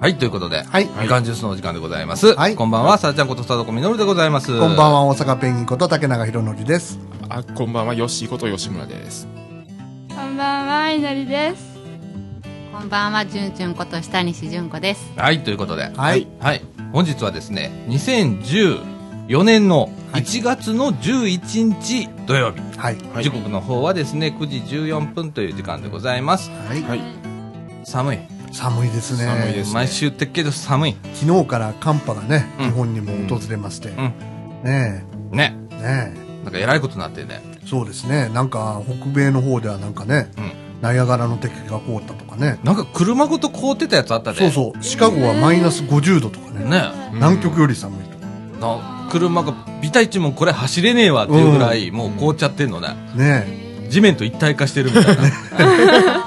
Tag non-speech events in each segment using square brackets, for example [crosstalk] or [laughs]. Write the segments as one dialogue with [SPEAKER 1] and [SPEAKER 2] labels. [SPEAKER 1] はい、ということで、
[SPEAKER 2] はい
[SPEAKER 1] みかんジュースのお時間でございます。
[SPEAKER 2] はい
[SPEAKER 1] こんばんは、さあちゃんことさとこみのるでございます。
[SPEAKER 2] こんばん
[SPEAKER 1] は。
[SPEAKER 2] は、大阪ペンギンこと竹中宏典です。
[SPEAKER 3] あ、こんばんは、よしこと吉村です。
[SPEAKER 4] こんばんは、いなりです。
[SPEAKER 5] こんばんは、じゅんじゅんこと下西じゅんこです。
[SPEAKER 1] はい、ということで、
[SPEAKER 2] はい。
[SPEAKER 1] はい。本日はですね、2014年の1月の11日土曜日、
[SPEAKER 2] はい。
[SPEAKER 3] はい
[SPEAKER 1] 時刻の方はですね、9時14分という時間でございます。
[SPEAKER 2] は
[SPEAKER 3] はい。
[SPEAKER 1] 寒い。
[SPEAKER 2] い。寒いですね。
[SPEAKER 3] 寒いですね
[SPEAKER 1] 毎週言ってっけど寒い。
[SPEAKER 2] 昨日から寒波がね、
[SPEAKER 1] うん
[SPEAKER 2] 日本にも訪れまして。
[SPEAKER 1] ん
[SPEAKER 2] ね
[SPEAKER 1] ね。
[SPEAKER 2] え、ね
[SPEAKER 1] なんか偉いことになってね。
[SPEAKER 2] え。そうですね。なんか、北米の方ではなんかね、
[SPEAKER 1] うん
[SPEAKER 2] ナイアガラの敵が凍ったとかね。
[SPEAKER 1] なんか車ごと凍ってたやつあったで。
[SPEAKER 2] そうそう。シカゴはマイナス50度とかね。
[SPEAKER 1] ね。
[SPEAKER 2] 南極より寒いとか。
[SPEAKER 1] な車がビタイチもこれ走れねえわっていうぐらい、もう凍っちゃってんのね。
[SPEAKER 2] ねえ。
[SPEAKER 1] 地面と一体化してるみたい
[SPEAKER 2] [laughs]
[SPEAKER 1] な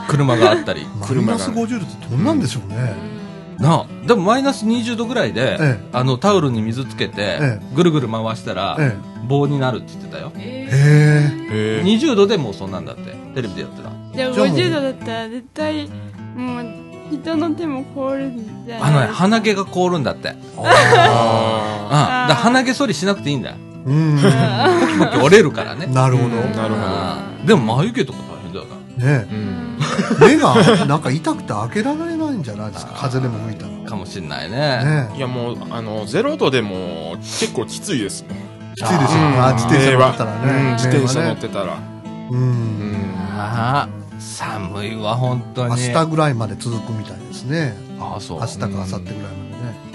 [SPEAKER 1] 車があったり
[SPEAKER 2] マイ
[SPEAKER 3] 車が
[SPEAKER 2] ナス50度ってどんなんでしょうね。
[SPEAKER 1] なあでもマイナス20度ぐらいで、
[SPEAKER 2] ええ
[SPEAKER 1] あのタオルに水つけて、
[SPEAKER 2] え
[SPEAKER 1] ぐるぐる回したら、
[SPEAKER 2] え
[SPEAKER 1] 棒になるって言ってたよ、
[SPEAKER 2] え。へえ。
[SPEAKER 3] えー、
[SPEAKER 1] 20度でもうそんなんだってテレビでやってた
[SPEAKER 4] じゃあ
[SPEAKER 2] じゃあもう
[SPEAKER 4] 50度だったら絶対、もう、人の手も凍るんじゃ
[SPEAKER 1] あの
[SPEAKER 4] な
[SPEAKER 1] ね
[SPEAKER 4] いですか。
[SPEAKER 1] 鼻毛が凍るんだってああだ
[SPEAKER 3] あ
[SPEAKER 4] あー
[SPEAKER 1] から鼻毛剃りしなくていいんだよ
[SPEAKER 2] うん。な
[SPEAKER 1] 折れるから [laughs]
[SPEAKER 2] [laughs]
[SPEAKER 1] ね
[SPEAKER 2] るほど。
[SPEAKER 3] ーなるほど。
[SPEAKER 1] ああでも眉毛とか大変だよな
[SPEAKER 2] ねえ。
[SPEAKER 3] うん。
[SPEAKER 2] 目が、なんか痛くて開けられないんじゃないですか。風でも吹いたら。
[SPEAKER 1] かもしんないね
[SPEAKER 2] ね
[SPEAKER 3] いや、もう、あの、ゼロ度でも、結構きついですもん。
[SPEAKER 2] え。きついですよね。あ自転車乗ったら
[SPEAKER 3] うん
[SPEAKER 2] ね。
[SPEAKER 3] 自転車乗
[SPEAKER 2] ね
[SPEAKER 3] ってたら。
[SPEAKER 2] う。
[SPEAKER 3] うんん。
[SPEAKER 1] ああ寒いわ本当に
[SPEAKER 2] 明日ぐらいまで続くみたいですね。
[SPEAKER 1] ああそう
[SPEAKER 2] 明日か明後日ぐらいまでね。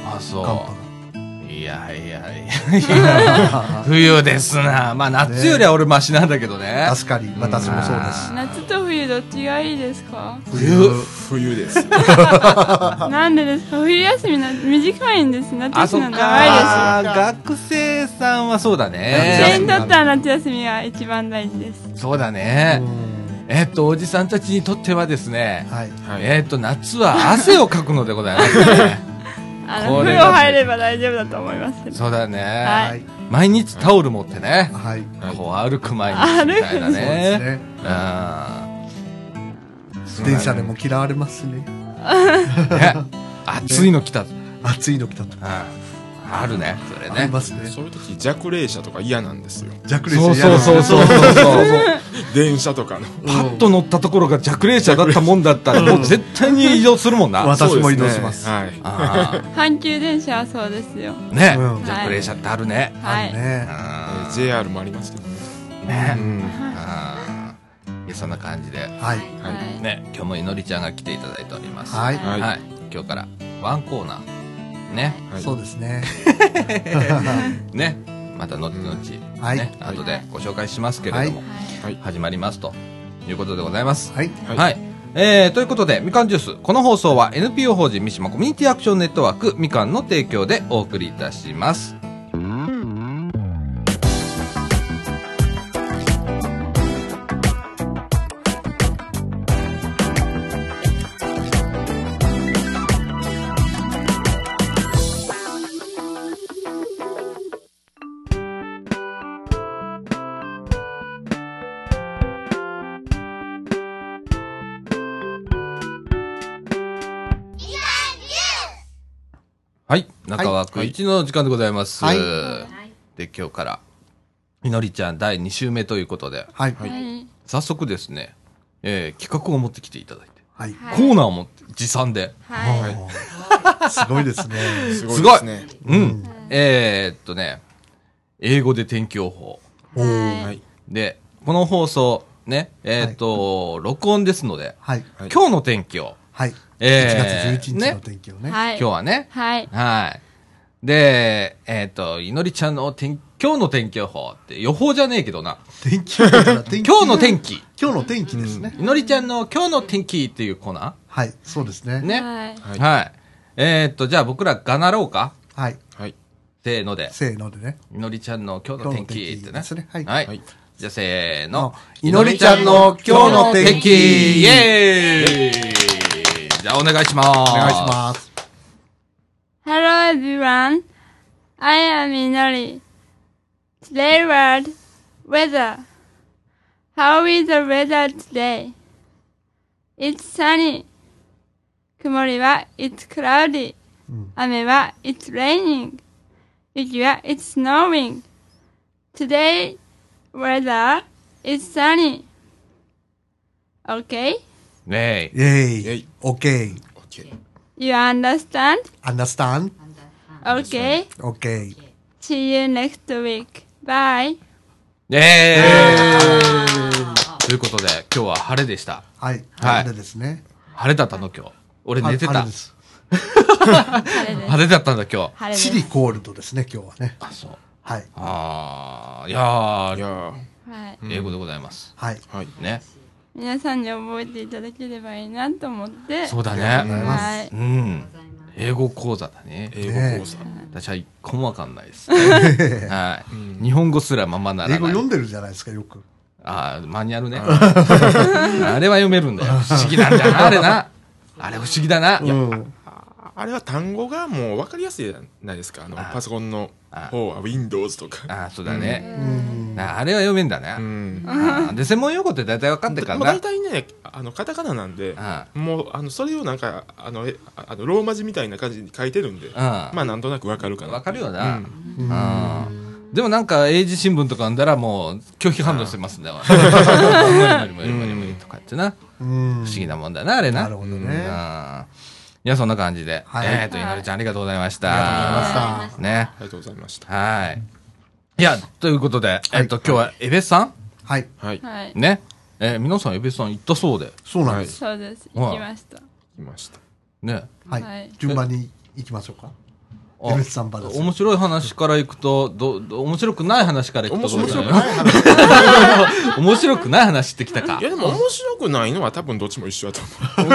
[SPEAKER 1] ああ
[SPEAKER 2] 寒波
[SPEAKER 1] そういやいやいやいや
[SPEAKER 2] が。
[SPEAKER 1] 冬ですな。まあ夏よりは俺マシなんだけどね。
[SPEAKER 2] 確かに、私もそうです。
[SPEAKER 4] 夏と冬どっちがいいですか
[SPEAKER 3] 冬、冬
[SPEAKER 2] [laughs]
[SPEAKER 3] です。
[SPEAKER 4] なんでですか冬休みな短いんです。夏
[SPEAKER 1] あ、
[SPEAKER 4] 休
[SPEAKER 1] そ
[SPEAKER 4] み
[SPEAKER 1] っ
[SPEAKER 4] な
[SPEAKER 1] か
[SPEAKER 4] の長い
[SPEAKER 1] 学生さんはそうだ
[SPEAKER 4] です。全員に
[SPEAKER 1] ね。
[SPEAKER 4] とったら夏休みが一番大事です。
[SPEAKER 1] そうだ
[SPEAKER 2] う
[SPEAKER 1] ね。
[SPEAKER 2] ん
[SPEAKER 1] えっと、おじさんたちにとってはですね、
[SPEAKER 2] はい。
[SPEAKER 3] はい。
[SPEAKER 1] えっと、夏は汗をかくのでございますね。
[SPEAKER 4] あの、
[SPEAKER 1] これ
[SPEAKER 4] 風
[SPEAKER 1] が
[SPEAKER 4] 呂入れば大丈夫だと思います。
[SPEAKER 1] そうだ
[SPEAKER 4] は
[SPEAKER 1] ね。
[SPEAKER 2] い。
[SPEAKER 1] 毎日タオル持ってね、
[SPEAKER 2] はい。
[SPEAKER 3] はい
[SPEAKER 1] こう歩く毎日みたいな
[SPEAKER 2] そうです
[SPEAKER 1] ね。
[SPEAKER 2] ね。
[SPEAKER 1] うん
[SPEAKER 2] 自転車でも嫌われますね。
[SPEAKER 1] ね暑いの来た。うん
[SPEAKER 2] 暑いの来たと。
[SPEAKER 1] あるね、それ
[SPEAKER 2] あり
[SPEAKER 1] ね。
[SPEAKER 2] ますね。
[SPEAKER 3] そういう時、弱冷車とか嫌なんですよ。
[SPEAKER 2] 弱冷
[SPEAKER 1] そう
[SPEAKER 2] 車嫌
[SPEAKER 1] そう
[SPEAKER 2] だ
[SPEAKER 1] そうそうそうそう。
[SPEAKER 3] 電車とかの。
[SPEAKER 1] パッと乗ったところが弱冷車だったもんだったら、もう絶対に移動するもんな。
[SPEAKER 2] 私も移
[SPEAKER 3] そう
[SPEAKER 2] 動
[SPEAKER 3] で
[SPEAKER 2] します。
[SPEAKER 3] ねはい。
[SPEAKER 1] あ
[SPEAKER 4] 阪急電車はそうですよ。
[SPEAKER 1] あね、
[SPEAKER 2] うん
[SPEAKER 1] 弱冷車ってあるね。
[SPEAKER 4] はい。
[SPEAKER 2] ね
[SPEAKER 1] あ
[SPEAKER 3] えー JR もありますけどね。
[SPEAKER 1] ーね
[SPEAKER 3] うん。
[SPEAKER 1] あーいやそんな感じで、
[SPEAKER 2] はい。
[SPEAKER 4] はい。
[SPEAKER 1] ね、今日もいのりちゃんが来ていただいております。
[SPEAKER 2] はい。
[SPEAKER 3] はい。
[SPEAKER 1] はい今日からワンコーナー。ね。
[SPEAKER 3] はい
[SPEAKER 2] そうですね。
[SPEAKER 1] ね。また後々、
[SPEAKER 2] はい
[SPEAKER 1] ね、後でご紹介しますけれども、
[SPEAKER 3] はい
[SPEAKER 1] 始まりますということでございます。
[SPEAKER 2] はい。
[SPEAKER 1] はい、
[SPEAKER 3] はい。
[SPEAKER 1] えーということで、みかんジュース。この放送は NPO 法人三島コミュニティアクションネットワークみかんの提供でお送りいたします。はい。中枠一の時間でございます。
[SPEAKER 2] はい
[SPEAKER 1] で、今日から、みのりちゃん第2週目ということで、
[SPEAKER 2] はい。
[SPEAKER 3] はい
[SPEAKER 4] はい。
[SPEAKER 1] 早速ですね、えー企画を持ってきていただいて、
[SPEAKER 2] はい。
[SPEAKER 4] はい
[SPEAKER 1] コーナーを持って、持参で。
[SPEAKER 4] はい。
[SPEAKER 2] おー [laughs] すごいですね。
[SPEAKER 3] すごいですね。
[SPEAKER 1] うん。えーっとね、英語で天気予報。
[SPEAKER 2] おー
[SPEAKER 3] はい。
[SPEAKER 1] で、この放送、ね、えーっと、録音ですので、
[SPEAKER 2] はい。
[SPEAKER 3] はい
[SPEAKER 1] 今日の天気を、
[SPEAKER 2] はい。
[SPEAKER 1] えー
[SPEAKER 2] 1月11日の天気をね。
[SPEAKER 4] はい。
[SPEAKER 1] 今日はね、
[SPEAKER 4] はい。
[SPEAKER 1] はい。で、えっ、と、いのりちゃんの天、今日の天気予報って、予報じゃねえけどな。
[SPEAKER 2] 天気予報だから天気
[SPEAKER 1] 今日の天気。い
[SPEAKER 2] 今日の天気ですね。
[SPEAKER 1] のりちゃんの今日の天気っていうコーナ
[SPEAKER 2] はい。そうですね。
[SPEAKER 1] ーね。は
[SPEAKER 4] はい。
[SPEAKER 1] い。えっ、と、じゃあ僕らがなろうか
[SPEAKER 2] はい。
[SPEAKER 3] はい。
[SPEAKER 1] せーので。
[SPEAKER 2] せーのでね。
[SPEAKER 1] いのりちゃんの今日の天気って
[SPEAKER 2] 今日の天気で
[SPEAKER 1] ね。
[SPEAKER 2] すねはい
[SPEAKER 1] はい。
[SPEAKER 3] はい
[SPEAKER 1] じゃあせーの。
[SPEAKER 2] いのりちゃんの今日の天気
[SPEAKER 1] イエーイじゃあお願いします。お
[SPEAKER 2] お願いします。
[SPEAKER 4] Hello everyone. I am Inori. Today word weather. How is the weather today? It's sunny. 曇りは It's cloudy.
[SPEAKER 2] うん
[SPEAKER 4] 雨は It's raining. 雪は It's snowing. Today, weather is sunny. Okay?
[SPEAKER 1] ねえ。
[SPEAKER 2] イェ
[SPEAKER 3] え
[SPEAKER 2] ーイ
[SPEAKER 3] い。
[SPEAKER 2] OK。
[SPEAKER 3] OK
[SPEAKER 4] You understand?
[SPEAKER 2] Understand?
[SPEAKER 4] Okay?
[SPEAKER 2] OK。
[SPEAKER 4] See you next week. Bye.
[SPEAKER 1] ねえということで、今日は晴れでした。
[SPEAKER 2] はい。
[SPEAKER 1] はい
[SPEAKER 2] あれですね。
[SPEAKER 1] 晴れだったの今日。俺寝て
[SPEAKER 2] ああ
[SPEAKER 1] た
[SPEAKER 2] れで。す
[SPEAKER 4] 晴れです。
[SPEAKER 1] 晴れだったんだ今日。
[SPEAKER 4] 晴れです
[SPEAKER 2] チリコールドですね、今日はね。
[SPEAKER 1] あ、そう。
[SPEAKER 2] はい。
[SPEAKER 1] あー、いや
[SPEAKER 3] い
[SPEAKER 1] ー、
[SPEAKER 3] や
[SPEAKER 4] はい。
[SPEAKER 1] 英語でございます。
[SPEAKER 2] はい。
[SPEAKER 3] ーはい
[SPEAKER 1] ね。
[SPEAKER 4] 皆さんに覚えていただければいいなと思って。
[SPEAKER 1] そうだ
[SPEAKER 2] ござい
[SPEAKER 1] ね。
[SPEAKER 2] ます
[SPEAKER 4] はい。
[SPEAKER 1] うん。英語講座だね。
[SPEAKER 3] 英語講座
[SPEAKER 1] 私は一個もわかんないです。はい。日本語すらままならない。
[SPEAKER 2] 英語読んでるじゃないですか、よく。
[SPEAKER 1] ああ、マニュアルね。 [laughs] あれは読めるんだよ。不思議なんだな、あれな。あれ不思議だな。
[SPEAKER 2] うん。
[SPEAKER 3] ああれは単語がもう分かりやすいじゃないですかあの
[SPEAKER 1] あ
[SPEAKER 3] パソコンの
[SPEAKER 1] あ
[SPEAKER 3] 方は Windows とか
[SPEAKER 1] ああ、そうだね。
[SPEAKER 2] うん
[SPEAKER 1] なあれは読めんだね。
[SPEAKER 3] うん
[SPEAKER 1] ああで、専門用語って大体わかってるから
[SPEAKER 3] だま
[SPEAKER 1] な。
[SPEAKER 3] あ大体ねあのカタカナなんで
[SPEAKER 1] あ
[SPEAKER 3] もうあのそれをなんかあのえあのローマ字みたいな感じに書いてるんで
[SPEAKER 1] あ
[SPEAKER 3] まあなんとなく分かるかな
[SPEAKER 1] わかるよな。
[SPEAKER 3] うん
[SPEAKER 1] うんでもなんか、英字新聞とか読んだらもう拒否反応してますんだわ。無理無理無理無理無理とかってな。
[SPEAKER 2] 不
[SPEAKER 1] 不
[SPEAKER 2] 思
[SPEAKER 1] 思議なもんだな、あれな。
[SPEAKER 2] なるほどね
[SPEAKER 1] うんいや、そんな感じで。
[SPEAKER 2] はい
[SPEAKER 1] えっと、いなるちゃんありがとうございました。
[SPEAKER 2] ありがとうございました
[SPEAKER 1] ね。
[SPEAKER 3] ありがとうございました
[SPEAKER 1] はい。いや、ということで、えっと、今日はエベさん
[SPEAKER 2] はい。
[SPEAKER 3] はい来
[SPEAKER 4] はい。
[SPEAKER 1] ね。えー、皆さんエベさん行ったそうで。
[SPEAKER 2] そうなんです。
[SPEAKER 4] そうです。
[SPEAKER 1] はい
[SPEAKER 4] 行きました。
[SPEAKER 3] ました
[SPEAKER 1] ね。
[SPEAKER 2] はい。
[SPEAKER 4] はい
[SPEAKER 2] 順番に行きましょうか。
[SPEAKER 1] あ
[SPEAKER 2] エベさんばらさん
[SPEAKER 1] 面白い話から行くと、ど、ど面白くない話から行く
[SPEAKER 3] 面
[SPEAKER 1] と
[SPEAKER 3] 白くない
[SPEAKER 1] い
[SPEAKER 3] 話
[SPEAKER 1] 面白くない話ってきたか
[SPEAKER 3] いや。でも面白くないのは多分どっちも一緒だと思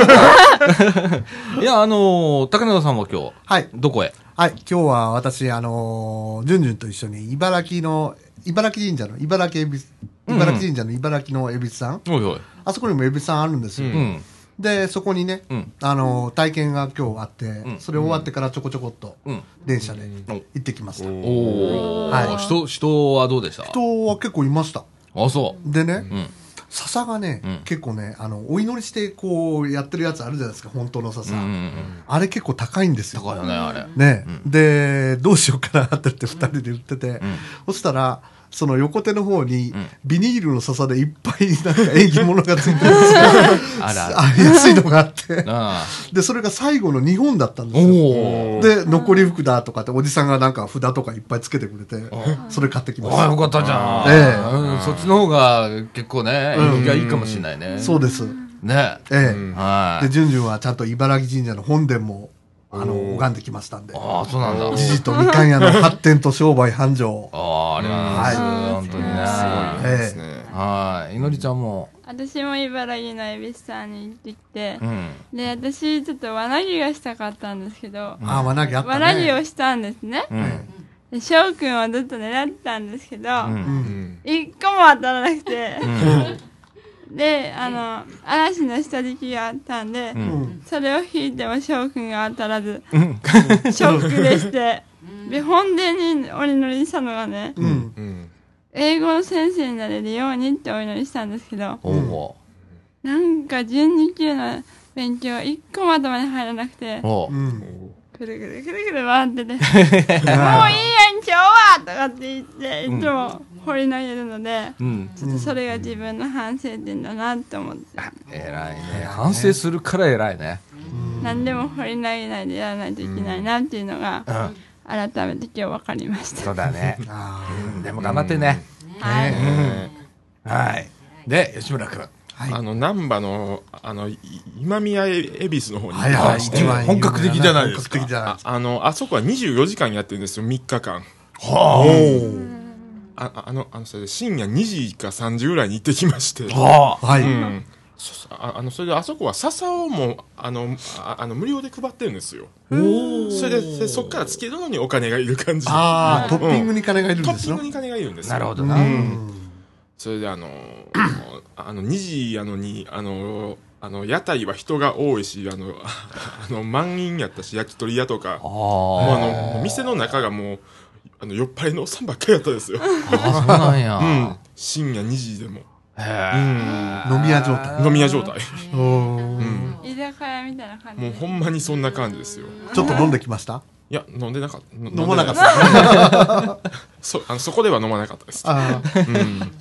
[SPEAKER 1] いや、あのー、竹中さんは今日、
[SPEAKER 2] はい。
[SPEAKER 1] どこへ
[SPEAKER 2] はい。今日は私、あのー、ジュンジュンと一緒に茨城の、茨城神社の、茨城恵比寿、茨城神社の茨城の恵比寿さん、
[SPEAKER 1] おいおい。
[SPEAKER 2] あそこにも恵比寿さんあるんですよ。
[SPEAKER 1] うん。
[SPEAKER 2] で、そこにね、
[SPEAKER 1] うん
[SPEAKER 2] あのー、体験が今日あって、
[SPEAKER 1] ん
[SPEAKER 2] それ終わってからちょこちょこっと
[SPEAKER 1] うん。
[SPEAKER 2] 電車で
[SPEAKER 1] お
[SPEAKER 2] 行ってきました。
[SPEAKER 3] う
[SPEAKER 1] おー。
[SPEAKER 2] はい
[SPEAKER 1] 人、人はどうでした
[SPEAKER 2] 人は結構いました。
[SPEAKER 1] あ、そう。
[SPEAKER 2] でね、
[SPEAKER 1] うん。
[SPEAKER 2] 笹がね、
[SPEAKER 1] うん
[SPEAKER 2] 結構ね、あの、お祈りしてこうやってるやつあるじゃないですか、本当の笹。
[SPEAKER 1] うんうんうん。
[SPEAKER 2] あれ結構高いんですよ。
[SPEAKER 1] 高いよね、あれ。
[SPEAKER 2] ね、で、どうしようかなって言って二人で売ってて、そしたら、その横手の方に、ビニールの笹でいっぱいなんか縁起物がついてるんですよ。
[SPEAKER 1] [laughs] あらあら。
[SPEAKER 2] あ安いのがあって。
[SPEAKER 1] ああ。
[SPEAKER 2] で、それが最後の2本だったんですよ。
[SPEAKER 1] おお。
[SPEAKER 2] で、残り服だとかって、おじさんがなんか札とかいっぱいつけてくれて、それ買ってきま
[SPEAKER 1] ああ、よ
[SPEAKER 2] し
[SPEAKER 1] かったじゃん。
[SPEAKER 2] え
[SPEAKER 1] えそっちの方が結構ね、縁起がいいかもしれないね。
[SPEAKER 2] た。そうです。
[SPEAKER 1] ね。
[SPEAKER 2] ええ。
[SPEAKER 1] は
[SPEAKER 2] で、
[SPEAKER 1] い。
[SPEAKER 2] ジュンジュンはちゃんと茨城神社の本殿も、あの、拝んできましたんで、
[SPEAKER 1] ああ、そうなんだ。あ
[SPEAKER 2] じじとみかん屋の発展と商売繁盛。
[SPEAKER 1] あ、ありがとうございます。本当にね。
[SPEAKER 3] う
[SPEAKER 2] ええ
[SPEAKER 3] ですね
[SPEAKER 1] はい。いのりちゃんも。
[SPEAKER 4] 私も茨城の恵比寿さんに行ってきて
[SPEAKER 1] う、ん。
[SPEAKER 4] で、私ちょっとわなぎがしたかったんですけど、
[SPEAKER 2] ああ、わなぎあったね。
[SPEAKER 4] わらぎをしたんですね。
[SPEAKER 1] うん。
[SPEAKER 4] で、翔くんをずっと狙ってたんですけど、
[SPEAKER 1] うん。
[SPEAKER 3] うん
[SPEAKER 4] 一個も当たらなくて、で、あの、嵐の下敷きがあったんで、
[SPEAKER 2] うん
[SPEAKER 4] それを引いても翔くんが当たらず、ショックでして、で、本殿にお祈りしたのがね、
[SPEAKER 2] うん。
[SPEAKER 3] うん
[SPEAKER 4] 英語の先生になれるようにってお祈りしたんですけど、
[SPEAKER 1] おお。
[SPEAKER 4] なんか12級の勉強一個まとまに入らなくて
[SPEAKER 1] お、お
[SPEAKER 2] う。ん。
[SPEAKER 4] くるくるくるくる回ってて、もういいやん今日はとかって言って、いつも掘り投げるので、
[SPEAKER 1] うん。
[SPEAKER 4] ちょっとそれが自分の反省点だなって思って、
[SPEAKER 1] 偉いね。反省するから偉いね。
[SPEAKER 4] 何でも掘り投げないでやらないといけないなっていうのが、改めて今日分かりまし
[SPEAKER 1] [laughs]
[SPEAKER 4] た。
[SPEAKER 1] そうだね。
[SPEAKER 2] ああ。
[SPEAKER 1] でも頑張ってね。
[SPEAKER 4] はい。
[SPEAKER 3] ね
[SPEAKER 1] はい。で、吉村君。
[SPEAKER 2] はい
[SPEAKER 3] あの難波のあのい今宮恵比寿の方に
[SPEAKER 2] はいは
[SPEAKER 1] あ
[SPEAKER 2] い、
[SPEAKER 1] 一
[SPEAKER 2] 一番
[SPEAKER 1] 番本格的じゃないですか
[SPEAKER 2] 本格的じゃない
[SPEAKER 3] あ
[SPEAKER 2] ですか。
[SPEAKER 3] あのあそこは24時間やってるんですよ3日間あああのあのそれで深夜2時か3時ぐらいに行ってきまして
[SPEAKER 1] は
[SPEAKER 2] はい。
[SPEAKER 3] うんそああのそれであそこは笹をもうあのああの無料で配ってるんですよそれででそっからつけるのにお金がいる感じ
[SPEAKER 2] ああ、ト
[SPEAKER 3] うん
[SPEAKER 2] ッピングに金がいるん
[SPEAKER 3] ト
[SPEAKER 2] で
[SPEAKER 3] ッ
[SPEAKER 2] す
[SPEAKER 3] ピン
[SPEAKER 2] よ
[SPEAKER 3] グ。に金がいるんですよ
[SPEAKER 1] なるほどな。
[SPEAKER 3] それであのあの2時やのにあのあの屋台は人が多いしあのあの満員やったし焼き鳥屋とかもう
[SPEAKER 1] ああ。
[SPEAKER 3] あの店の中がもうあの酔っ払いのおっさんばっかりやったですよ、
[SPEAKER 1] ああ、そうなんや。
[SPEAKER 3] うん、深夜2時でも
[SPEAKER 1] へへえ
[SPEAKER 2] 飲み屋状態
[SPEAKER 3] 飲み屋状態。
[SPEAKER 2] おー
[SPEAKER 4] 居酒屋みたいな感じ
[SPEAKER 3] もうほんまにそんな感じですよ。
[SPEAKER 2] ちょっと飲んできました
[SPEAKER 3] いや、飲んでなかった。飲
[SPEAKER 2] 飲まなかっ
[SPEAKER 3] んでいです。
[SPEAKER 2] た。
[SPEAKER 3] そあのそこでは飲まなかったです。
[SPEAKER 2] あー
[SPEAKER 3] うん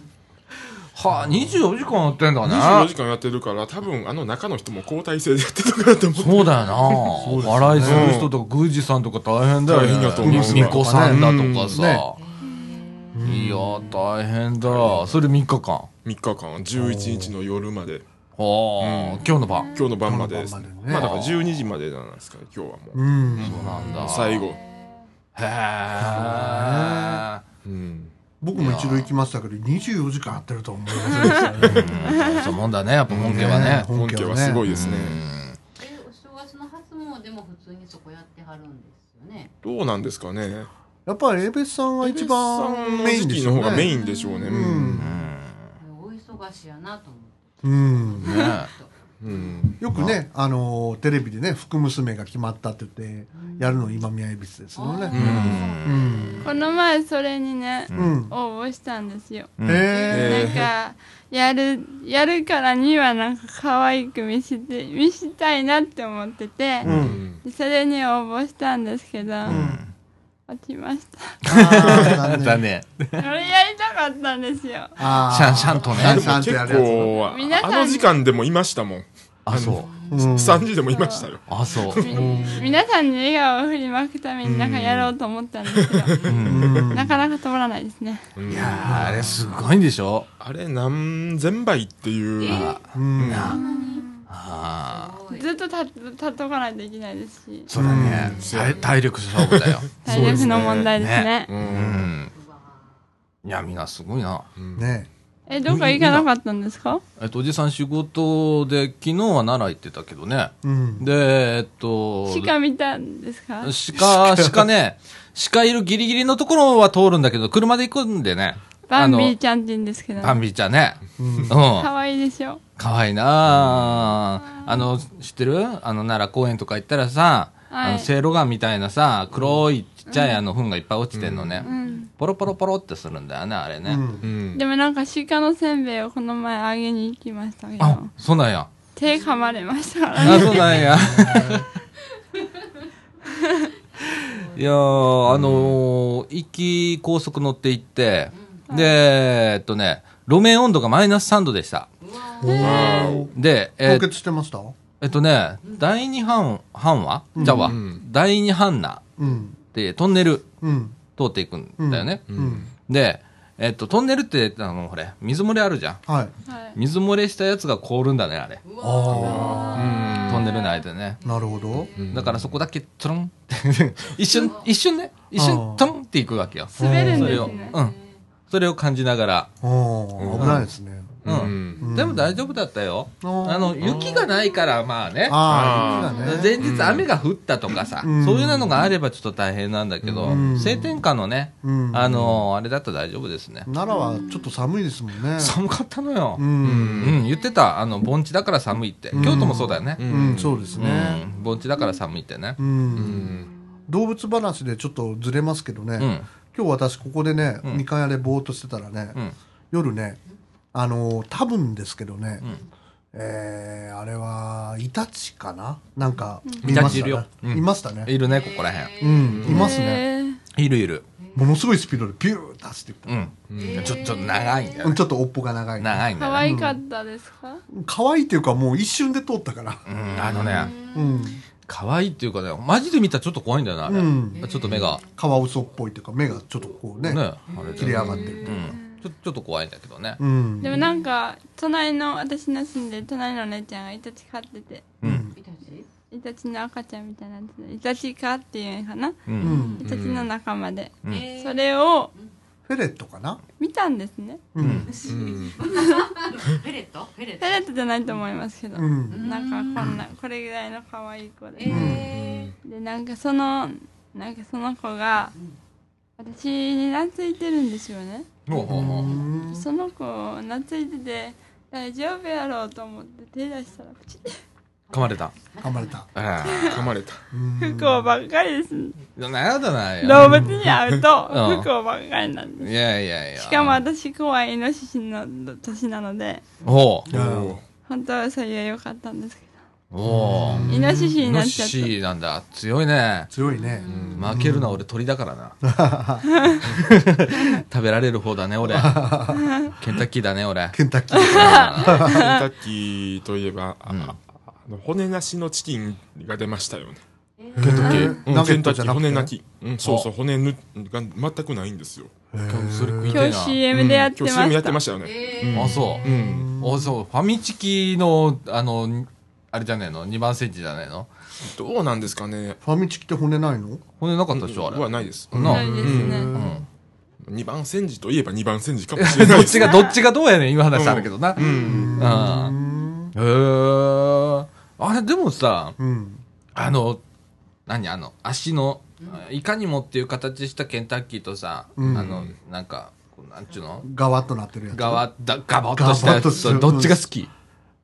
[SPEAKER 1] はあ24時間やってんだね
[SPEAKER 3] 24時間やってるから、多分あの中の人も交代制でやってるのかなと思って。
[SPEAKER 1] そうだよな笑いする人とか宮司さんとか大変だよ
[SPEAKER 3] 大変やと思う
[SPEAKER 1] ね巫女さんだとかさ、いや大変だそれ3日間は
[SPEAKER 3] 3日間、11日の夜まで、
[SPEAKER 1] あ、今日の晩
[SPEAKER 3] 今日の晩までです。
[SPEAKER 2] 今日の晩までね
[SPEAKER 3] まあだから12時までじゃないですか、今日はもう。
[SPEAKER 2] うん。
[SPEAKER 1] そうなんだ
[SPEAKER 3] 最後。
[SPEAKER 1] へえ
[SPEAKER 3] うん。
[SPEAKER 2] 僕も一度行きましたけど、24時間やってるとは思いませんでしたね。
[SPEAKER 1] そうもんだねやっぱ本家はね
[SPEAKER 3] 本家はすごいですね。
[SPEAKER 5] えお正月の初詣も普通にそこやってはるんですよね
[SPEAKER 3] どうなんですかね。
[SPEAKER 2] やっぱりエベスさんは一番メイン
[SPEAKER 3] 時
[SPEAKER 2] で
[SPEAKER 3] 期
[SPEAKER 2] す
[SPEAKER 3] の
[SPEAKER 2] よね。
[SPEAKER 3] 方がメインでしょうね。う。
[SPEAKER 2] うんん。
[SPEAKER 5] お忙しいやなと思って
[SPEAKER 2] うん。
[SPEAKER 1] ね
[SPEAKER 3] うん。
[SPEAKER 2] よくね、あのーテレビでね、福娘が決まったって言って、やるの今宮恵比寿ですよね。うん。
[SPEAKER 4] この前それにね、
[SPEAKER 2] うん。
[SPEAKER 4] 応募したんですよ、
[SPEAKER 1] ん
[SPEAKER 2] へえ。
[SPEAKER 3] えー
[SPEAKER 4] なんかやるやるからにはなんか可愛く見せて見せたいなって思ってて、
[SPEAKER 2] う。
[SPEAKER 3] うんん。
[SPEAKER 4] それに応募したんですけど、落ちました
[SPEAKER 2] あー
[SPEAKER 1] だ。ね
[SPEAKER 4] それやりたかったんですよ
[SPEAKER 2] あー
[SPEAKER 1] シャンシャンとね
[SPEAKER 2] シャンシャンと
[SPEAKER 3] 結
[SPEAKER 2] やるやつね。
[SPEAKER 3] 構、あ
[SPEAKER 4] 皆さん
[SPEAKER 3] あの時間でもいましたもん。
[SPEAKER 1] あそう
[SPEAKER 2] う
[SPEAKER 3] [laughs]
[SPEAKER 2] ん
[SPEAKER 3] 3時でもいましたよ。
[SPEAKER 1] あ
[SPEAKER 4] [laughs]
[SPEAKER 1] そう
[SPEAKER 4] み皆さんに笑顔を振りまくためになんかやろうと思ったんですけど、
[SPEAKER 2] うん
[SPEAKER 4] なかなか通らないですね
[SPEAKER 1] いやーあれすごいんでしょ
[SPEAKER 3] あれ何千倍っていう。
[SPEAKER 2] うん。
[SPEAKER 1] ああ
[SPEAKER 4] ずっと立っ立っとかないといけないですし
[SPEAKER 1] それね体体力勝負だよ
[SPEAKER 4] 体力の問題 [laughs] ですね
[SPEAKER 1] ううんいやみんなすごいな
[SPEAKER 2] ね
[SPEAKER 4] えどこ行かなかったんですか
[SPEAKER 1] えっと、おじさん仕事で、昨日は奈良行ってたけどね。
[SPEAKER 2] うん。
[SPEAKER 1] で、えっと、
[SPEAKER 4] 鹿見たんですか
[SPEAKER 1] 鹿、鹿ね、鹿いるギリギリのところは通るんだけど、車で行くんでね。
[SPEAKER 4] バンビ
[SPEAKER 1] あ
[SPEAKER 4] ー
[SPEAKER 1] の
[SPEAKER 4] ちゃんって言うんですけど
[SPEAKER 1] バンビーちゃんね。うん。
[SPEAKER 4] かわいいでしょ
[SPEAKER 1] かわいいなああの、知ってるあの、奈良公園とか行ったらさ、
[SPEAKER 4] はい
[SPEAKER 1] あの、せいろがんみたいなさ、黒いちっちゃいあの、糞がいっぱい落ちてんのね。
[SPEAKER 4] うん
[SPEAKER 1] ポロポロポロってするんだよね、あれね。
[SPEAKER 2] うん。
[SPEAKER 3] うん
[SPEAKER 4] でもなんか鹿のせんべいをこの前あげに行きましたけ
[SPEAKER 1] あ
[SPEAKER 4] ど、
[SPEAKER 1] そうなんや。
[SPEAKER 4] 手噛まれましたからね
[SPEAKER 1] あ、そうなんや。
[SPEAKER 4] [laughs]
[SPEAKER 1] いやー、あのー、行き高速乗って行って、で、えっとね、路面温度がマイナス3度でした。
[SPEAKER 3] わお
[SPEAKER 1] で、え
[SPEAKER 2] 凍
[SPEAKER 1] ー
[SPEAKER 2] 結してました
[SPEAKER 1] えっとね、第二半、半はじゃあわ、
[SPEAKER 3] ん
[SPEAKER 1] 第二半な
[SPEAKER 2] うん。
[SPEAKER 1] でトンネル
[SPEAKER 2] うん。
[SPEAKER 1] 通っていくんだよね。
[SPEAKER 2] うん。
[SPEAKER 1] で、えっと、トンネルって、あの、ほれ、水漏れあるじゃん。
[SPEAKER 2] はい。
[SPEAKER 4] はい
[SPEAKER 1] 水漏れしたやつが凍るんだね、あれ。
[SPEAKER 2] あ
[SPEAKER 1] トンネル内でね。
[SPEAKER 2] あ。なるほど。
[SPEAKER 1] だからそこだけトロン [laughs] って一瞬一瞬ね一瞬トロンっていくわけよそ
[SPEAKER 4] 滑るんで
[SPEAKER 1] れ
[SPEAKER 4] す
[SPEAKER 1] を
[SPEAKER 4] ね
[SPEAKER 1] うんそれを感じながら
[SPEAKER 2] うん。危ないですね。
[SPEAKER 1] う
[SPEAKER 3] うんん。
[SPEAKER 1] でも大丈夫だったよ
[SPEAKER 2] あー
[SPEAKER 1] あの雪がないからまあね
[SPEAKER 2] ああ、雪がね。
[SPEAKER 1] 前日雨が降ったとかさ
[SPEAKER 2] うん
[SPEAKER 1] そういうのがあればちょっと大変なんだけど
[SPEAKER 2] うん
[SPEAKER 1] 晴天下のね
[SPEAKER 2] うん
[SPEAKER 1] あのーあれだったら大丈夫ですね
[SPEAKER 2] 奈良はちょっと寒いですもんね。
[SPEAKER 1] 寒かったのよ
[SPEAKER 2] う。
[SPEAKER 3] うん。
[SPEAKER 1] うんん言ってたあの盆地だから寒いって
[SPEAKER 2] うん
[SPEAKER 1] 京都もそうだよね
[SPEAKER 2] うん、そうです
[SPEAKER 1] う
[SPEAKER 2] ね。
[SPEAKER 1] ん盆地だから寒いってね
[SPEAKER 2] う。
[SPEAKER 3] うんん。
[SPEAKER 2] 動物話でちょっとずれますけど
[SPEAKER 1] う
[SPEAKER 2] ね
[SPEAKER 1] ん。
[SPEAKER 2] 今日私ここでね、
[SPEAKER 1] うん
[SPEAKER 2] 二階屋でぼーっとしてたらね
[SPEAKER 1] う、ん
[SPEAKER 2] 夜ね、あのー、多分ですけどね
[SPEAKER 1] ん、
[SPEAKER 2] えーあれは、イタチかななんか、
[SPEAKER 1] ん
[SPEAKER 2] い
[SPEAKER 1] イ
[SPEAKER 2] ました
[SPEAKER 1] タチいるよ
[SPEAKER 2] ね。
[SPEAKER 1] うん
[SPEAKER 2] いましたね。
[SPEAKER 1] いるねここらへん
[SPEAKER 2] うん、いますね。
[SPEAKER 4] へー
[SPEAKER 1] いるいる
[SPEAKER 2] ものすごいスピードでピューって走ってきた。
[SPEAKER 1] うん、ちょちょっと長いんだよ、
[SPEAKER 2] うん
[SPEAKER 1] ね、
[SPEAKER 2] ちょっとおっぽが長い。
[SPEAKER 1] 長いんだ
[SPEAKER 4] 可
[SPEAKER 1] よ、ね
[SPEAKER 4] 愛かったですか、
[SPEAKER 2] 可愛いっていうかもう一瞬で通ったから。
[SPEAKER 1] うん、あのね
[SPEAKER 2] うん。
[SPEAKER 1] 可愛いっていうかねマジで見たらちょっと怖いんだよなあれ、
[SPEAKER 2] うん
[SPEAKER 1] ちょっと目が
[SPEAKER 2] カワウソっぽいっていうか目がちょっとこうね、
[SPEAKER 1] ねあれ
[SPEAKER 2] 切れ上がってる。
[SPEAKER 1] うん、ちょちょっと怖いんだけどね、
[SPEAKER 2] うん。
[SPEAKER 4] でもなんか隣の私の住んでる隣の姉ちゃんがイタチ飼ってて
[SPEAKER 5] いたち
[SPEAKER 4] イタチの赤ちゃんみたいなやつでイタチ飼っていうのかな、
[SPEAKER 1] う
[SPEAKER 2] うんん。
[SPEAKER 4] イタチの仲間で、
[SPEAKER 1] うん
[SPEAKER 5] えー
[SPEAKER 4] それを
[SPEAKER 2] フェレットかな
[SPEAKER 4] 見たんですね
[SPEAKER 2] うん。
[SPEAKER 3] うん。
[SPEAKER 5] ペレットペレット
[SPEAKER 4] ペレットじゃないと思いますけど、
[SPEAKER 2] うん。
[SPEAKER 4] なんかこんなこれぐらいの可愛い子で、
[SPEAKER 5] え
[SPEAKER 4] でなんかそのなんかその子が私に懐いてるんですよね
[SPEAKER 1] ほうほうほう
[SPEAKER 4] その子懐いてて大丈夫やろうと思って手出したらプチッ
[SPEAKER 1] 噛まれた。
[SPEAKER 2] 噛まれた。
[SPEAKER 1] え
[SPEAKER 3] [laughs] 噛まれた。
[SPEAKER 2] うん
[SPEAKER 4] 不幸ばっかりです。
[SPEAKER 1] え。なやだないよ。
[SPEAKER 4] 動物に会うと
[SPEAKER 1] うん
[SPEAKER 4] 不幸ばっかりなんで
[SPEAKER 1] いやいやいや。
[SPEAKER 4] す。しかも私怖いイノシシの年なので、
[SPEAKER 1] ほう。
[SPEAKER 2] うん
[SPEAKER 4] 本当はそれは良かったんですけ
[SPEAKER 1] お
[SPEAKER 4] ど。イノシ
[SPEAKER 1] お。
[SPEAKER 4] シ
[SPEAKER 1] イ
[SPEAKER 4] にな
[SPEAKER 1] ノ
[SPEAKER 4] っちゃ
[SPEAKER 1] シ
[SPEAKER 4] った。
[SPEAKER 1] シなんだ。強いね。
[SPEAKER 2] 強いね。
[SPEAKER 1] 負けるな、俺鳥だからな。食べられる方だね、俺。ケンタッキーだね、俺。
[SPEAKER 2] ケンタッキー。
[SPEAKER 1] あ
[SPEAKER 3] ケンタッキーといえば、あ
[SPEAKER 1] うん
[SPEAKER 3] あの骨なしのチキンが出ましたよね。
[SPEAKER 2] ケンタッキ
[SPEAKER 3] うん
[SPEAKER 2] ナゲ
[SPEAKER 3] ケン
[SPEAKER 2] ッ
[SPEAKER 3] タ
[SPEAKER 2] ト
[SPEAKER 3] ッ
[SPEAKER 2] じゃ
[SPEAKER 3] キ
[SPEAKER 2] なく
[SPEAKER 3] ー
[SPEAKER 2] て
[SPEAKER 3] 骨なき。うん、そうそう、骨ぬが全くないんですよ。
[SPEAKER 1] ーそれ食いて
[SPEAKER 4] 今
[SPEAKER 1] え
[SPEAKER 4] 日
[SPEAKER 1] な。
[SPEAKER 4] CM でやって
[SPEAKER 3] 今
[SPEAKER 4] ま
[SPEAKER 3] 日 CM や
[SPEAKER 4] し
[SPEAKER 3] って
[SPEAKER 4] た
[SPEAKER 3] ま。したよね。
[SPEAKER 5] え
[SPEAKER 3] うん
[SPEAKER 5] ー、
[SPEAKER 1] あ、そうう。
[SPEAKER 3] ん。
[SPEAKER 1] あ、そう。ファミチキの、あの、あれじゃねえの ?2 番センチじゃねえの
[SPEAKER 3] どうなんですかね。
[SPEAKER 2] ファミチキって骨ないの
[SPEAKER 1] 骨なかったでしょ、あれ。
[SPEAKER 3] はないです。
[SPEAKER 1] な
[SPEAKER 4] そうですね。
[SPEAKER 1] うん
[SPEAKER 3] 二番煎じといえば二番煎じかもしれ
[SPEAKER 1] ど
[SPEAKER 3] ない
[SPEAKER 1] っ
[SPEAKER 3] です
[SPEAKER 1] ち。 [laughs] が、どっちがどうやねん、今話したんだけどな。
[SPEAKER 3] うん。
[SPEAKER 1] うん。へえ。あれ、でもさ、
[SPEAKER 2] うん。
[SPEAKER 1] あの、何あの、足の、いかにもっていう形したケンタッキーとさ、あ
[SPEAKER 2] うん
[SPEAKER 1] の、なんか、こうなんちゅうの
[SPEAKER 2] ガワッとなってるやつ。
[SPEAKER 1] ガワだ、ガバッとしたやつ
[SPEAKER 2] ガバッとす
[SPEAKER 1] と、
[SPEAKER 2] る
[SPEAKER 1] どっちが好き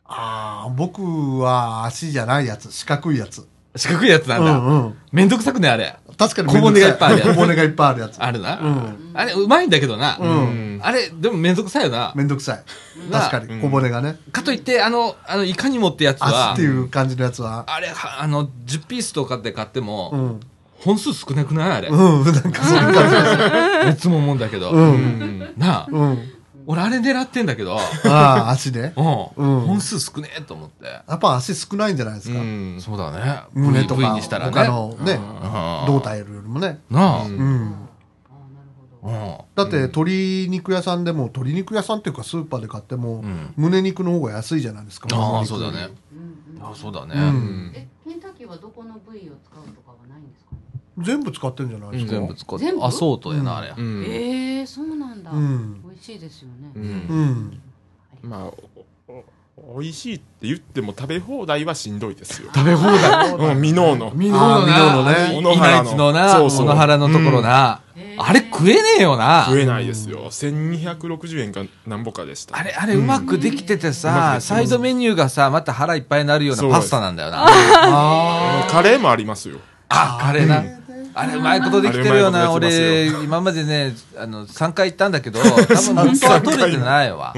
[SPEAKER 2] ああ、僕は足じゃないやつ。四角いやつ。
[SPEAKER 1] 四角いやつな
[SPEAKER 2] うん
[SPEAKER 1] だ。
[SPEAKER 2] んうん。
[SPEAKER 1] めんどくさくね、あれ。
[SPEAKER 2] 確かに
[SPEAKER 1] 小骨がいっぱいあるやつ
[SPEAKER 2] 小骨がいっぱいあるやつ。
[SPEAKER 1] あるな。
[SPEAKER 2] うん
[SPEAKER 1] あれ、うまいんだけどな。
[SPEAKER 2] う。
[SPEAKER 3] うんん
[SPEAKER 1] あれ、でもめんどくさいよな。
[SPEAKER 2] めんどくさい。
[SPEAKER 1] な
[SPEAKER 2] 確かに。小骨がね。
[SPEAKER 1] かといって、あの、あの、いかにもってやつ
[SPEAKER 2] 足
[SPEAKER 1] は
[SPEAKER 2] って、いう感じのやつは。
[SPEAKER 1] あれ、はあの、10ピースとかで買っても、
[SPEAKER 2] うん。
[SPEAKER 1] 本数少なくないあれ。
[SPEAKER 2] うん。なんかそういう感じ。
[SPEAKER 1] いつも思うんだけど。
[SPEAKER 2] うん。
[SPEAKER 1] なあ、
[SPEAKER 2] うん。
[SPEAKER 1] 俺あれ狙ってんだけど、
[SPEAKER 2] ああ、足で。
[SPEAKER 1] うん、
[SPEAKER 2] うん
[SPEAKER 1] 本数少ねえと思って。
[SPEAKER 2] やっぱ足少ないんじゃないです
[SPEAKER 3] う
[SPEAKER 2] か。
[SPEAKER 3] ん。
[SPEAKER 1] そうだね。
[SPEAKER 2] 胸と
[SPEAKER 1] V
[SPEAKER 2] か、
[SPEAKER 1] にしたらね。
[SPEAKER 2] 他のね、
[SPEAKER 1] うん
[SPEAKER 2] 胴体よりもね。
[SPEAKER 1] なあ、
[SPEAKER 3] う
[SPEAKER 1] うんん
[SPEAKER 2] うん。だって鶏肉屋さんでも、鶏肉屋さんっていうかスーパーで買っても、
[SPEAKER 1] ん
[SPEAKER 2] 胸肉の方が安いじゃないですか。
[SPEAKER 1] あ
[SPEAKER 2] 胸
[SPEAKER 1] あ、
[SPEAKER 2] 肉
[SPEAKER 1] そうだね。
[SPEAKER 5] うんうん
[SPEAKER 1] ああ、そうだね。
[SPEAKER 2] うん。
[SPEAKER 5] え、ケンタッキーはどこの部位を使うとかはないんですかね。
[SPEAKER 2] 全部使ってんじゃないですか。
[SPEAKER 1] 全部使って
[SPEAKER 5] 全。部
[SPEAKER 1] あ、そうとやな、あれ。
[SPEAKER 3] うん。
[SPEAKER 5] えー、そうなんだ。
[SPEAKER 2] うん
[SPEAKER 5] 美味しいですよね。
[SPEAKER 3] うん
[SPEAKER 2] うん。
[SPEAKER 3] まあ、おお美味しいって言っても食べ放題はしんどいですよ。
[SPEAKER 1] 食べ放題。
[SPEAKER 3] うん、ミノーの。
[SPEAKER 1] ミノ
[SPEAKER 2] あーミ
[SPEAKER 1] ー
[SPEAKER 3] ノ
[SPEAKER 1] の
[SPEAKER 3] のね
[SPEAKER 1] ね、いないちのな、
[SPEAKER 3] そうそう
[SPEAKER 1] 小野原のところな。
[SPEAKER 5] うん
[SPEAKER 1] あれ食えねえよな。
[SPEAKER 3] 食えないですよ。1260円かなんぼかでした。
[SPEAKER 1] あれ、あれ、うまくできてて
[SPEAKER 3] うまく
[SPEAKER 1] さ、
[SPEAKER 3] できてる
[SPEAKER 1] サイドメニューがさ、また腹いっぱいになるよう
[SPEAKER 3] そ
[SPEAKER 1] な
[SPEAKER 3] うです
[SPEAKER 1] パスタなんだよな。あ
[SPEAKER 3] あのカレーもありますよ。
[SPEAKER 1] あ、カレーな。あれ、うまいことできてるよな。
[SPEAKER 3] あれうまいことできて
[SPEAKER 1] 俺、今までね、あの、3回行ったんだけど、多分本当は取れてないわ。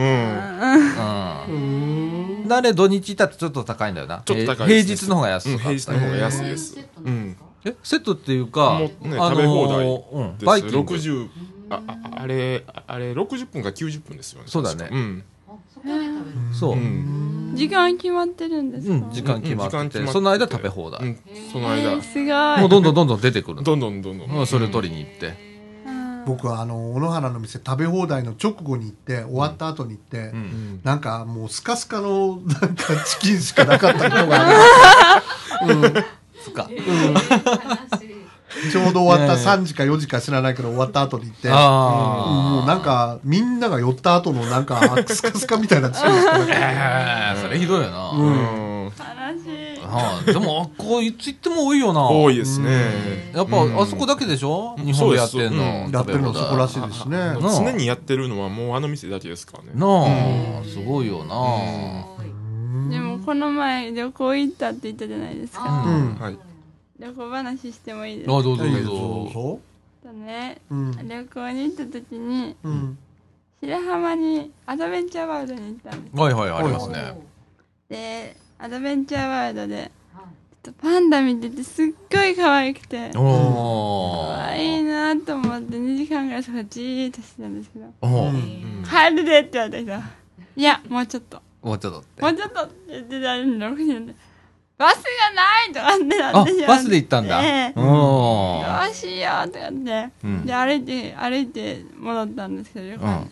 [SPEAKER 3] う。
[SPEAKER 1] うんん。なんで土日行ったってちょっと高いんだよな。
[SPEAKER 3] ちょっと高
[SPEAKER 1] 平
[SPEAKER 3] いですね
[SPEAKER 1] 日の方が安
[SPEAKER 3] うん
[SPEAKER 1] か
[SPEAKER 3] 平
[SPEAKER 1] っ
[SPEAKER 3] 日
[SPEAKER 1] た
[SPEAKER 3] の方が
[SPEAKER 1] ね。
[SPEAKER 3] 安いです
[SPEAKER 5] セッ。ト
[SPEAKER 3] う
[SPEAKER 5] なんです
[SPEAKER 3] ん
[SPEAKER 5] か。。
[SPEAKER 1] え、セットっていうか、
[SPEAKER 3] もうね
[SPEAKER 1] あのー
[SPEAKER 3] 食べ放
[SPEAKER 1] うん
[SPEAKER 3] 題。
[SPEAKER 1] バイキング。
[SPEAKER 3] 60、あ、ああれ、ああれ、60分か90分ですよね。
[SPEAKER 1] そうだね
[SPEAKER 3] 確かうん。
[SPEAKER 5] あ、そこで食べる。
[SPEAKER 1] そう。
[SPEAKER 3] う
[SPEAKER 1] うん、
[SPEAKER 3] ん。
[SPEAKER 4] 時間決まってるんですか、
[SPEAKER 1] 時間決ま
[SPEAKER 3] う
[SPEAKER 1] っ
[SPEAKER 3] ん時
[SPEAKER 1] て
[SPEAKER 3] 間決まって
[SPEAKER 1] て、
[SPEAKER 3] て
[SPEAKER 1] その間食べ放
[SPEAKER 3] う
[SPEAKER 1] 題。
[SPEAKER 3] ん、その
[SPEAKER 4] え
[SPEAKER 3] 間
[SPEAKER 4] ー、、すごい。
[SPEAKER 1] もうどんどんどんどん出てくるの。
[SPEAKER 3] どんどんどんどん。
[SPEAKER 1] うん、それ取りに行って。
[SPEAKER 2] 僕はあの、小野原の店食べ放題の直後に行って、終わった後に行っ
[SPEAKER 1] ん
[SPEAKER 2] て、
[SPEAKER 3] うん
[SPEAKER 2] なんかもうスカスカの、なんかチキンしかなかった
[SPEAKER 1] [laughs]
[SPEAKER 2] のが、
[SPEAKER 1] つか。
[SPEAKER 5] 悲しい。
[SPEAKER 2] ちょうど終わった
[SPEAKER 1] いやいや
[SPEAKER 2] 3時か4時か知らないけど終わった後に行って、
[SPEAKER 1] ああ。
[SPEAKER 2] もうなんか、みんなが寄った後のなんか、スカスカみたいなチキンしかなかった。
[SPEAKER 1] ええそれひどいよな。
[SPEAKER 3] う
[SPEAKER 1] は
[SPEAKER 3] ん。
[SPEAKER 4] 悲しい。
[SPEAKER 1] あ、でも、あこういつ行っても多いよな。
[SPEAKER 3] 多いですね。
[SPEAKER 1] やっぱ、あそこだけでしょ日本でやってんの。
[SPEAKER 2] やってる
[SPEAKER 1] 食べ放
[SPEAKER 2] のそこ
[SPEAKER 1] 題
[SPEAKER 2] らしいですね。
[SPEAKER 1] ん
[SPEAKER 3] 常にやってるのはもうあの店だけですからね。
[SPEAKER 1] なあ、すごいよな。
[SPEAKER 5] おい
[SPEAKER 4] でもこの前旅行行ったって言ったじゃないですか。
[SPEAKER 5] あ
[SPEAKER 2] うん。
[SPEAKER 3] はい。
[SPEAKER 4] 旅行話してもいいです
[SPEAKER 1] あ、どうぞど
[SPEAKER 4] か
[SPEAKER 2] いいうよ
[SPEAKER 1] ぞ。
[SPEAKER 2] そ
[SPEAKER 4] とね、
[SPEAKER 2] ううん。
[SPEAKER 4] 旅行に行った時に、
[SPEAKER 2] うん。
[SPEAKER 4] 白浜にアドベンチャーワールドに行ったんです。
[SPEAKER 1] はいはい、あり
[SPEAKER 5] ー
[SPEAKER 1] ますね。
[SPEAKER 4] で、アドベンチャーワールドで、
[SPEAKER 5] はい
[SPEAKER 4] ちょっとパンダ見ててすっごい可愛くて、
[SPEAKER 1] お
[SPEAKER 4] 可
[SPEAKER 1] ー。
[SPEAKER 4] 愛いなと思って2時間ぐらいそこじーっとしてたんですけど、
[SPEAKER 1] おー
[SPEAKER 2] うん
[SPEAKER 4] 帰るでって言われた人は、いや、もうちょっと、
[SPEAKER 1] もうちょっとって
[SPEAKER 4] もうちょっとって言ってたのに6時なんで、バスがないとかってな
[SPEAKER 1] あ
[SPEAKER 4] ってしまって、
[SPEAKER 1] バスで行ったんだ。
[SPEAKER 4] ええ
[SPEAKER 1] おー。
[SPEAKER 4] どうしようとかって、
[SPEAKER 1] うん
[SPEAKER 4] で歩いて歩いて戻ったんですけど旅
[SPEAKER 1] う
[SPEAKER 4] 館,、
[SPEAKER 1] ん。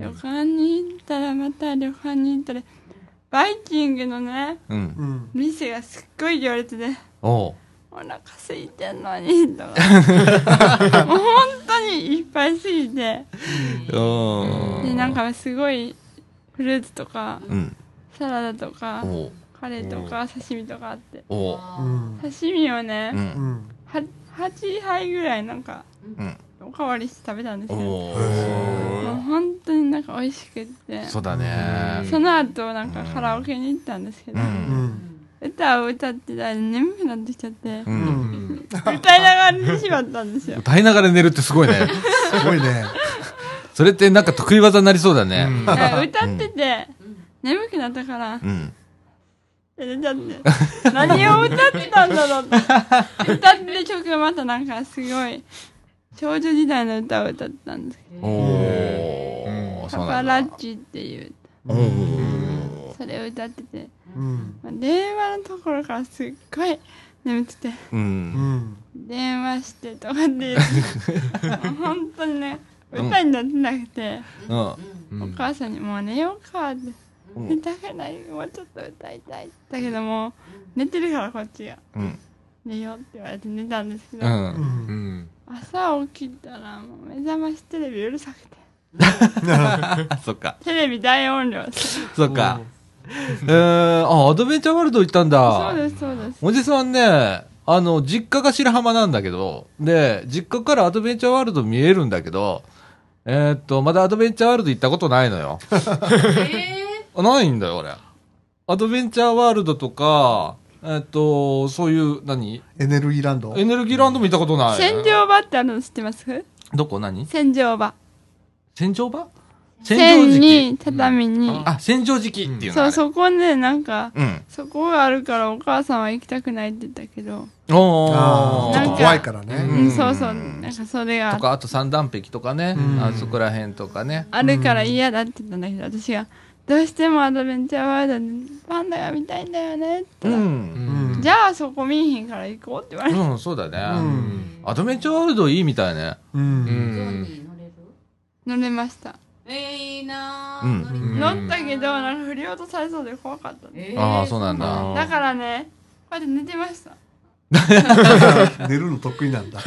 [SPEAKER 4] 旅館に行ったらまた旅館に行ったらバイキングのね
[SPEAKER 1] うん。
[SPEAKER 2] うん。
[SPEAKER 4] 店がすっごい行列で
[SPEAKER 1] おー。
[SPEAKER 4] お腹空いてんのに
[SPEAKER 1] [laughs]
[SPEAKER 4] とかもう本当にいっぱいすぎて
[SPEAKER 1] う
[SPEAKER 4] でなんかすごいフルーツとか
[SPEAKER 1] うん。
[SPEAKER 4] サラダとか
[SPEAKER 1] おー。
[SPEAKER 4] カレーとか刺身とかあって
[SPEAKER 1] おー。
[SPEAKER 2] うん。
[SPEAKER 4] 刺身をね、
[SPEAKER 1] う。
[SPEAKER 2] うんん。
[SPEAKER 4] は8杯ぐらいなんか
[SPEAKER 1] うん。
[SPEAKER 4] おかわりして食べたんですよ
[SPEAKER 1] お
[SPEAKER 4] もう
[SPEAKER 1] ー。
[SPEAKER 4] 本当になんか美味しくって
[SPEAKER 1] そうだね。
[SPEAKER 4] その後なんかカラオケに行ったんですけど、
[SPEAKER 1] うん
[SPEAKER 2] うん。
[SPEAKER 4] 歌歌を歌ってたら眠くなってきちゃって、
[SPEAKER 1] う
[SPEAKER 2] うんん。
[SPEAKER 4] 歌いながら寝てしまったんですよ。
[SPEAKER 1] 歌いながら寝るってすごい [laughs] ね。
[SPEAKER 2] すごいね。
[SPEAKER 1] それってなんか得意技になりそうだね。
[SPEAKER 4] だから歌ってて、眠くなったから、
[SPEAKER 1] うん。
[SPEAKER 4] 寝ちゃって。何を歌ってたんだろうって。歌ってる曲がまたなんかすごい、少女時代の歌を歌ってたんですけ
[SPEAKER 1] おお、
[SPEAKER 4] ど、
[SPEAKER 1] そうな
[SPEAKER 4] パパ
[SPEAKER 1] んだ
[SPEAKER 4] ラ。ッチっていう
[SPEAKER 1] おー
[SPEAKER 4] 歌、それを歌ってて、
[SPEAKER 2] うん。
[SPEAKER 4] まあ電話のところからすっごい眠くて、
[SPEAKER 1] う。
[SPEAKER 2] うんん。
[SPEAKER 4] 電話してとかって言っ
[SPEAKER 1] [laughs]
[SPEAKER 4] てもう本当にね歌になってなくて、
[SPEAKER 1] うん。
[SPEAKER 3] うん
[SPEAKER 4] お母さんに「もう寝ようか」って「
[SPEAKER 1] うん
[SPEAKER 4] 寝たくないもうちょっと歌いたい」だけどもう寝てるからこっちが
[SPEAKER 1] うん。
[SPEAKER 4] 「寝よう」って言われて寝たんですけど、
[SPEAKER 1] うん。
[SPEAKER 2] うん
[SPEAKER 3] う。ん
[SPEAKER 4] 朝起きたらもう目覚ましテレビうるさくて
[SPEAKER 1] あ、そっか。
[SPEAKER 4] テレビ大音量です
[SPEAKER 1] そっか。えー、あ、アドベンチャーワールド行ったんだ。
[SPEAKER 4] そうですそうです
[SPEAKER 1] おじさんね、あの、実家が白浜なんだけど、で、実家からアドベンチャーワールド見えるんだけど、えーっと、まだアドベンチャーワールド行ったことないのよ。 [laughs]
[SPEAKER 5] え
[SPEAKER 1] あないんだよ、俺。アドベンチャーワールドとか、えーっと、そういう、何
[SPEAKER 2] エネルギーランド。
[SPEAKER 1] エネルギーランドも行ったことない。
[SPEAKER 4] 洗浄場ってあるの知ってます
[SPEAKER 1] どこ何
[SPEAKER 4] 洗浄場
[SPEAKER 1] 洗浄場洗浄
[SPEAKER 4] 線
[SPEAKER 1] 時期。
[SPEAKER 4] に畳に、
[SPEAKER 1] あ、洗浄時期っていうのあ
[SPEAKER 4] そう
[SPEAKER 1] れ
[SPEAKER 4] そこねなんか
[SPEAKER 1] うん。
[SPEAKER 4] そこがあるからお母さんは行きたくないって言ったけど、
[SPEAKER 1] お
[SPEAKER 2] あ
[SPEAKER 1] ー。
[SPEAKER 2] あ、ちょっ
[SPEAKER 4] なん
[SPEAKER 2] と
[SPEAKER 4] か
[SPEAKER 2] 怖いから
[SPEAKER 1] う
[SPEAKER 4] う
[SPEAKER 2] ね。
[SPEAKER 4] ん、そうそうなんかそれ
[SPEAKER 1] と
[SPEAKER 4] が
[SPEAKER 1] か、あと三段壁とかね、
[SPEAKER 2] うん
[SPEAKER 1] あそこら辺とかね。
[SPEAKER 4] あるから嫌だって言ったんだけど私が「どうしてもアドベンチャーワールドにパンダが見たいんだよね」って
[SPEAKER 1] う
[SPEAKER 4] 言ったら、
[SPEAKER 1] ん。
[SPEAKER 2] うん
[SPEAKER 4] じゃあそこ見えへんから行こう」って言われて、
[SPEAKER 1] うん、そうだね。
[SPEAKER 2] うん。
[SPEAKER 1] アドベンチャーワールドいいみたいね。
[SPEAKER 2] う。
[SPEAKER 3] うん
[SPEAKER 5] ー、ゾーン
[SPEAKER 3] ん
[SPEAKER 5] に乗れる
[SPEAKER 4] 乗れました、
[SPEAKER 5] えー、いいな
[SPEAKER 1] うん
[SPEAKER 5] ー乗りたい
[SPEAKER 4] 乗ったけどなんか振り落とされそうで怖かったね
[SPEAKER 5] えー
[SPEAKER 1] ああ、そうなんだ。
[SPEAKER 4] だからねこうやって寝てました
[SPEAKER 2] 寝るの得意なんだ。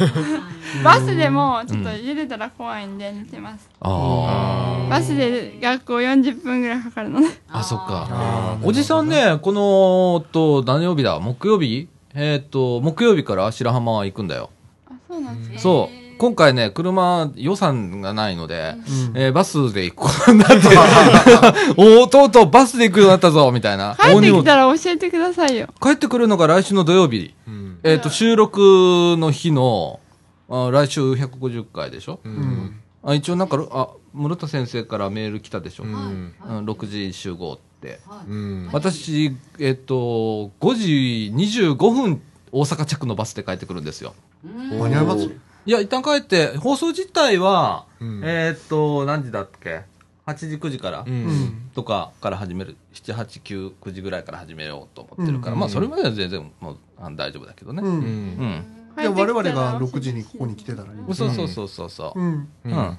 [SPEAKER 4] バスでもちょっと揺れたら怖いんで寝てます、
[SPEAKER 1] あ
[SPEAKER 4] バスで学校40分ぐらいかかるのね
[SPEAKER 1] あ。あ、そっか。
[SPEAKER 2] あ
[SPEAKER 1] おじさんね、この、おっと、何曜日だ木曜日えーっと、木曜日から白浜は行くんだよ。
[SPEAKER 4] あそうなんですか、
[SPEAKER 1] そう。今回ね、車予算がないので、
[SPEAKER 2] うん
[SPEAKER 1] えーバスで行こうなって。 [laughs] おーとうとうバスで行くようになったぞみたいな。
[SPEAKER 4] 帰ってきた
[SPEAKER 1] ら
[SPEAKER 4] ら教えてくださいよ
[SPEAKER 1] 帰ってくるのが来週の土曜日。
[SPEAKER 3] うん
[SPEAKER 1] えーっと、収録の日の、あ来週150回でしょ
[SPEAKER 3] うん
[SPEAKER 1] あ一応なんかろあ室田先生からメール来たでしょ、う
[SPEAKER 3] うんん
[SPEAKER 1] 6時集合って
[SPEAKER 5] はい
[SPEAKER 3] うん
[SPEAKER 1] 私えっと5時25分大阪着のバスで帰ってくるんですよ
[SPEAKER 5] うん
[SPEAKER 2] 間に合います
[SPEAKER 1] いや一旦帰って放送自体は、
[SPEAKER 3] うん
[SPEAKER 1] えっと何時だっけ8時9時から、
[SPEAKER 3] うん
[SPEAKER 1] とかから始める789時ぐらいから始めようと思ってるから、
[SPEAKER 3] うん
[SPEAKER 1] まあそれまでは全然もうあ大丈夫だけどね
[SPEAKER 2] う。
[SPEAKER 1] うん、
[SPEAKER 3] うんん
[SPEAKER 2] いや、我々が6時にここに来てたらいい。
[SPEAKER 1] そうそうそうそうそうう、
[SPEAKER 2] ん。
[SPEAKER 1] う
[SPEAKER 3] うんん
[SPEAKER 1] っ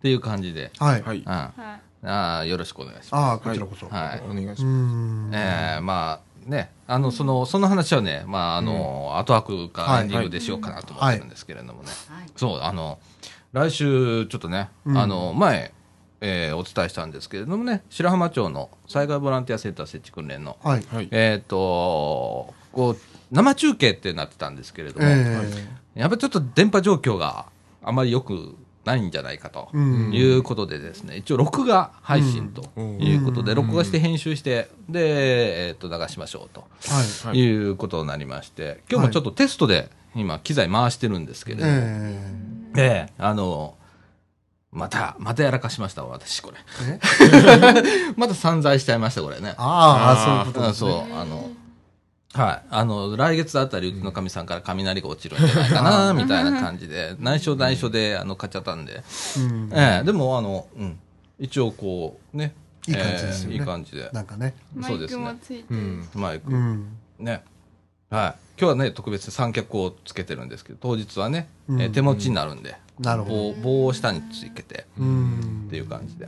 [SPEAKER 1] ていう感じで、
[SPEAKER 2] はい。
[SPEAKER 3] はい
[SPEAKER 1] うん、あ
[SPEAKER 4] はい
[SPEAKER 1] あよろしくお願いします
[SPEAKER 2] ああ、こちらこそ。
[SPEAKER 1] はい
[SPEAKER 3] お願いし
[SPEAKER 2] うん。
[SPEAKER 3] ま
[SPEAKER 1] ええまあね、あの、その、その話はね、まあ、あの、後枠か
[SPEAKER 2] はい
[SPEAKER 1] エンディングでしようかなと思ってるんですけれどもね。
[SPEAKER 5] はい
[SPEAKER 1] そう、あの、来週、ちょっとね、
[SPEAKER 2] うん
[SPEAKER 1] あの、前、えーお伝えしたんですけれどもね、白浜町の災害ボランティアセンター設置訓練の、
[SPEAKER 2] はい。
[SPEAKER 3] すはい
[SPEAKER 1] えっ、と、こう、生中継ってなってたんですけれども、
[SPEAKER 2] え
[SPEAKER 1] やっぱりちょっと電波状況があまり良くないんじゃないかと
[SPEAKER 2] え。うん。
[SPEAKER 1] いうことでですね、一応録画配信ということで、
[SPEAKER 2] うん
[SPEAKER 1] 録画して編集して、で、えっ、と、流しましょうと
[SPEAKER 2] はい。
[SPEAKER 3] はい
[SPEAKER 1] いうことになりまして、今日もちょっとテストで今、機材回してるんですけれども、
[SPEAKER 2] え
[SPEAKER 1] ええあの、また、またやらかしましたわ、私、これ。
[SPEAKER 2] え。え
[SPEAKER 1] また散財しちゃいました、これね。
[SPEAKER 2] ああ、そういうこと
[SPEAKER 1] うん
[SPEAKER 2] ですね。
[SPEAKER 1] そう、あの、はい。あの、来月あたり、うちのかみさんから雷が落ちるんじゃないか
[SPEAKER 2] [laughs]
[SPEAKER 1] な、みたいな感じで、内緒内緒で、あの、買っちゃったんで、
[SPEAKER 2] うん。
[SPEAKER 1] ええでもあの、うん、一応こうね
[SPEAKER 2] いい感じですよね
[SPEAKER 1] ええいい感じで
[SPEAKER 2] なんかね。
[SPEAKER 4] マ
[SPEAKER 1] そう
[SPEAKER 4] イ
[SPEAKER 1] です
[SPEAKER 4] クも
[SPEAKER 1] ね
[SPEAKER 4] ついて
[SPEAKER 3] う
[SPEAKER 4] る、
[SPEAKER 3] ん
[SPEAKER 1] マイク、
[SPEAKER 2] うん。
[SPEAKER 1] ねはい今日はね特別に三脚をつけてるんですけど当日はね、ええ
[SPEAKER 2] うん
[SPEAKER 1] 手持ちになるんで、
[SPEAKER 2] なるほ
[SPEAKER 1] 棒
[SPEAKER 2] ど。
[SPEAKER 1] 棒を下につけて
[SPEAKER 2] うん
[SPEAKER 1] っていう感じで、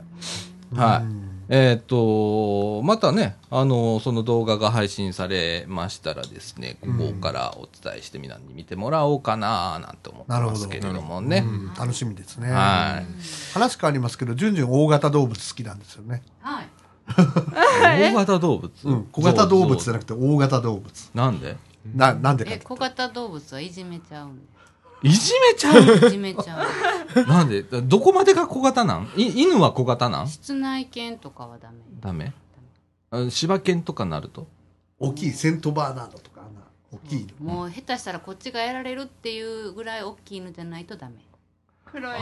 [SPEAKER 1] はいえーっとまたねあのその動画が配信されましたらですねここからお伝えして皆に見てもらおうかななんて思ってますけれどもね
[SPEAKER 2] うん楽しみですね。
[SPEAKER 1] はい
[SPEAKER 2] 話変わりますけど、じゅんじゅん大型動物好きなんですよね。
[SPEAKER 5] はい
[SPEAKER 1] 大型動物、
[SPEAKER 2] うん。小型動物じゃ
[SPEAKER 1] な
[SPEAKER 2] なくて大型動物。
[SPEAKER 1] なんで
[SPEAKER 2] な、なんでかっ
[SPEAKER 5] え
[SPEAKER 2] て。
[SPEAKER 5] 小型動物はいじめちゃうん
[SPEAKER 1] いじめちゃう
[SPEAKER 5] ですいじめちゃう
[SPEAKER 1] [laughs] なんで、どこまでが小型なんい犬は小型なん
[SPEAKER 5] 室内犬とかはダメ
[SPEAKER 1] ダメあ柴犬とかなると
[SPEAKER 2] 大きいセントバーナードとかあんな大きいの
[SPEAKER 5] もう下手したらこっちがやられるっていうぐらい大きい犬じゃないとダメ。
[SPEAKER 4] 黒い
[SPEAKER 1] あ
[SPEAKER 5] う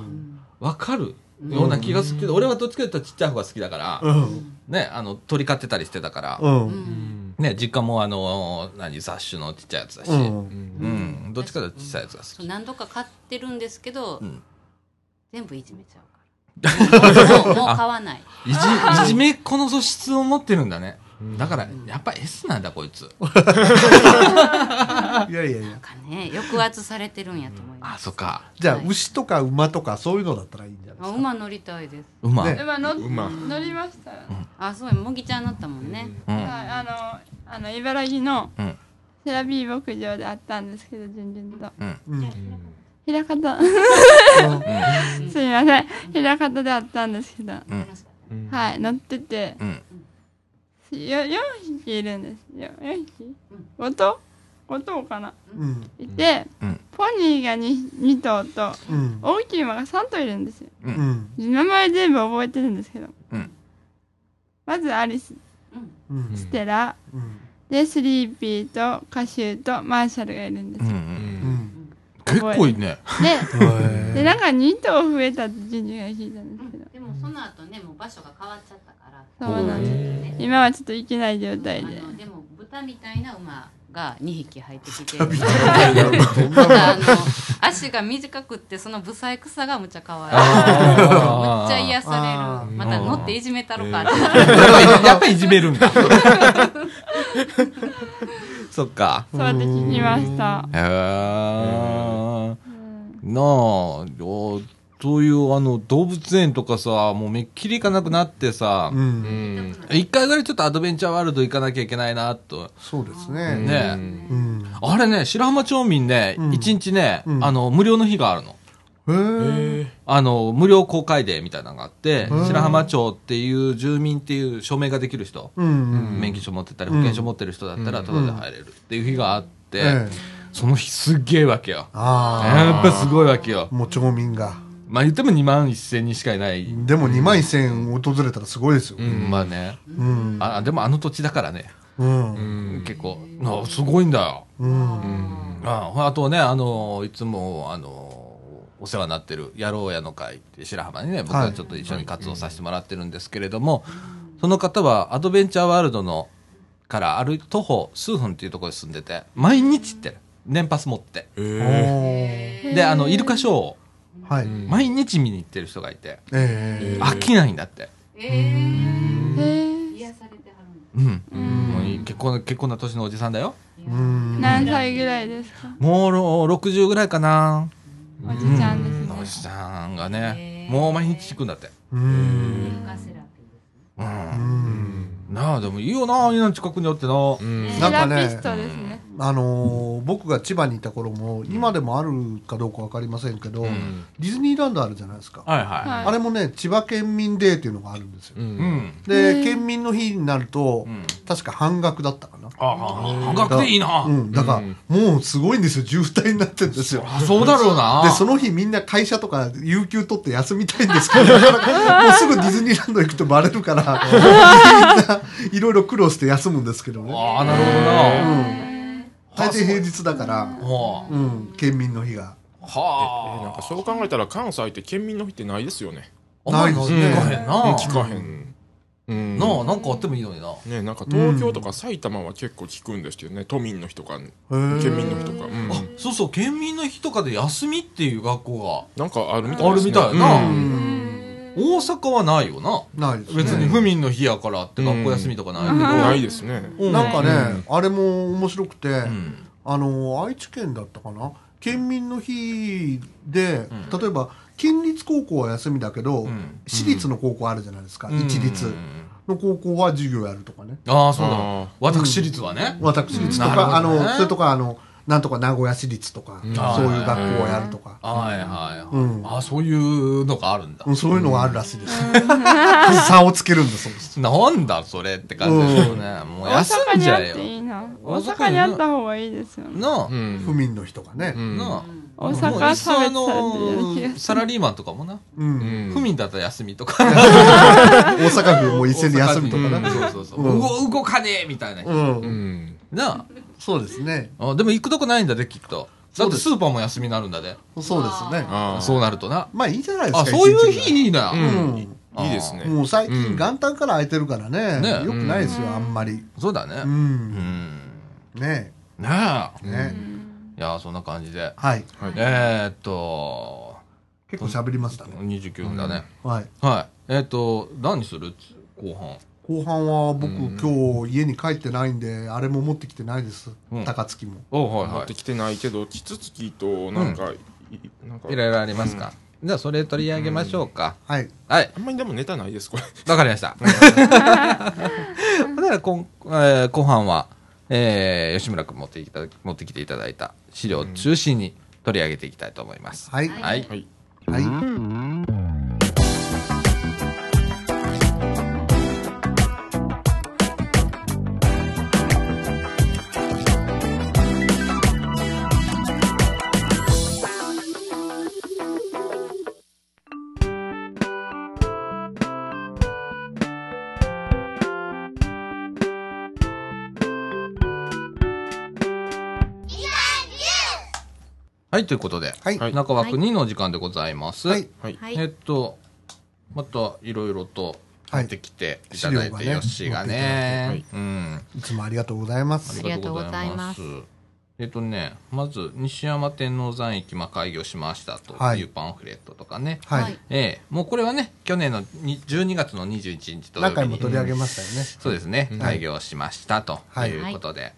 [SPEAKER 5] ん
[SPEAKER 1] あわかる
[SPEAKER 5] うん
[SPEAKER 1] ような気がするけど俺はどっちかというとちっちゃい方が好きだから、
[SPEAKER 2] うん
[SPEAKER 1] ねあの鳥飼ってたりしてたから、
[SPEAKER 2] う
[SPEAKER 5] うんん
[SPEAKER 1] ね実家もあの何雑種のちっちゃいやつだし、
[SPEAKER 2] う
[SPEAKER 1] うん
[SPEAKER 2] ん
[SPEAKER 1] どっちかというと小さいやつが好
[SPEAKER 5] そう
[SPEAKER 1] き、
[SPEAKER 5] 何度か飼ってるんですけど、
[SPEAKER 1] うん
[SPEAKER 5] 全部いじめちゃうから。もうもうもう飼わない。
[SPEAKER 1] いじいじめっ子の素質を持ってるんだねだからやっぱ S なんだこいつ
[SPEAKER 2] いやいやいや
[SPEAKER 5] なんかね、抑圧されてるんやと思い
[SPEAKER 1] あ
[SPEAKER 5] ます。
[SPEAKER 1] そっか
[SPEAKER 2] じゃあ
[SPEAKER 5] はい
[SPEAKER 2] 牛とか馬とかそういうのだったらいいんじゃない
[SPEAKER 5] あ
[SPEAKER 2] ですか
[SPEAKER 5] 馬乗りたいです。
[SPEAKER 1] うまい、
[SPEAKER 2] ね
[SPEAKER 4] 馬乗っ
[SPEAKER 3] 馬
[SPEAKER 4] 乗りましたよ、
[SPEAKER 5] あ、そうや、もぎちゃん乗ったもんね。
[SPEAKER 1] うん
[SPEAKER 4] はい、あのあの茨城の
[SPEAKER 1] うん
[SPEAKER 4] セラビー牧場で会ったんですけど順々と
[SPEAKER 2] うんうん
[SPEAKER 4] 平方
[SPEAKER 1] うん
[SPEAKER 4] [laughs] すみません平方で会ったんですけど
[SPEAKER 3] うん
[SPEAKER 4] はい乗ってて
[SPEAKER 1] うん
[SPEAKER 4] よ4匹いるんですよ4匹
[SPEAKER 5] うん
[SPEAKER 4] 5頭5頭かな
[SPEAKER 2] うん
[SPEAKER 4] いて、
[SPEAKER 1] うん
[SPEAKER 4] ポニーが 2, 2頭と
[SPEAKER 2] うん
[SPEAKER 4] 大きい馬が3頭いるんですよ
[SPEAKER 2] うん
[SPEAKER 4] 名前全部覚えてるんですけど、
[SPEAKER 1] うん
[SPEAKER 4] まずアリス
[SPEAKER 5] うん
[SPEAKER 2] うん
[SPEAKER 4] ステラ
[SPEAKER 2] うん
[SPEAKER 4] でスリーピーとカシューとマーシャルがいるんです
[SPEAKER 1] う
[SPEAKER 4] よ、
[SPEAKER 3] うん
[SPEAKER 2] うん
[SPEAKER 1] 結構いいね
[SPEAKER 4] で
[SPEAKER 2] へ
[SPEAKER 4] でなんか2頭増えたって順々が聞いたんですけど
[SPEAKER 5] でもその後ね、もう場所が変わっちゃったから。
[SPEAKER 4] そうなんです
[SPEAKER 5] ね
[SPEAKER 4] 今はちょっと行けない状態で
[SPEAKER 5] あのでも豚みたいな馬が2匹入ってきて
[SPEAKER 2] ー
[SPEAKER 5] またあの足が短くってその不細工さがむっちゃ可愛い
[SPEAKER 1] あー
[SPEAKER 5] むっちゃ癒さ
[SPEAKER 2] あ
[SPEAKER 5] れ
[SPEAKER 2] ー
[SPEAKER 5] るまた乗っていじめたろかって
[SPEAKER 1] やっぱりいじめる [laughs] んだそっか
[SPEAKER 4] そうやって聞きました
[SPEAKER 1] へえなあおそういうあの動物園とかさもうめっきり行かなくなってさ
[SPEAKER 2] う
[SPEAKER 3] うんん
[SPEAKER 1] 一回ぐらいちょっとアドベンチャーワールド行かなきゃいけないなと
[SPEAKER 2] そうです
[SPEAKER 3] うん
[SPEAKER 2] ね
[SPEAKER 1] ね
[SPEAKER 2] うん
[SPEAKER 1] あれね白浜町民ね
[SPEAKER 2] うん
[SPEAKER 1] 一日ね
[SPEAKER 2] うん
[SPEAKER 1] あの無料の日があるの
[SPEAKER 2] へ
[SPEAKER 3] え
[SPEAKER 2] ー
[SPEAKER 3] ー
[SPEAKER 1] あの無料公開デーみたいなのがあって
[SPEAKER 2] うん
[SPEAKER 1] 白浜町っていう住民っていう証明ができる人
[SPEAKER 2] うんうん
[SPEAKER 1] 免許証持ってたり保険証持ってる人だったら
[SPEAKER 3] うん
[SPEAKER 1] タダで入れるっていう日があっ
[SPEAKER 2] え
[SPEAKER 1] て
[SPEAKER 2] え
[SPEAKER 1] その日すっげえわけよ
[SPEAKER 2] あ
[SPEAKER 1] やっぱすごいわけよ
[SPEAKER 2] あもう町民が
[SPEAKER 1] まあ言っても2万1000人しかいない
[SPEAKER 2] でも2万1000訪れたらすごいですよ
[SPEAKER 3] うん
[SPEAKER 1] まあね
[SPEAKER 2] うん
[SPEAKER 1] あでもあの土地だからね
[SPEAKER 2] うん
[SPEAKER 3] う
[SPEAKER 2] うん
[SPEAKER 3] ん
[SPEAKER 1] 結構あすごいんだよ
[SPEAKER 2] うん
[SPEAKER 1] ああとねあのいつもあのお世話になってる野郎屋の会って白浜にね僕
[SPEAKER 2] は
[SPEAKER 1] はいちょっと一緒に活動させてもらってるんですけれども、その方はアドベンチャーワールドのから歩い徒歩数分っていうところに住んでて毎日行ってる年パス持って
[SPEAKER 3] え
[SPEAKER 2] お
[SPEAKER 1] であのイルカショーを
[SPEAKER 2] ーはい
[SPEAKER 3] うん
[SPEAKER 1] 毎日見に行ってる人がいて
[SPEAKER 2] ええ
[SPEAKER 1] 飽きないんだって
[SPEAKER 5] ええ
[SPEAKER 4] へえ
[SPEAKER 5] 癒されてはるん
[SPEAKER 1] うん、
[SPEAKER 4] うん
[SPEAKER 1] もういい結構結構な年のおじさんだよ
[SPEAKER 5] だ
[SPEAKER 2] うん
[SPEAKER 4] 何歳ぐらいですか
[SPEAKER 1] もう60ぐらいかな
[SPEAKER 4] おじちゃんですね
[SPEAKER 1] おじさんがね
[SPEAKER 5] へえ
[SPEAKER 1] もう毎日行くんだって
[SPEAKER 2] うん
[SPEAKER 5] イルカセラピーですね
[SPEAKER 1] う
[SPEAKER 2] うんん
[SPEAKER 1] なあでもいいよなあんな近くにあってな
[SPEAKER 3] うん
[SPEAKER 2] なんかね
[SPEAKER 4] セラピストですね
[SPEAKER 2] あのー僕が千葉にいた頃も今でもあるかどうか分かりませんけど、
[SPEAKER 1] ん
[SPEAKER 2] ディズニーランドあるじゃないですか、
[SPEAKER 1] はいは
[SPEAKER 2] あれもね千葉県民デーっていうのがあるんです
[SPEAKER 1] い
[SPEAKER 2] よ、
[SPEAKER 1] うん
[SPEAKER 2] で
[SPEAKER 4] へー
[SPEAKER 2] 県民の日になると、
[SPEAKER 1] うん
[SPEAKER 2] 確か半額だったかな、
[SPEAKER 1] ああ半額でいいな
[SPEAKER 2] うん、だから、
[SPEAKER 3] うん
[SPEAKER 2] もうすごいんですよ渋滞になってるんですよ
[SPEAKER 1] あそうだろうな
[SPEAKER 2] でその日みんな会社とか有給取って休みたい
[SPEAKER 1] [laughs]
[SPEAKER 2] んですけどなかなかもうすぐディズニーランド行くとバレるからみんないろいろ苦労して休むんですけどね
[SPEAKER 1] ああなるほど
[SPEAKER 2] う
[SPEAKER 1] なん
[SPEAKER 2] 大抵平日だから、
[SPEAKER 1] はあ
[SPEAKER 2] うん、県民の日が。
[SPEAKER 3] えなん
[SPEAKER 1] は
[SPEAKER 3] かそう考えたら関西って県民の日ってないですよね。
[SPEAKER 1] ああんまり
[SPEAKER 2] ないです
[SPEAKER 1] 聞
[SPEAKER 2] ね
[SPEAKER 1] かへんな
[SPEAKER 3] 聞かへん。うん、
[SPEAKER 1] なあなんかあってもいいのにな
[SPEAKER 3] ねなんか東京とか埼玉は結構聞くんですけどね、都民の日とか、県
[SPEAKER 2] へー
[SPEAKER 3] 民の日とか、うん
[SPEAKER 1] あそうそう県民の日とかで休みっていう学校
[SPEAKER 3] なんかあるみた
[SPEAKER 1] が
[SPEAKER 3] い
[SPEAKER 1] あ
[SPEAKER 3] で
[SPEAKER 1] る
[SPEAKER 3] すね。
[SPEAKER 1] みたいや
[SPEAKER 3] う
[SPEAKER 1] なん大阪はないよな
[SPEAKER 2] ないですね
[SPEAKER 1] 別に府民の日やからって学校休みとかないけど
[SPEAKER 3] ないですね。
[SPEAKER 1] う
[SPEAKER 2] なんかね、
[SPEAKER 3] うん
[SPEAKER 2] あれも面白くて、
[SPEAKER 1] うん
[SPEAKER 2] あの愛知県だったかな県民の日で、例えば県立高校は休みだけど、
[SPEAKER 1] ん
[SPEAKER 2] 私立の高校あるじゃないですか、
[SPEAKER 1] うん
[SPEAKER 2] 一律の高校は授業やるとかね
[SPEAKER 1] ああそう
[SPEAKER 3] あ
[SPEAKER 1] だ
[SPEAKER 3] あ
[SPEAKER 1] 私立はね
[SPEAKER 2] 私立と
[SPEAKER 1] うんなる
[SPEAKER 2] か、
[SPEAKER 1] ほ
[SPEAKER 2] あ
[SPEAKER 1] どね
[SPEAKER 2] のそれとかあのなんとか名古屋市立とか、
[SPEAKER 3] ん
[SPEAKER 2] そういう学校はやるとか、
[SPEAKER 1] はいはいはい、
[SPEAKER 2] うん
[SPEAKER 1] あそういうのがあるんだ、
[SPEAKER 2] うんそういうのがあるらしいです、差をつけるんだそうです
[SPEAKER 1] なんだそれって感じですよね、もう
[SPEAKER 4] 大
[SPEAKER 1] 休
[SPEAKER 4] 阪
[SPEAKER 1] んじ
[SPEAKER 4] に
[SPEAKER 1] ゃ
[SPEAKER 4] あ
[SPEAKER 1] え
[SPEAKER 4] っ
[SPEAKER 1] よ
[SPEAKER 4] ていいな
[SPEAKER 1] 大
[SPEAKER 4] 大
[SPEAKER 1] 阪
[SPEAKER 4] 阪
[SPEAKER 1] に
[SPEAKER 4] に
[SPEAKER 1] あ
[SPEAKER 4] あ
[SPEAKER 1] る
[SPEAKER 4] った方がいいですよね
[SPEAKER 1] なあ、
[SPEAKER 3] うん
[SPEAKER 2] 府民の日とかね、
[SPEAKER 3] うん
[SPEAKER 1] なあ
[SPEAKER 4] 大
[SPEAKER 1] もう
[SPEAKER 4] 阪差別されてるような気
[SPEAKER 1] の
[SPEAKER 4] がす
[SPEAKER 1] サ
[SPEAKER 4] る
[SPEAKER 1] ラリーマンとかもな、
[SPEAKER 2] うん
[SPEAKER 3] うん
[SPEAKER 1] 府民だったら休みとか、
[SPEAKER 2] 大阪府も一斉に休むとか
[SPEAKER 1] な、
[SPEAKER 2] な
[SPEAKER 1] うんそうそうそう、
[SPEAKER 2] うん
[SPEAKER 1] 動動かねえみたいな、
[SPEAKER 2] うん、
[SPEAKER 3] うん。
[SPEAKER 1] な
[SPEAKER 2] そうですね
[SPEAKER 1] ああでも行くとこないんだできっとだってスーパーも休みになるんだで
[SPEAKER 2] そうですね
[SPEAKER 3] ああ、
[SPEAKER 1] そうなるとな
[SPEAKER 2] まあいいじゃないです
[SPEAKER 1] あ
[SPEAKER 2] か
[SPEAKER 1] そういう
[SPEAKER 2] 一日
[SPEAKER 1] 日にいいな、
[SPEAKER 3] う
[SPEAKER 2] ぐらい
[SPEAKER 3] ん
[SPEAKER 2] うん
[SPEAKER 1] あー
[SPEAKER 3] いいですね。
[SPEAKER 2] もう最
[SPEAKER 3] う
[SPEAKER 2] 近
[SPEAKER 3] ん
[SPEAKER 2] 元旦から空いてるからね,、
[SPEAKER 1] ね
[SPEAKER 2] よくないですよ、あんまり。
[SPEAKER 1] そうだね
[SPEAKER 2] う
[SPEAKER 1] うん
[SPEAKER 2] ん。ね
[SPEAKER 1] ねえ
[SPEAKER 2] え。ねえ。
[SPEAKER 1] いやーそんな感じで
[SPEAKER 2] はい。
[SPEAKER 3] はい。
[SPEAKER 1] えー、っと
[SPEAKER 2] 結構喋りましたね。
[SPEAKER 1] 29分だね、
[SPEAKER 2] はい。
[SPEAKER 1] はいえー、っと何する後半
[SPEAKER 2] 後半は僕、
[SPEAKER 3] うん
[SPEAKER 2] 今日家に帰ってないんで、あれも持ってきてないです。
[SPEAKER 1] うん
[SPEAKER 2] 高槻も。
[SPEAKER 1] おはい
[SPEAKER 3] 持
[SPEAKER 1] は
[SPEAKER 3] ってきてないけど、キツツキと、なんか、いなんか
[SPEAKER 1] いいろいろありますか、じゃあそれ取り上げましょうか、
[SPEAKER 2] はい。
[SPEAKER 1] はい
[SPEAKER 3] あんまりでもネタないです、これ。
[SPEAKER 1] わかりましただからこん、えー後半は、えー吉村君持ってきた持ってきていただいた資料を中心に取り上げていきたいと思います、
[SPEAKER 2] はい。
[SPEAKER 5] い
[SPEAKER 1] はい
[SPEAKER 3] はい。
[SPEAKER 2] はい。
[SPEAKER 1] はい、ということで、
[SPEAKER 2] はい。
[SPEAKER 3] はい
[SPEAKER 1] 中枠2の時間でございます。
[SPEAKER 2] はい
[SPEAKER 3] はい。
[SPEAKER 5] は
[SPEAKER 1] えっと、またいろいろと
[SPEAKER 2] は
[SPEAKER 1] 持
[SPEAKER 2] い
[SPEAKER 1] ってきていただいて、
[SPEAKER 2] 資料がね
[SPEAKER 1] よっしーがね、うん、
[SPEAKER 2] いつもありがとうございます
[SPEAKER 5] あ。りがとうございます
[SPEAKER 1] ありがとうございます。えっとね、まず、西山天皇山駅、まあ、開業しましたと
[SPEAKER 2] はい
[SPEAKER 1] いうパンフレットとかね、
[SPEAKER 2] はい。
[SPEAKER 1] ええもうこれはね、去年のに12月の21日土曜
[SPEAKER 2] 何
[SPEAKER 1] 日
[SPEAKER 2] 回
[SPEAKER 1] に
[SPEAKER 2] も取り上げましたよね。
[SPEAKER 1] そうですね、
[SPEAKER 3] うん
[SPEAKER 1] 開業しましたと
[SPEAKER 2] はい
[SPEAKER 1] いうことで、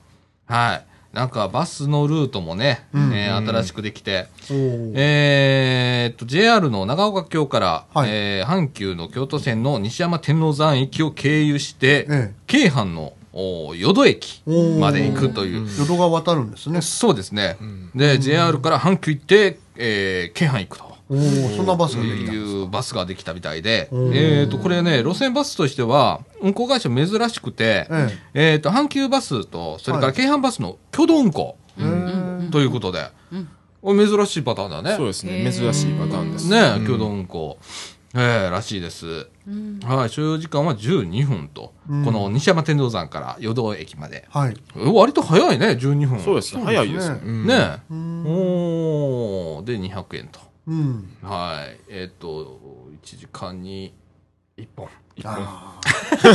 [SPEAKER 1] はい、なんかバスのルートもね、
[SPEAKER 2] うん
[SPEAKER 1] えー新しくできて、
[SPEAKER 2] おー
[SPEAKER 1] えーっと、JR の長岡京から、
[SPEAKER 2] はい
[SPEAKER 1] えー阪急の京都線の西山天王山駅を経由して、
[SPEAKER 2] ええ
[SPEAKER 1] 京阪のお淀駅まで行くという。
[SPEAKER 2] 淀川渡るんですね。
[SPEAKER 1] そうですね。
[SPEAKER 3] ん
[SPEAKER 1] で、JR から阪急行って、えー京阪行くと。
[SPEAKER 2] おお、そんなバスができた。
[SPEAKER 1] いうバスができたみたいで、え
[SPEAKER 2] うん
[SPEAKER 1] ー、とこれね、路線バスとしては、運行会社珍しくて、
[SPEAKER 2] え
[SPEAKER 1] えー、と阪急バスと、それから
[SPEAKER 2] はい
[SPEAKER 1] 京阪バスの共同運行
[SPEAKER 2] え。うん
[SPEAKER 1] ということで、
[SPEAKER 5] うん
[SPEAKER 1] これ珍しいパターンだね。
[SPEAKER 3] そうですね。珍しいパターンです。
[SPEAKER 1] ね
[SPEAKER 3] うん
[SPEAKER 1] 共同運行、えーらしいです、
[SPEAKER 5] うん
[SPEAKER 1] はい所要時間は12分と、
[SPEAKER 2] うん
[SPEAKER 1] この西山天童山から淀道駅まで
[SPEAKER 2] はい。
[SPEAKER 1] え割と早いね12分
[SPEAKER 3] そうですね。
[SPEAKER 2] そうですね
[SPEAKER 3] 早いですね。うん
[SPEAKER 1] ね
[SPEAKER 2] う
[SPEAKER 1] え
[SPEAKER 2] ん。
[SPEAKER 1] おーで200円と
[SPEAKER 2] うん。
[SPEAKER 1] はいえっ、と1時間に1本
[SPEAKER 3] 一本
[SPEAKER 2] ああ。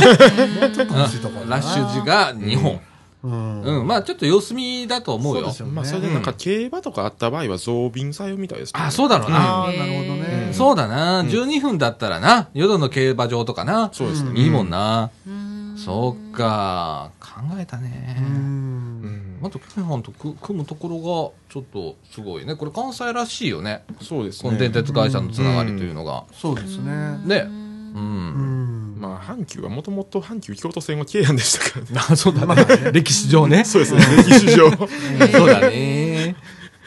[SPEAKER 2] もうちょっと欲しいところだな
[SPEAKER 1] ラッシュ時。が2本
[SPEAKER 2] うん。
[SPEAKER 1] うん、まあちょっと様子見だと思うよ
[SPEAKER 2] そうですよね
[SPEAKER 3] まあ、それでなんか、競馬とかあった場合は増便さ用みたいですね。
[SPEAKER 1] あそうだろうな、
[SPEAKER 2] ああ、なるほどね。
[SPEAKER 1] そうだな、12分だったらな淀の競馬場とかな
[SPEAKER 3] そうですね。
[SPEAKER 1] いいもんな、
[SPEAKER 5] うん
[SPEAKER 1] そうか考えたね、
[SPEAKER 2] うん
[SPEAKER 3] う
[SPEAKER 1] ま
[SPEAKER 3] ん。
[SPEAKER 1] た京阪とく組むところがちょっとすごいねこれ関西らしいよね
[SPEAKER 3] そうです
[SPEAKER 1] この電
[SPEAKER 3] ね。
[SPEAKER 1] 鉄会社のつながりというのが、
[SPEAKER 2] そうですね。
[SPEAKER 1] ね
[SPEAKER 5] うん
[SPEAKER 1] う、
[SPEAKER 2] うんん。
[SPEAKER 3] まあ、阪急はもともと阪急京都線は京阪でした [laughs] からね。
[SPEAKER 1] そうだね、
[SPEAKER 2] まあね
[SPEAKER 1] [laughs] 歴史上ね
[SPEAKER 3] そうです [laughs] ね。歴史上。
[SPEAKER 1] [laughs] そうだね。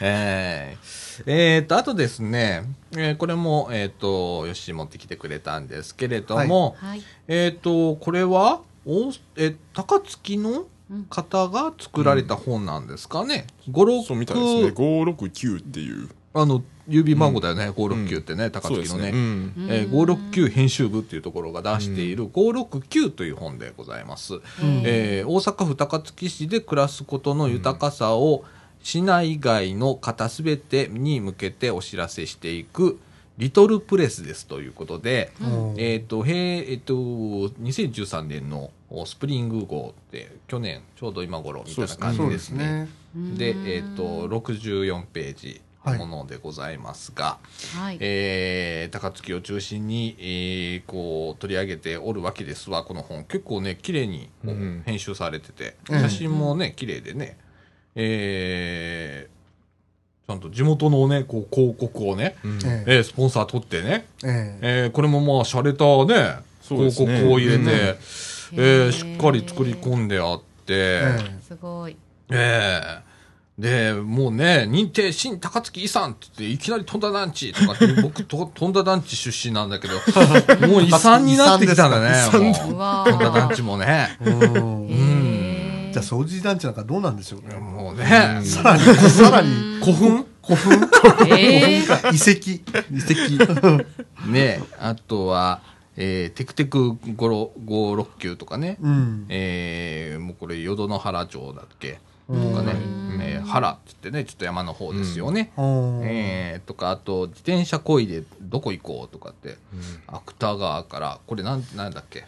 [SPEAKER 1] えー、えーと、あとですね、えーこれも、えっ、と、よし持ってきてくれたんですけれども、
[SPEAKER 5] はい
[SPEAKER 1] えっ、と、これは、おえー高槻の方が作られた本なんですかね。五六
[SPEAKER 3] そうみたいですね。569っていう。
[SPEAKER 1] あの、郵便番号だよね、569ってね、高
[SPEAKER 3] そうで
[SPEAKER 1] 槻
[SPEAKER 3] す
[SPEAKER 1] のね。
[SPEAKER 3] ね。うん
[SPEAKER 1] えー569編集部っていうところが出している569という本でございます。えー大阪府高槻市で暮らすことの豊かさを市内外の方すべてに向けてお知らせしていくリトルプレスですということで、
[SPEAKER 2] うん
[SPEAKER 1] えっ、と、へーえっ、と、2013年のスプリング号って去年ちょうど今頃みたいな感じ
[SPEAKER 2] そう
[SPEAKER 1] で
[SPEAKER 2] ですす
[SPEAKER 1] ね。
[SPEAKER 2] ね。
[SPEAKER 1] で、えっ、と、64ページ
[SPEAKER 2] はい
[SPEAKER 1] ものでございますが、
[SPEAKER 5] はい
[SPEAKER 1] えー高槻を中心に、えーこう取り上げておるわけですわこの本結構ね綺麗にこう
[SPEAKER 3] うん
[SPEAKER 1] 編集されてて、
[SPEAKER 2] うん
[SPEAKER 1] 写真もね綺麗でね、えーちゃんと地元のねこう広告をね、
[SPEAKER 3] うん
[SPEAKER 2] ええ
[SPEAKER 1] えースポンサー取ってね、
[SPEAKER 2] ええ
[SPEAKER 1] えーこれもまあ洒落たね
[SPEAKER 3] そうで
[SPEAKER 1] 広
[SPEAKER 3] すね
[SPEAKER 1] 告を入れて、
[SPEAKER 3] うん
[SPEAKER 1] えーしっかり作り込んであって。
[SPEAKER 2] え
[SPEAKER 5] すごい
[SPEAKER 1] ええで、もうね、認定新高槻遺産って言って、いきなり飛んだ団地とかって、 [laughs] 僕、と飛んだ団地出身なんだけ
[SPEAKER 2] [laughs]
[SPEAKER 1] ど、もう遺産になってきたんだね、もう。
[SPEAKER 5] う
[SPEAKER 1] 飛
[SPEAKER 5] わ
[SPEAKER 1] んだ団地もね。
[SPEAKER 2] えうん
[SPEAKER 5] へー
[SPEAKER 2] じゃあ、掃除団地なんかどうなんでしょうね。
[SPEAKER 1] もうね、
[SPEAKER 2] さらに、さらに、
[SPEAKER 1] 古墳
[SPEAKER 2] 古墳
[SPEAKER 1] [laughs] えー
[SPEAKER 2] 遺跡。遺跡。
[SPEAKER 1] ねあとは、えー、テクテク569級とかね、
[SPEAKER 2] うん。
[SPEAKER 1] えーもうこれ淀野原町だっけ
[SPEAKER 2] う
[SPEAKER 1] とかね
[SPEAKER 2] ん。
[SPEAKER 1] 「えー原」って言ってねちょっと山の方ですよね。
[SPEAKER 2] うん
[SPEAKER 1] えーとかあと自転車こいでどこ行こうとかって芥川からこれなんなんだっけ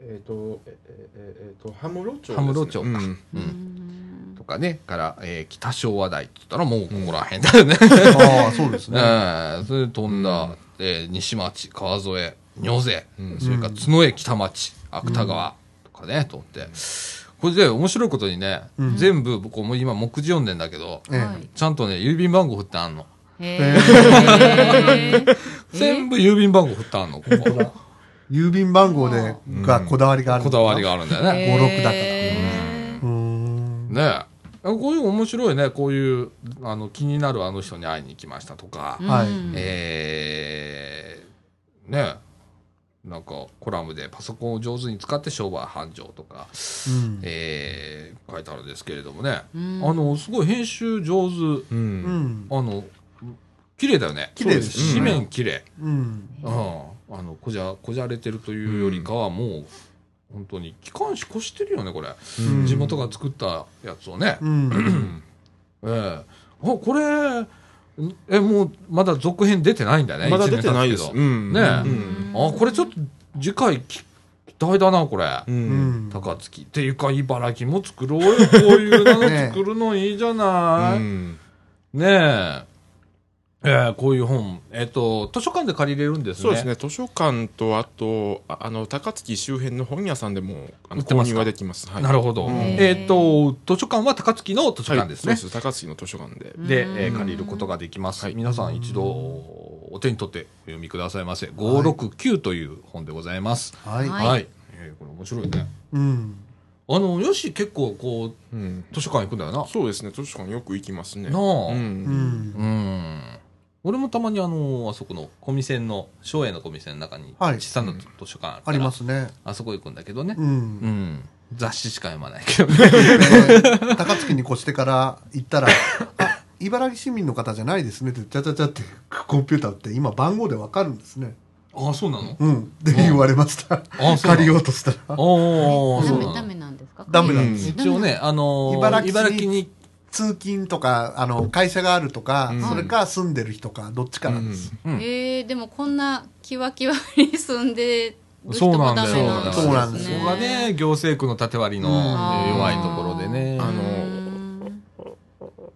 [SPEAKER 3] えっと、ええええっと、羽室町ですね。
[SPEAKER 1] 羽室町か
[SPEAKER 3] うん
[SPEAKER 1] うんとかねから、えー北昭和台って言ったらも [laughs] うここら辺だよね。
[SPEAKER 2] ああ、そうですね。
[SPEAKER 1] うん、それで飛んだ、
[SPEAKER 3] うん
[SPEAKER 1] えー西町川添尿瀬、
[SPEAKER 3] うん
[SPEAKER 1] それから角江北町芥川とかね、とってこれで面白いことにね、
[SPEAKER 2] うん
[SPEAKER 1] 全部僕もう今目次読んでんだけど、
[SPEAKER 2] ええ
[SPEAKER 5] はい
[SPEAKER 1] ちゃんとね郵便番号振ってあんの
[SPEAKER 5] へー
[SPEAKER 1] 全部郵便番号振ってあんのここ
[SPEAKER 3] [laughs]
[SPEAKER 2] 郵便番号で、がこだわりがある。
[SPEAKER 1] こだわりがあるんだよね、
[SPEAKER 2] 五六だから
[SPEAKER 5] へ
[SPEAKER 2] うーん。
[SPEAKER 1] ねえこういう面白いねこういうあの気になるあの人に会いに行きましたとか、
[SPEAKER 5] ー
[SPEAKER 2] はい
[SPEAKER 5] うん
[SPEAKER 1] えーねえなんかコラムでパソコンを上手に使って商売繁盛とか、
[SPEAKER 2] うん
[SPEAKER 1] えー書いてあるんですけれどもね、
[SPEAKER 5] うん
[SPEAKER 1] あのすごい編集上手
[SPEAKER 3] う。
[SPEAKER 2] うんん。
[SPEAKER 1] あの綺麗だよね
[SPEAKER 2] 綺麗です
[SPEAKER 1] そう紙
[SPEAKER 3] ね
[SPEAKER 1] 面綺麗、
[SPEAKER 2] うん。
[SPEAKER 1] うん、あのこじゃこじゃれてるというよりかはもう、本当に機関誌越してるよねこれ、
[SPEAKER 2] うん
[SPEAKER 1] 地元が作ったやつをね、
[SPEAKER 2] うん。
[SPEAKER 1] ええあこれんえもうまだ続編出てないんだね
[SPEAKER 3] まだ
[SPEAKER 1] 一
[SPEAKER 3] 出
[SPEAKER 1] 年
[SPEAKER 3] てないです
[SPEAKER 1] 経つ。けど
[SPEAKER 3] うん
[SPEAKER 1] ねえ
[SPEAKER 3] うん
[SPEAKER 1] あこれちょっと次回き期待だなこれ、
[SPEAKER 3] う。
[SPEAKER 2] うんん。
[SPEAKER 1] 高槻っていうか茨城も作ろう
[SPEAKER 3] [laughs]
[SPEAKER 1] よこういうの
[SPEAKER 2] ね
[SPEAKER 1] 作るのいいじゃ
[SPEAKER 3] う
[SPEAKER 1] ない、
[SPEAKER 3] ん。
[SPEAKER 1] ねえええこういう本えっ、と図書館で借りれるんですね
[SPEAKER 3] そうですね。図書館と、あと、ああの、高槻周辺の本屋さんでも、あの
[SPEAKER 1] 売ってま
[SPEAKER 3] 購
[SPEAKER 1] すか
[SPEAKER 3] 入はできます。はい
[SPEAKER 1] なるほど、
[SPEAKER 3] うん
[SPEAKER 1] えっ、と図書館は高槻の図書館ですね、
[SPEAKER 3] はいそうです。高槻の図書館で。
[SPEAKER 1] で、えー
[SPEAKER 5] うん
[SPEAKER 1] 借りることができます、
[SPEAKER 3] はい
[SPEAKER 1] 皆さん一度お手に取ってお読みくださいませ569という本でございます
[SPEAKER 2] はい。
[SPEAKER 1] は、
[SPEAKER 5] はいい
[SPEAKER 1] えーこれ面白いね
[SPEAKER 2] うん。
[SPEAKER 1] あのよし結構こう
[SPEAKER 3] うん。
[SPEAKER 1] 図書館行くんだよな
[SPEAKER 3] そうですね。図書館よく行きますね。
[SPEAKER 1] なあ
[SPEAKER 3] う。
[SPEAKER 2] う
[SPEAKER 1] う
[SPEAKER 2] んん。
[SPEAKER 1] ん俺もたまにあのあそこの小店の松栄の小店の中に
[SPEAKER 2] はい
[SPEAKER 1] 小さな図書館あるか
[SPEAKER 2] あ
[SPEAKER 1] ら、
[SPEAKER 2] りますね。
[SPEAKER 1] あそこ行くんだけどね
[SPEAKER 2] う。
[SPEAKER 1] うんん雑誌しか読まないけどね
[SPEAKER 2] えー高槻に越してから行ったら、あ、茨城市民の方じゃないですねって、ちゃちゃちゃって、コンピューターって今番号でわかるんですね。
[SPEAKER 1] あそうなの
[SPEAKER 2] うん。って言われました。
[SPEAKER 1] あそうなの
[SPEAKER 2] 借りようとしたら。
[SPEAKER 1] ああ
[SPEAKER 5] ダ
[SPEAKER 1] そう
[SPEAKER 5] メ
[SPEAKER 1] な
[SPEAKER 5] ダ
[SPEAKER 1] の
[SPEAKER 5] メなんですか
[SPEAKER 2] ダメなん
[SPEAKER 3] です
[SPEAKER 1] 一応ねあのー
[SPEAKER 2] 茨城に
[SPEAKER 1] 茨城に
[SPEAKER 2] 通勤とか、あの、会社があるとか、
[SPEAKER 3] うん
[SPEAKER 2] それか住んでる人か、どっちかなんです。
[SPEAKER 1] うん
[SPEAKER 5] えー、でもこんなキワキワに住んでる人
[SPEAKER 1] そうな
[SPEAKER 5] も
[SPEAKER 1] んだ
[SPEAKER 5] ダ
[SPEAKER 1] よ
[SPEAKER 5] メなんですね。
[SPEAKER 2] そうなんです
[SPEAKER 1] そこがね行政区の縦割りのえー弱いところでね
[SPEAKER 3] あの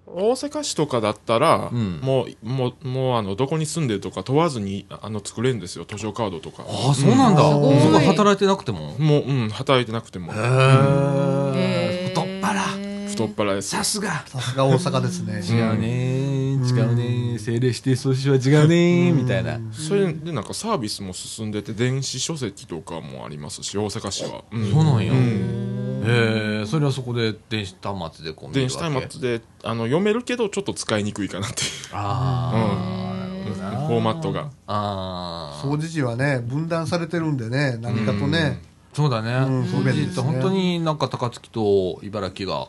[SPEAKER 3] 大阪市とかだったら、
[SPEAKER 1] うん
[SPEAKER 3] もうもうもうあのどこに住んでるとか問わずにあの作れるんですよ図書カードとか
[SPEAKER 1] ああそうなんだ
[SPEAKER 2] す
[SPEAKER 1] そ
[SPEAKER 2] ご
[SPEAKER 5] い
[SPEAKER 1] こが働いてなくても
[SPEAKER 3] もう、うん、働いてなくても
[SPEAKER 1] へえ太っ腹
[SPEAKER 3] 太っ腹です
[SPEAKER 1] さすが
[SPEAKER 2] さすが大阪ですね。
[SPEAKER 1] 違うね違うね政令指定組織は違うねみたいな
[SPEAKER 3] それでなんかサービスも進んでて電子書籍とかもありますし大阪市は、うん
[SPEAKER 1] そうなんや
[SPEAKER 3] うん
[SPEAKER 1] ええそれはそこで電子端末でこう見るわ
[SPEAKER 3] 電
[SPEAKER 1] け
[SPEAKER 3] 子端末であの読めるけどちょっと使いにくいかなっていう
[SPEAKER 1] あ
[SPEAKER 3] フ
[SPEAKER 1] あ
[SPEAKER 3] ォーマットが
[SPEAKER 1] ああ
[SPEAKER 2] 掃除時はね、分断されてるんでね、何かとね、
[SPEAKER 1] そうだ
[SPEAKER 2] うん
[SPEAKER 1] ね
[SPEAKER 2] 不便ですね
[SPEAKER 1] 本当になんか高槻と茨城が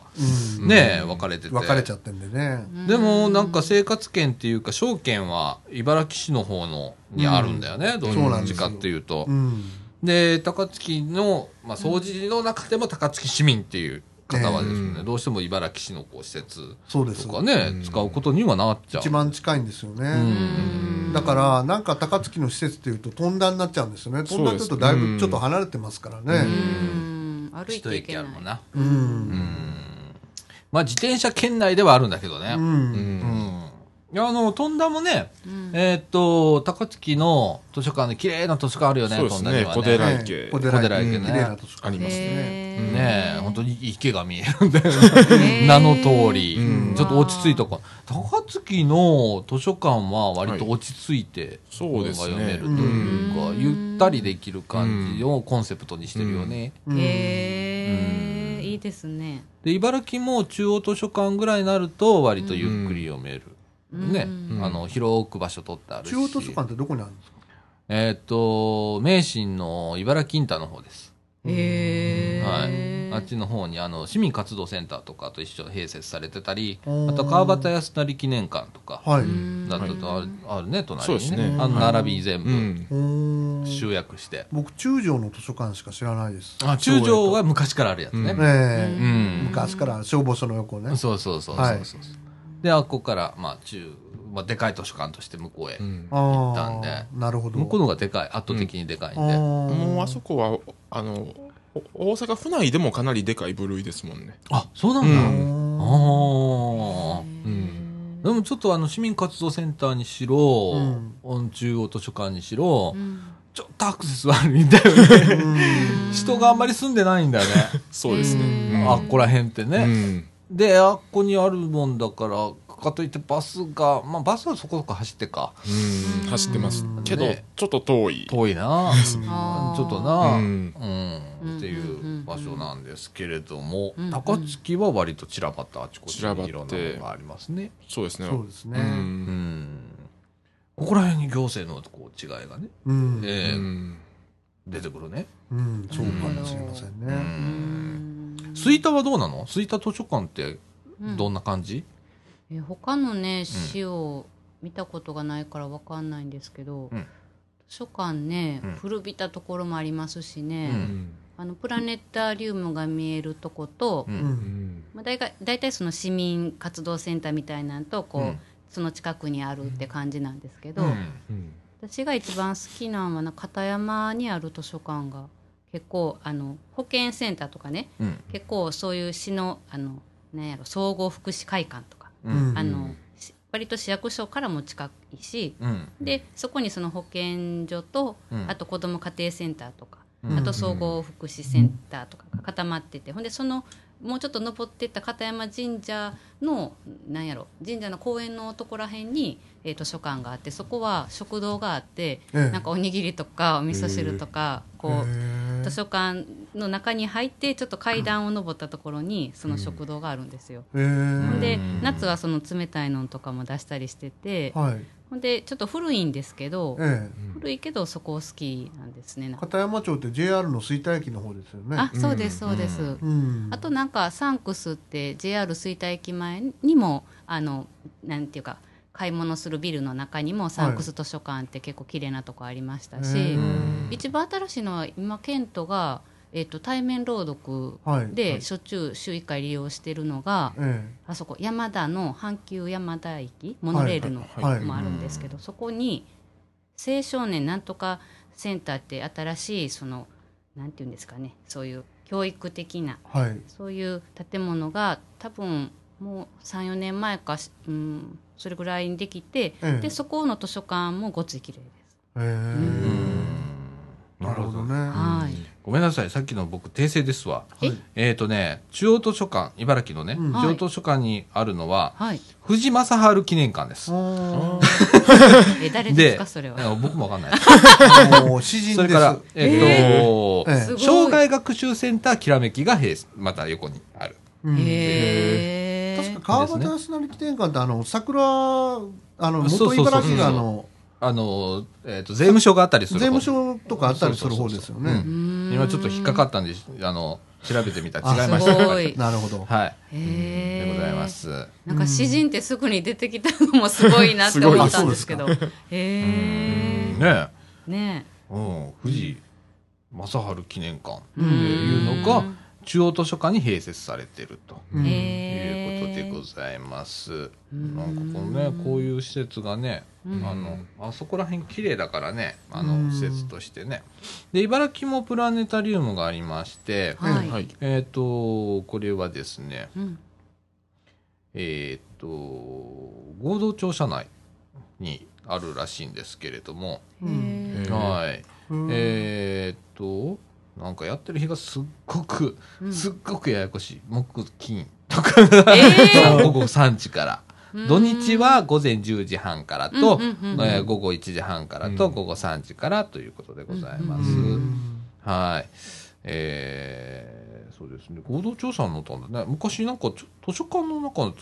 [SPEAKER 2] うん
[SPEAKER 1] ねえ分かれてて
[SPEAKER 2] 分かれちゃってんでね。
[SPEAKER 1] でもなんか生活圏っていうか証券は茨城市の方のにあるんだよね、どういう感じかっていうと
[SPEAKER 2] う。ん。
[SPEAKER 1] で高槻の、まあ、掃除の中でも高槻市民っていう方はですね、
[SPEAKER 3] うん
[SPEAKER 1] どうしても茨城市のこう施設
[SPEAKER 2] そうです
[SPEAKER 1] と。かね、
[SPEAKER 3] うん
[SPEAKER 1] 使うことにはなっちゃう。
[SPEAKER 2] 一番近いんですよ
[SPEAKER 1] う
[SPEAKER 2] ね。
[SPEAKER 1] ん
[SPEAKER 2] だから、なんか高槻の施設っていうと、飛んだになっちゃうんですよね。飛んだって言うと、だいぶちょっと離れてますから
[SPEAKER 5] う
[SPEAKER 2] ね。
[SPEAKER 5] ん歩い
[SPEAKER 1] 一
[SPEAKER 5] てい
[SPEAKER 1] 駅
[SPEAKER 5] け
[SPEAKER 1] あ
[SPEAKER 5] ない
[SPEAKER 1] るもんな。
[SPEAKER 2] う。
[SPEAKER 1] うんんまあ自転車圏内ではあるんだけどね。
[SPEAKER 2] う。
[SPEAKER 3] うん
[SPEAKER 1] うん
[SPEAKER 3] ん
[SPEAKER 1] いやあの飛んだもね、
[SPEAKER 5] うん
[SPEAKER 1] えーっと高槻の図書館で綺麗な図書館あるよね
[SPEAKER 3] そうですね
[SPEAKER 1] 富田には
[SPEAKER 3] 小寺
[SPEAKER 2] ね
[SPEAKER 3] 小寺池
[SPEAKER 2] 小寺
[SPEAKER 1] 小寺
[SPEAKER 2] 池
[SPEAKER 1] 池
[SPEAKER 2] ね。
[SPEAKER 1] ね
[SPEAKER 2] 綺麗な図書
[SPEAKER 3] ありますね
[SPEAKER 5] へー
[SPEAKER 1] ねえ、本当に池が見えるんだよ
[SPEAKER 5] へ
[SPEAKER 1] ね。
[SPEAKER 5] ー
[SPEAKER 1] 名の通り、
[SPEAKER 3] うん
[SPEAKER 1] ちょっと落ち着いたこ高槻の図書館は割と落ち着いて、
[SPEAKER 3] そうですね
[SPEAKER 1] 本が読めるというか、
[SPEAKER 5] うん
[SPEAKER 1] ゆったりできる感じをコンセプトにしてるよね。
[SPEAKER 2] うん
[SPEAKER 5] へーいいですね。
[SPEAKER 1] で、茨城も中央図書館ぐらいになると割とゆっくり読める。
[SPEAKER 5] うん
[SPEAKER 1] ね、
[SPEAKER 5] うん
[SPEAKER 1] あの広く場所取ってあるし
[SPEAKER 2] 中央図書館ってどこにあるんですか
[SPEAKER 1] えーっ、と名神の茨城インターの方です
[SPEAKER 5] へー
[SPEAKER 1] はいあっちの方にあの市民活動センターとかと一緒に併設されてたり
[SPEAKER 2] うん
[SPEAKER 1] あと川端康成記念館とか
[SPEAKER 2] はい。
[SPEAKER 1] だったとあるあるね
[SPEAKER 3] そ
[SPEAKER 1] 隣
[SPEAKER 3] うで
[SPEAKER 1] に
[SPEAKER 3] す
[SPEAKER 1] ね
[SPEAKER 3] ね
[SPEAKER 1] あの
[SPEAKER 2] はい
[SPEAKER 1] 並び全
[SPEAKER 3] う
[SPEAKER 1] 部
[SPEAKER 3] ん
[SPEAKER 2] うーん
[SPEAKER 1] 集約して
[SPEAKER 2] 僕、中条の図書館しか知らないです。
[SPEAKER 1] あ中条は昔からあるやつね
[SPEAKER 3] うん
[SPEAKER 2] え
[SPEAKER 1] う
[SPEAKER 2] え
[SPEAKER 1] ん
[SPEAKER 2] 昔から消防署の横ね。
[SPEAKER 1] そうそうそうそう
[SPEAKER 2] は
[SPEAKER 1] そう
[SPEAKER 2] い
[SPEAKER 1] そうであっこからまあ中まあでかい図書館として向こうへ
[SPEAKER 3] うん
[SPEAKER 2] あ
[SPEAKER 1] ったんで
[SPEAKER 2] あ、なるほど。
[SPEAKER 1] 向こうの方がでかい圧倒的にでかいんで
[SPEAKER 3] もうあそ
[SPEAKER 2] こ。
[SPEAKER 3] こはあのお大阪府内でもかなりでかい部類ですもんね。
[SPEAKER 1] あそうな
[SPEAKER 3] うん
[SPEAKER 1] だあ
[SPEAKER 2] あ
[SPEAKER 1] あ
[SPEAKER 3] うん
[SPEAKER 1] でもちょっとあの市民活動センターにしろ、
[SPEAKER 2] うん
[SPEAKER 1] うん中央図書館にしろ、ちょっとアクセス悪いんだよ
[SPEAKER 2] ー
[SPEAKER 1] ね
[SPEAKER 2] う
[SPEAKER 1] [laughs]
[SPEAKER 2] ん
[SPEAKER 1] 人があんまり住んでないんだよね、
[SPEAKER 3] そうですね。うん
[SPEAKER 1] あっこら辺って
[SPEAKER 3] う
[SPEAKER 1] ね、
[SPEAKER 3] ん
[SPEAKER 1] であっこにあるもんだからかといってバスがまあバスはそこそこ走ってか
[SPEAKER 3] うん走ってます
[SPEAKER 2] うん
[SPEAKER 3] けど
[SPEAKER 1] ね
[SPEAKER 3] ちょっと遠い。
[SPEAKER 1] 遠いな
[SPEAKER 5] あー
[SPEAKER 1] ちょっとなう
[SPEAKER 3] うんん、
[SPEAKER 1] っていう場所なんですけれども、
[SPEAKER 5] うんうん
[SPEAKER 1] 高槻は割と散らばったあちこち
[SPEAKER 3] 散らば
[SPEAKER 1] に
[SPEAKER 3] って
[SPEAKER 1] いろんなものがありますね
[SPEAKER 3] そうですね。
[SPEAKER 2] そうです
[SPEAKER 3] う
[SPEAKER 2] ね。
[SPEAKER 1] うんんここら辺に行政のこう違いがね、
[SPEAKER 2] うん。
[SPEAKER 1] え
[SPEAKER 3] う
[SPEAKER 1] え
[SPEAKER 3] ん
[SPEAKER 1] 出てくるね。
[SPEAKER 2] うん、そうかもしれません
[SPEAKER 1] う
[SPEAKER 2] ね。
[SPEAKER 1] ん。吹田はどうなの吹田図書館ってどんな感じ、
[SPEAKER 5] え他のね市を見たことがないからわかんないんですけど、
[SPEAKER 1] うん
[SPEAKER 5] 図書館ね、
[SPEAKER 1] うん
[SPEAKER 5] 古びたところもありますしね、
[SPEAKER 1] う
[SPEAKER 3] うんん
[SPEAKER 5] あのプラネタリウムが見えるとこと、
[SPEAKER 1] うん
[SPEAKER 2] うん。
[SPEAKER 5] まあ、だいが大体その市民活動センターみたいなんとこう、
[SPEAKER 1] うん
[SPEAKER 5] その近くにあるって感じなんですけど、
[SPEAKER 1] うん
[SPEAKER 3] うん
[SPEAKER 5] 私が一番好きなのはな片山にある図書館が結構あの保健センターとかね
[SPEAKER 1] うん
[SPEAKER 5] 結構そういう市のあのなんやろ総合福祉会館とか、
[SPEAKER 1] うん
[SPEAKER 5] あのし割と市役所からも近いし
[SPEAKER 1] うん
[SPEAKER 5] でそこにその保健所と、
[SPEAKER 1] うん
[SPEAKER 5] あと子ども家庭センターとか、
[SPEAKER 1] うん
[SPEAKER 5] あと総合福祉センターとかが固まってて、ほんでそのもうちょっと登ってった片山神社のなんやろ神社の公園のとこら辺に、えー、図書館があってそこは食堂があって、
[SPEAKER 2] ええ
[SPEAKER 5] なんかおにぎりとかお味噌汁とか、こう。
[SPEAKER 2] へ
[SPEAKER 5] 図書館の中に入ってちょっと階段を上ったところにその食堂があるんですよ。
[SPEAKER 2] え。
[SPEAKER 1] う
[SPEAKER 5] ほん
[SPEAKER 1] ん
[SPEAKER 2] へ
[SPEAKER 5] で夏はその冷たいのとかも出したりしてて
[SPEAKER 2] え。はい。
[SPEAKER 5] ほんでちょっと古いんですけど
[SPEAKER 2] ええ。
[SPEAKER 5] 古いけどそこ好きなんですね。
[SPEAKER 2] 片山町って JR の吹田駅の方ですよね。
[SPEAKER 5] あそうです
[SPEAKER 3] う
[SPEAKER 5] そうです。
[SPEAKER 2] うん。
[SPEAKER 5] あとなんかサンクスって JR 吹田駅前にもあのなんていうか買い物するビルの中にもサンクス図書館って結構綺麗なとこありましたし、
[SPEAKER 2] へ
[SPEAKER 1] うん
[SPEAKER 5] 一番新しいのは今ケントが、えっと対面朗読
[SPEAKER 2] はい
[SPEAKER 5] でしょっちゅう週1回利用してるのが、
[SPEAKER 2] え
[SPEAKER 5] あそこ山田の阪急山田駅モノレールの
[SPEAKER 3] はいはい
[SPEAKER 2] はい
[SPEAKER 5] もあるんですけど、そこに青少年なんとかセンターって新しいそのなんていうんですかねそういう教育的な
[SPEAKER 2] え。はい。
[SPEAKER 5] そういう建物が多分もう34年前かし、うん、それぐらいにできて、
[SPEAKER 2] ええ
[SPEAKER 5] でそこの図書館もごつい綺麗です。
[SPEAKER 2] へ
[SPEAKER 1] う
[SPEAKER 2] え。
[SPEAKER 1] んな
[SPEAKER 2] な
[SPEAKER 1] る
[SPEAKER 2] る
[SPEAKER 1] ほ
[SPEAKER 2] ほ
[SPEAKER 1] どね。
[SPEAKER 2] どね。
[SPEAKER 5] はい、
[SPEAKER 1] ごめんなさい、さっきの僕、訂正ですわ。
[SPEAKER 5] え
[SPEAKER 1] えっ、とね、中央図書館、茨城のね、
[SPEAKER 2] うん
[SPEAKER 1] 中央図書館にあるのは、
[SPEAKER 5] はい、
[SPEAKER 1] 藤正治記念館です。
[SPEAKER 2] おー
[SPEAKER 5] え誰で
[SPEAKER 1] です
[SPEAKER 5] かそれは。
[SPEAKER 1] あ僕もわかんない。
[SPEAKER 2] もう詩人です。
[SPEAKER 1] それから、えっ、と、
[SPEAKER 2] ええ
[SPEAKER 5] すごい
[SPEAKER 1] 障害学習センターきらめきが平また横にある。
[SPEAKER 2] うん
[SPEAKER 5] へ
[SPEAKER 2] 確
[SPEAKER 5] え
[SPEAKER 2] か川端康成記念館ってあの桜あの元茨城があの
[SPEAKER 1] あの、えっ、と、税務署があったりす
[SPEAKER 2] 税
[SPEAKER 1] る。
[SPEAKER 2] 務署とかあったりする方ですよ
[SPEAKER 1] う
[SPEAKER 2] ね。
[SPEAKER 1] ん今ちょっと引っかかったんで、あの、調べてみたら違いま
[SPEAKER 5] あ
[SPEAKER 1] し
[SPEAKER 5] す
[SPEAKER 1] た。
[SPEAKER 5] ご。
[SPEAKER 1] はい
[SPEAKER 2] なるほど。
[SPEAKER 1] い。
[SPEAKER 5] へ
[SPEAKER 1] で
[SPEAKER 5] え
[SPEAKER 1] ございま。す。
[SPEAKER 5] なんか詩人ってすぐに出てきたのもすごいなって思ったんですけど。へえ。
[SPEAKER 1] ね
[SPEAKER 5] ね
[SPEAKER 1] うん、富士正治記念館って
[SPEAKER 5] うん
[SPEAKER 1] いうのが、中央図書館に併設されてると。
[SPEAKER 2] うん
[SPEAKER 5] え。
[SPEAKER 1] いう
[SPEAKER 5] へ
[SPEAKER 1] こと
[SPEAKER 5] え。
[SPEAKER 1] でございます。
[SPEAKER 5] うん
[SPEAKER 1] なんかこのね、こういう施設がね、
[SPEAKER 5] うん
[SPEAKER 1] あの、あそこら辺綺麗だからね、あの
[SPEAKER 2] う、ん
[SPEAKER 1] 施設としてね。で、茨城もプラネタリウムがありまして、
[SPEAKER 5] はい
[SPEAKER 3] はい。
[SPEAKER 1] えっ、と、これはですね、
[SPEAKER 5] うん
[SPEAKER 1] えっ、と、合同庁舎内にあるらしいんですけれども、
[SPEAKER 2] うん
[SPEAKER 3] へえ
[SPEAKER 1] はい。
[SPEAKER 2] うん
[SPEAKER 1] えっ、と、なんかやってる日がすっごく、すっごくややこしい。木、金とか、午後3時から。 [laughs] 土日は午前10時半からと、
[SPEAKER 5] うんうんうん
[SPEAKER 1] えー午後1時半からと、
[SPEAKER 3] うん
[SPEAKER 1] 午後3時からということでございます。
[SPEAKER 5] うん
[SPEAKER 1] はい。えーそうですね。合同調査になったんだね。昔なんかちょ図書館の中だっ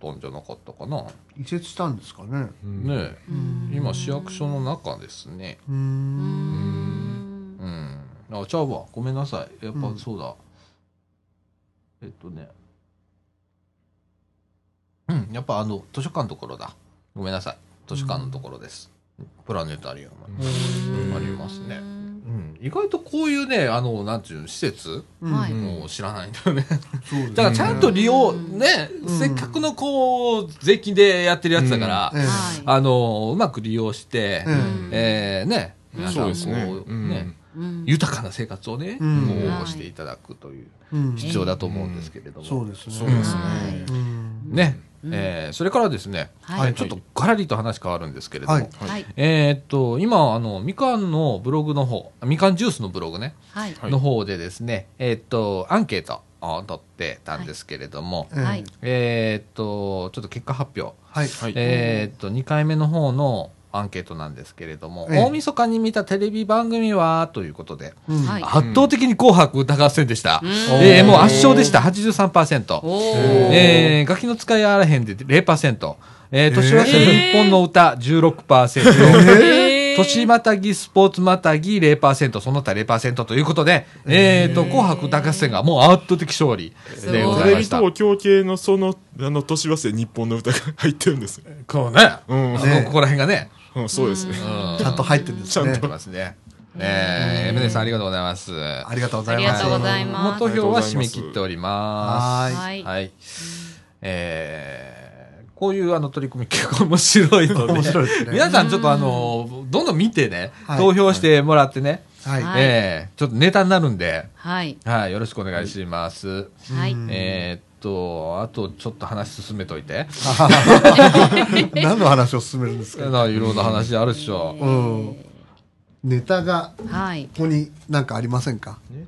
[SPEAKER 1] たんじゃなかったかな。
[SPEAKER 2] 移設したんですかね。
[SPEAKER 1] ねえ
[SPEAKER 5] うん
[SPEAKER 1] 今市役所の中ですね。
[SPEAKER 2] う。
[SPEAKER 5] うんん
[SPEAKER 1] うん。あ、ちゃうわ。ごめんなさい。やっぱそうだ。えっとね。うん、やっぱあの、図書館のところだ。ごめんなさい。図書館のところです。プラネタリウム。ありますねうん、意外とこういうね、あの、なんていうの、施設、
[SPEAKER 2] うん
[SPEAKER 5] はい
[SPEAKER 1] もう知らないんだよね。
[SPEAKER 2] そうですね
[SPEAKER 1] だからちゃんと利用、
[SPEAKER 5] うん
[SPEAKER 1] ね、
[SPEAKER 2] うん
[SPEAKER 1] せっかくのこう、税金でやってるやつだから、
[SPEAKER 2] ええ
[SPEAKER 5] はい
[SPEAKER 1] あの、うまく利用して、え
[SPEAKER 2] え
[SPEAKER 1] ーね、皆さん
[SPEAKER 3] そう
[SPEAKER 1] こ
[SPEAKER 3] ですね
[SPEAKER 1] う、
[SPEAKER 3] うん
[SPEAKER 1] ね、
[SPEAKER 5] うん
[SPEAKER 1] 豊かな生活をね、
[SPEAKER 2] うん
[SPEAKER 1] こ
[SPEAKER 5] は
[SPEAKER 1] う
[SPEAKER 5] い
[SPEAKER 1] していただくという
[SPEAKER 2] うん
[SPEAKER 1] 必要だと思うんですけれども。
[SPEAKER 2] そうですね
[SPEAKER 3] そうですね
[SPEAKER 5] はい
[SPEAKER 2] うん
[SPEAKER 1] ね、
[SPEAKER 5] うん
[SPEAKER 1] えーそれからですね、
[SPEAKER 5] はい
[SPEAKER 1] えーちょっとガラリと話変わるんですけれども、
[SPEAKER 2] はい
[SPEAKER 5] はい
[SPEAKER 1] えーっと、今、あの、みかんのブログの方、みかんジュースのブログね、
[SPEAKER 5] はい
[SPEAKER 3] はい
[SPEAKER 1] の方でですね、えーっと、アンケートを取ってたんですけれども、
[SPEAKER 2] ええ
[SPEAKER 5] はい
[SPEAKER 1] えーっと、ちょっと結果発表、
[SPEAKER 2] はい
[SPEAKER 3] はい
[SPEAKER 1] えーっと、2回目の方のアンケートなんですけれども、
[SPEAKER 2] ええ
[SPEAKER 1] 大晦日に見たテレビ番組はということで、
[SPEAKER 2] うん
[SPEAKER 5] はい
[SPEAKER 1] 圧倒的に紅白歌合戦でした。
[SPEAKER 5] うん
[SPEAKER 1] えーもう圧勝でした、83%。
[SPEAKER 5] おお
[SPEAKER 1] えー、ガキの使いあらへんで0%、えー、年忘れの日本の歌16%、
[SPEAKER 5] えー
[SPEAKER 1] 年またぎスポーツまたぎ0%、その他0%ということで、えーと、紅白歌合戦がもう圧倒的勝利でござ
[SPEAKER 5] すご
[SPEAKER 1] い
[SPEAKER 3] テレ
[SPEAKER 1] ま
[SPEAKER 3] ビ
[SPEAKER 1] した。
[SPEAKER 3] 東京系のその、あの、年忘れ日本の歌が入ってるんです。
[SPEAKER 1] こうね、
[SPEAKER 3] うん
[SPEAKER 1] あ
[SPEAKER 2] ね
[SPEAKER 1] のここら辺がね、
[SPEAKER 3] うん、そうですね。
[SPEAKER 1] うん
[SPEAKER 2] ちゃんと入ってるんです
[SPEAKER 1] 入
[SPEAKER 2] ね
[SPEAKER 1] ってますね。えー、エムネさんありがとうございます。
[SPEAKER 2] ありがとうございます
[SPEAKER 5] ありがとうございます
[SPEAKER 1] もう投票は締め切っております。
[SPEAKER 2] は
[SPEAKER 5] はい
[SPEAKER 1] はい。えーこういうあの取り組み結構面白いので、
[SPEAKER 2] 面白いですね
[SPEAKER 1] 皆さんちょっとあの、どんどん見てね、
[SPEAKER 2] はい
[SPEAKER 1] 投票してもらってね、
[SPEAKER 2] はい
[SPEAKER 5] は
[SPEAKER 1] えーちょっとネタになるんで、
[SPEAKER 5] はい
[SPEAKER 1] はい、よろしくお願いします。
[SPEAKER 5] はい
[SPEAKER 2] うん
[SPEAKER 1] えーっと、あとちょっと話進めといて、
[SPEAKER 2] [laughs] 何の話を進めるんですか
[SPEAKER 1] ないろんな話あるっしょ。
[SPEAKER 2] うんネタが
[SPEAKER 5] はい
[SPEAKER 2] ここになんかありませんか
[SPEAKER 3] ネ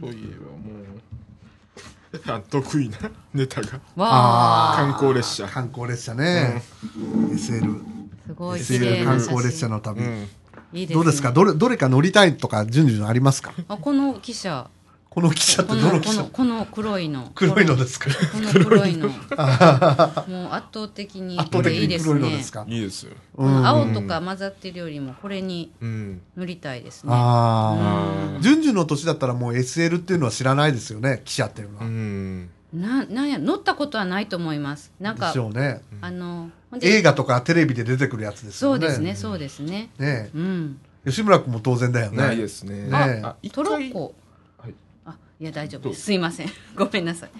[SPEAKER 3] タといえばもうあ得意なネタが
[SPEAKER 5] わあ
[SPEAKER 3] 観光列車
[SPEAKER 2] 観光列車ね SL
[SPEAKER 5] すごい綺
[SPEAKER 2] SL
[SPEAKER 5] 麗な
[SPEAKER 2] 観
[SPEAKER 5] 写真
[SPEAKER 2] 光列車の旅
[SPEAKER 3] うん
[SPEAKER 5] いいね
[SPEAKER 2] どうですかどれどれか乗りたいとか順々ありますか
[SPEAKER 5] あこの汽車
[SPEAKER 2] この汽車って
[SPEAKER 5] こ
[SPEAKER 2] どの
[SPEAKER 5] のこ
[SPEAKER 2] 汽
[SPEAKER 5] の
[SPEAKER 2] 車
[SPEAKER 5] この黒いの
[SPEAKER 2] 黒いのですか
[SPEAKER 5] この黒いのもう圧倒的に
[SPEAKER 2] 圧
[SPEAKER 5] こ
[SPEAKER 2] 倒的
[SPEAKER 5] れいい
[SPEAKER 2] に
[SPEAKER 5] です
[SPEAKER 2] 黒いの
[SPEAKER 5] ね
[SPEAKER 2] ですか
[SPEAKER 3] いいですよ
[SPEAKER 5] この青とか混ざってるよりもこれに
[SPEAKER 3] うん
[SPEAKER 5] 塗りたいですね
[SPEAKER 2] あ
[SPEAKER 3] あ
[SPEAKER 2] あ順々の年だったらもう SL っていうのは知らないですよね汽車っていうの
[SPEAKER 3] ーう
[SPEAKER 2] は
[SPEAKER 3] ん
[SPEAKER 5] ななんや乗ったことはないと思いますなん
[SPEAKER 2] で
[SPEAKER 5] か
[SPEAKER 2] しょうね
[SPEAKER 5] あのほんで
[SPEAKER 2] 映画とかテレビで出てくるやつです
[SPEAKER 5] そ
[SPEAKER 2] よね
[SPEAKER 5] うですねそうですね
[SPEAKER 2] ね
[SPEAKER 5] うん
[SPEAKER 2] え吉村君も当然だよ
[SPEAKER 3] ないで
[SPEAKER 2] ね
[SPEAKER 3] すね
[SPEAKER 2] ねえ
[SPEAKER 3] あ一
[SPEAKER 5] ト
[SPEAKER 3] 回
[SPEAKER 5] ロッコ
[SPEAKER 3] はい
[SPEAKER 5] あいや大丈夫
[SPEAKER 3] どう
[SPEAKER 5] ですすいません [laughs] ごめんなさい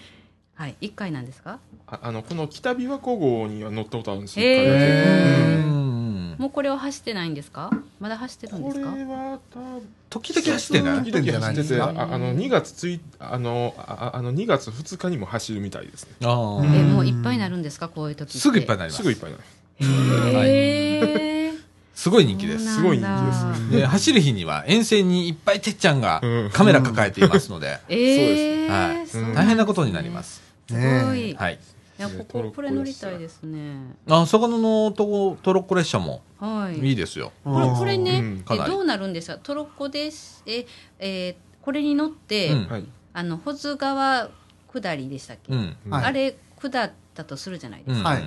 [SPEAKER 5] はい一回なんですか
[SPEAKER 3] ああのこの北琵琶湖号には乗ったことあるんですよ一回だけ
[SPEAKER 5] へえ
[SPEAKER 1] うん
[SPEAKER 5] もうこれは走ってないんですかまだ走ってるんで
[SPEAKER 3] こ
[SPEAKER 5] す
[SPEAKER 3] れ
[SPEAKER 5] か
[SPEAKER 3] は多分
[SPEAKER 1] 時々走ってない
[SPEAKER 2] 普通に
[SPEAKER 3] 時々走ってて
[SPEAKER 2] うん
[SPEAKER 3] ああの2月ついあのああの2月2日にも走るみたいですね
[SPEAKER 1] あー
[SPEAKER 2] うん
[SPEAKER 5] えもういっぱいになるんですかこういう時って
[SPEAKER 1] すぐいっぱいになりますす。
[SPEAKER 3] ぐいっぱいになる
[SPEAKER 5] へえ
[SPEAKER 1] すごい人気です。
[SPEAKER 3] すごい人気です
[SPEAKER 1] で走る日には沿線にいっぱいてっちゃんが
[SPEAKER 3] うん
[SPEAKER 1] カメラ抱えていますので、
[SPEAKER 5] ええ
[SPEAKER 1] はい
[SPEAKER 5] そうなんだ
[SPEAKER 1] 大変なことになります。
[SPEAKER 5] すごいい
[SPEAKER 1] はい。
[SPEAKER 5] やこここれ乗りたいですね
[SPEAKER 1] あそこのとこトロッコ列車も
[SPEAKER 5] はい
[SPEAKER 1] いいですよ。
[SPEAKER 5] これこれね、
[SPEAKER 3] うん
[SPEAKER 1] かな
[SPEAKER 5] え
[SPEAKER 1] り
[SPEAKER 5] どうなるんですかトロッコですえ、えーこれに乗って、
[SPEAKER 1] うん
[SPEAKER 3] はい
[SPEAKER 5] あの保津川下りでしたっけ、
[SPEAKER 1] うん。
[SPEAKER 2] はい
[SPEAKER 5] あれ下ったとするじゃないで
[SPEAKER 1] う
[SPEAKER 5] す
[SPEAKER 1] ん。
[SPEAKER 5] か、
[SPEAKER 2] はい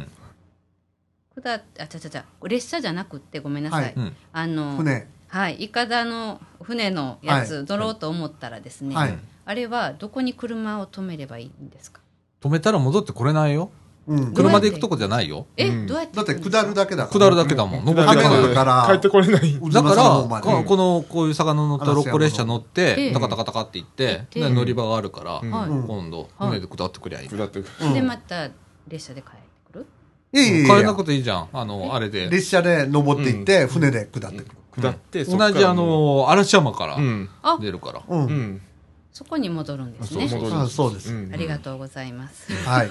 [SPEAKER 5] 下っあちゃちゃちゃ列車じゃなくってごめんなさい、
[SPEAKER 2] はい
[SPEAKER 1] うん。
[SPEAKER 5] あの
[SPEAKER 2] 船
[SPEAKER 5] はいいかだの船のやつ、乗ろうと思ったらですね、
[SPEAKER 2] はい
[SPEAKER 5] あれはどこに車を止めればいいんですか
[SPEAKER 1] 止めたら戻ってこれないよ。
[SPEAKER 2] うん
[SPEAKER 5] ど
[SPEAKER 2] だ
[SPEAKER 5] う
[SPEAKER 1] 車
[SPEAKER 5] やって
[SPEAKER 1] で行くとこじゃないよ。
[SPEAKER 5] え、
[SPEAKER 3] うん
[SPEAKER 5] どうやって
[SPEAKER 2] って下るだけだから
[SPEAKER 1] 下るだけだもん。登って
[SPEAKER 2] だ
[SPEAKER 1] こ
[SPEAKER 2] か
[SPEAKER 1] な
[SPEAKER 2] ら
[SPEAKER 1] い。
[SPEAKER 2] だから
[SPEAKER 3] 帰ってこれない
[SPEAKER 2] 渦
[SPEAKER 1] だ
[SPEAKER 2] 政
[SPEAKER 1] か
[SPEAKER 2] の方
[SPEAKER 1] ら、
[SPEAKER 2] まで
[SPEAKER 1] ここの、こういう魚のトロッコ列車乗っ
[SPEAKER 5] え
[SPEAKER 1] て、
[SPEAKER 5] え
[SPEAKER 1] タカタカタカって行って、
[SPEAKER 5] ええ
[SPEAKER 1] で乗り場があるから、
[SPEAKER 3] うん
[SPEAKER 5] はい
[SPEAKER 2] うん
[SPEAKER 1] 今度、
[SPEAKER 5] はい
[SPEAKER 1] 船で下ってくりゃいい。
[SPEAKER 3] 下ってく
[SPEAKER 2] うん
[SPEAKER 5] でまた列車で帰ってくる
[SPEAKER 2] いやいやいや
[SPEAKER 1] 帰れなこといいじゃん。あの、あれで。
[SPEAKER 2] 列車で登っていって、船で下ってくる。
[SPEAKER 3] 下ってそっか
[SPEAKER 1] 同
[SPEAKER 3] ら
[SPEAKER 1] じあの、嵐山から
[SPEAKER 3] うん
[SPEAKER 5] あ
[SPEAKER 1] 出るから。
[SPEAKER 2] うん。
[SPEAKER 3] う
[SPEAKER 2] うん
[SPEAKER 3] ん
[SPEAKER 5] そこに戻るんですね
[SPEAKER 3] そう戻る
[SPEAKER 2] あそうです。
[SPEAKER 3] うん
[SPEAKER 5] ありがとうございます、
[SPEAKER 1] [laughs]
[SPEAKER 2] はい。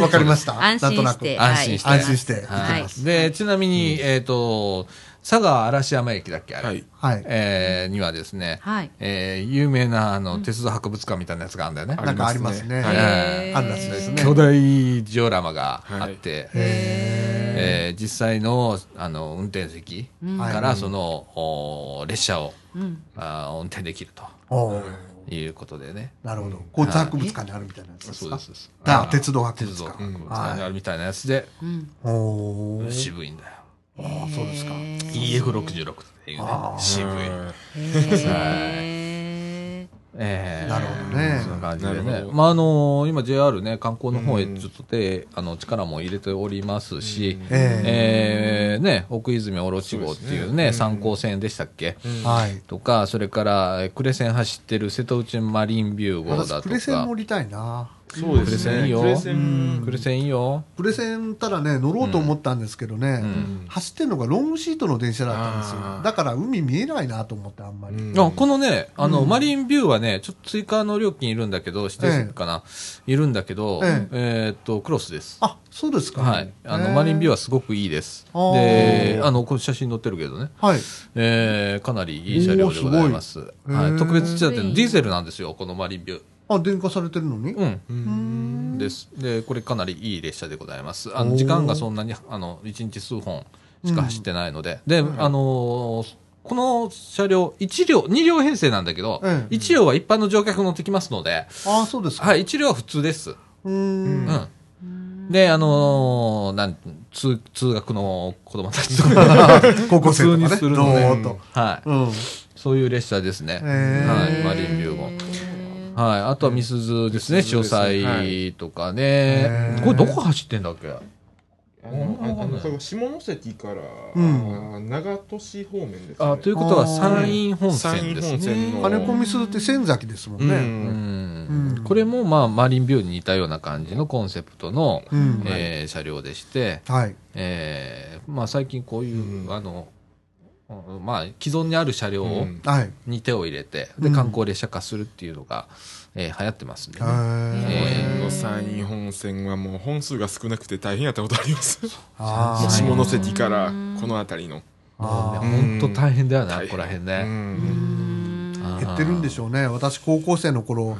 [SPEAKER 2] わかりました。
[SPEAKER 5] 安心
[SPEAKER 2] なん
[SPEAKER 5] し
[SPEAKER 2] と
[SPEAKER 5] て
[SPEAKER 2] な
[SPEAKER 1] 安心して
[SPEAKER 5] はい
[SPEAKER 2] 安心して
[SPEAKER 5] はい
[SPEAKER 1] はい、でちなみに、えっ、と佐賀嵐山駅だっけあれ、
[SPEAKER 3] はい
[SPEAKER 2] く。はい。
[SPEAKER 1] えーにはですね、
[SPEAKER 5] はい
[SPEAKER 1] えー有名なあの鉄道博物館みたいなやつがあるんだよね、
[SPEAKER 3] あ
[SPEAKER 2] なんかありますね。
[SPEAKER 3] あり
[SPEAKER 1] ますね
[SPEAKER 5] へー
[SPEAKER 2] あるらしいですね
[SPEAKER 1] 巨大ジオラマがあって、
[SPEAKER 5] へ
[SPEAKER 1] えー実際のあの運転席
[SPEAKER 5] うん
[SPEAKER 1] か
[SPEAKER 2] は
[SPEAKER 1] ら
[SPEAKER 2] い
[SPEAKER 1] その、お列車を
[SPEAKER 5] ーうん
[SPEAKER 1] あー運転できる
[SPEAKER 2] おー
[SPEAKER 1] ということでね。
[SPEAKER 2] なるほど。交通博物館にあるみたいなやつです
[SPEAKER 1] そう
[SPEAKER 2] か
[SPEAKER 1] ですそうです
[SPEAKER 2] だ
[SPEAKER 1] ー
[SPEAKER 2] 鉄道博
[SPEAKER 1] 鉄
[SPEAKER 2] 物
[SPEAKER 1] 道
[SPEAKER 2] 館
[SPEAKER 1] 博物館にあるみたいなやつで、
[SPEAKER 5] うん
[SPEAKER 2] おー
[SPEAKER 1] 渋いんだよ。
[SPEAKER 2] ああ、そうですか。
[SPEAKER 5] へ
[SPEAKER 1] EF66 っていうね
[SPEAKER 2] あー
[SPEAKER 1] 渋い。
[SPEAKER 3] うん
[SPEAKER 5] ーへー
[SPEAKER 1] ええ
[SPEAKER 2] なるほどね
[SPEAKER 1] そんな感じで
[SPEAKER 3] な
[SPEAKER 1] ね
[SPEAKER 3] るほ。ど
[SPEAKER 1] まあ、あの今 JR ね、観光の方へ
[SPEAKER 3] うん
[SPEAKER 1] ちょっと手、あの、力も入れておりますし、
[SPEAKER 3] うん
[SPEAKER 2] え
[SPEAKER 1] ええね、奥泉おろち号ってい
[SPEAKER 3] そううです
[SPEAKER 1] ね、
[SPEAKER 3] ね
[SPEAKER 1] 三高線でしたっけ
[SPEAKER 3] うん
[SPEAKER 2] えはい。
[SPEAKER 1] とか、それから、えー呉線走ってる瀬戸内マリンビュー号だ
[SPEAKER 2] 私、
[SPEAKER 1] と
[SPEAKER 2] プレセン
[SPEAKER 1] か
[SPEAKER 2] 乗。りたいな。
[SPEAKER 3] そう
[SPEAKER 1] プ
[SPEAKER 3] で
[SPEAKER 1] レ
[SPEAKER 3] す
[SPEAKER 1] ゼン
[SPEAKER 3] ね
[SPEAKER 1] いいよ
[SPEAKER 3] プレゼ
[SPEAKER 2] う
[SPEAKER 3] ン
[SPEAKER 2] ん
[SPEAKER 1] 呉線いいよ。
[SPEAKER 2] プレセンたらね、乗ろうと思ったんですけどね、
[SPEAKER 1] うん
[SPEAKER 2] 走ってるのがロングシートの電車だったんです
[SPEAKER 3] あ
[SPEAKER 2] よ。
[SPEAKER 3] ー
[SPEAKER 2] だから海見えないなと思って、あんまり。
[SPEAKER 3] うん
[SPEAKER 1] あこのね、あの、
[SPEAKER 2] うん
[SPEAKER 1] マリンビューはね、ちょっと追加の料金いるんだけど、指定席かな、いるんだけど、
[SPEAKER 2] え
[SPEAKER 1] えーっと、クロスです。
[SPEAKER 2] あ、そうですか。
[SPEAKER 1] はい。あの、マリンビュー
[SPEAKER 2] は。
[SPEAKER 1] はすごくいいです。
[SPEAKER 2] あー
[SPEAKER 1] で、あの、この写真載ってるけどね、
[SPEAKER 2] はい。
[SPEAKER 1] えー、かなりいい車両でございます。
[SPEAKER 2] ごい
[SPEAKER 1] は
[SPEAKER 2] へ
[SPEAKER 1] い。
[SPEAKER 2] ー
[SPEAKER 1] 特別車両ディーゼルなんですよ、このマリンビュー。
[SPEAKER 2] あ、電化されてるのに。
[SPEAKER 1] うん。
[SPEAKER 3] う
[SPEAKER 2] うー
[SPEAKER 3] ん
[SPEAKER 2] ん
[SPEAKER 1] です。で、これかなりいい列車でございます。あ
[SPEAKER 2] お
[SPEAKER 1] の
[SPEAKER 2] ー
[SPEAKER 1] 時間がそんなに、あの、1日数本しか走ってないので。で、あのーこの車両、1両、2両編成なんだけど、
[SPEAKER 2] ええ
[SPEAKER 1] 1両は一般の乗客乗ってきますので、
[SPEAKER 2] あ、そうですか。
[SPEAKER 1] はい、1両は普通です。
[SPEAKER 2] うーん。
[SPEAKER 1] うん。で、あのーなん通、通学の子供たちとか、
[SPEAKER 2] [laughs]
[SPEAKER 1] [laughs]
[SPEAKER 2] 高校生と
[SPEAKER 1] 普通
[SPEAKER 2] かね。
[SPEAKER 1] にする
[SPEAKER 2] ど
[SPEAKER 1] のね
[SPEAKER 2] ーっと。
[SPEAKER 1] はい、
[SPEAKER 2] うん。
[SPEAKER 1] そういう列車ですね。
[SPEAKER 2] へー
[SPEAKER 1] はい、マリンビューも。はい、あとはみすずですね、
[SPEAKER 3] みす
[SPEAKER 1] 潮
[SPEAKER 3] ずですね
[SPEAKER 1] 騒とかね
[SPEAKER 2] へ。ー
[SPEAKER 1] これどこ走ってんだっけ
[SPEAKER 3] あのああのこれ下関から、
[SPEAKER 2] うん
[SPEAKER 3] あ長門市方面ですね
[SPEAKER 1] あということは
[SPEAKER 2] あー
[SPEAKER 1] 山陰本線です
[SPEAKER 3] 山陰本線
[SPEAKER 1] ね
[SPEAKER 3] の。
[SPEAKER 2] 金子みすずって仙崎ですもん
[SPEAKER 3] う
[SPEAKER 2] ね。
[SPEAKER 1] うんん
[SPEAKER 2] うん
[SPEAKER 1] これもまあマリンビューに似たような感じのコンセプトの、
[SPEAKER 2] うん。
[SPEAKER 1] えー車両でして、
[SPEAKER 2] はい。
[SPEAKER 1] えーまあ、最近こういう、
[SPEAKER 3] うん
[SPEAKER 1] あの、うんまあ、既存にある車両
[SPEAKER 3] う
[SPEAKER 1] を
[SPEAKER 3] ん
[SPEAKER 2] はい。
[SPEAKER 1] に手を入れて、
[SPEAKER 2] う
[SPEAKER 1] で
[SPEAKER 2] ん
[SPEAKER 1] 観光列車化するっていうのが、えー流行ってますんでね、
[SPEAKER 2] へー
[SPEAKER 1] え
[SPEAKER 3] この山陰本線はもう本数が少なくて大変やったことあります
[SPEAKER 2] あー
[SPEAKER 1] 下
[SPEAKER 3] 下関からこの辺りの
[SPEAKER 2] あー
[SPEAKER 1] もうね本当大変だよな、
[SPEAKER 3] 大変
[SPEAKER 1] ここら辺
[SPEAKER 3] う
[SPEAKER 1] ね、
[SPEAKER 3] ん
[SPEAKER 1] あー
[SPEAKER 2] 減ってるんでしょうね。私、高校生の頃、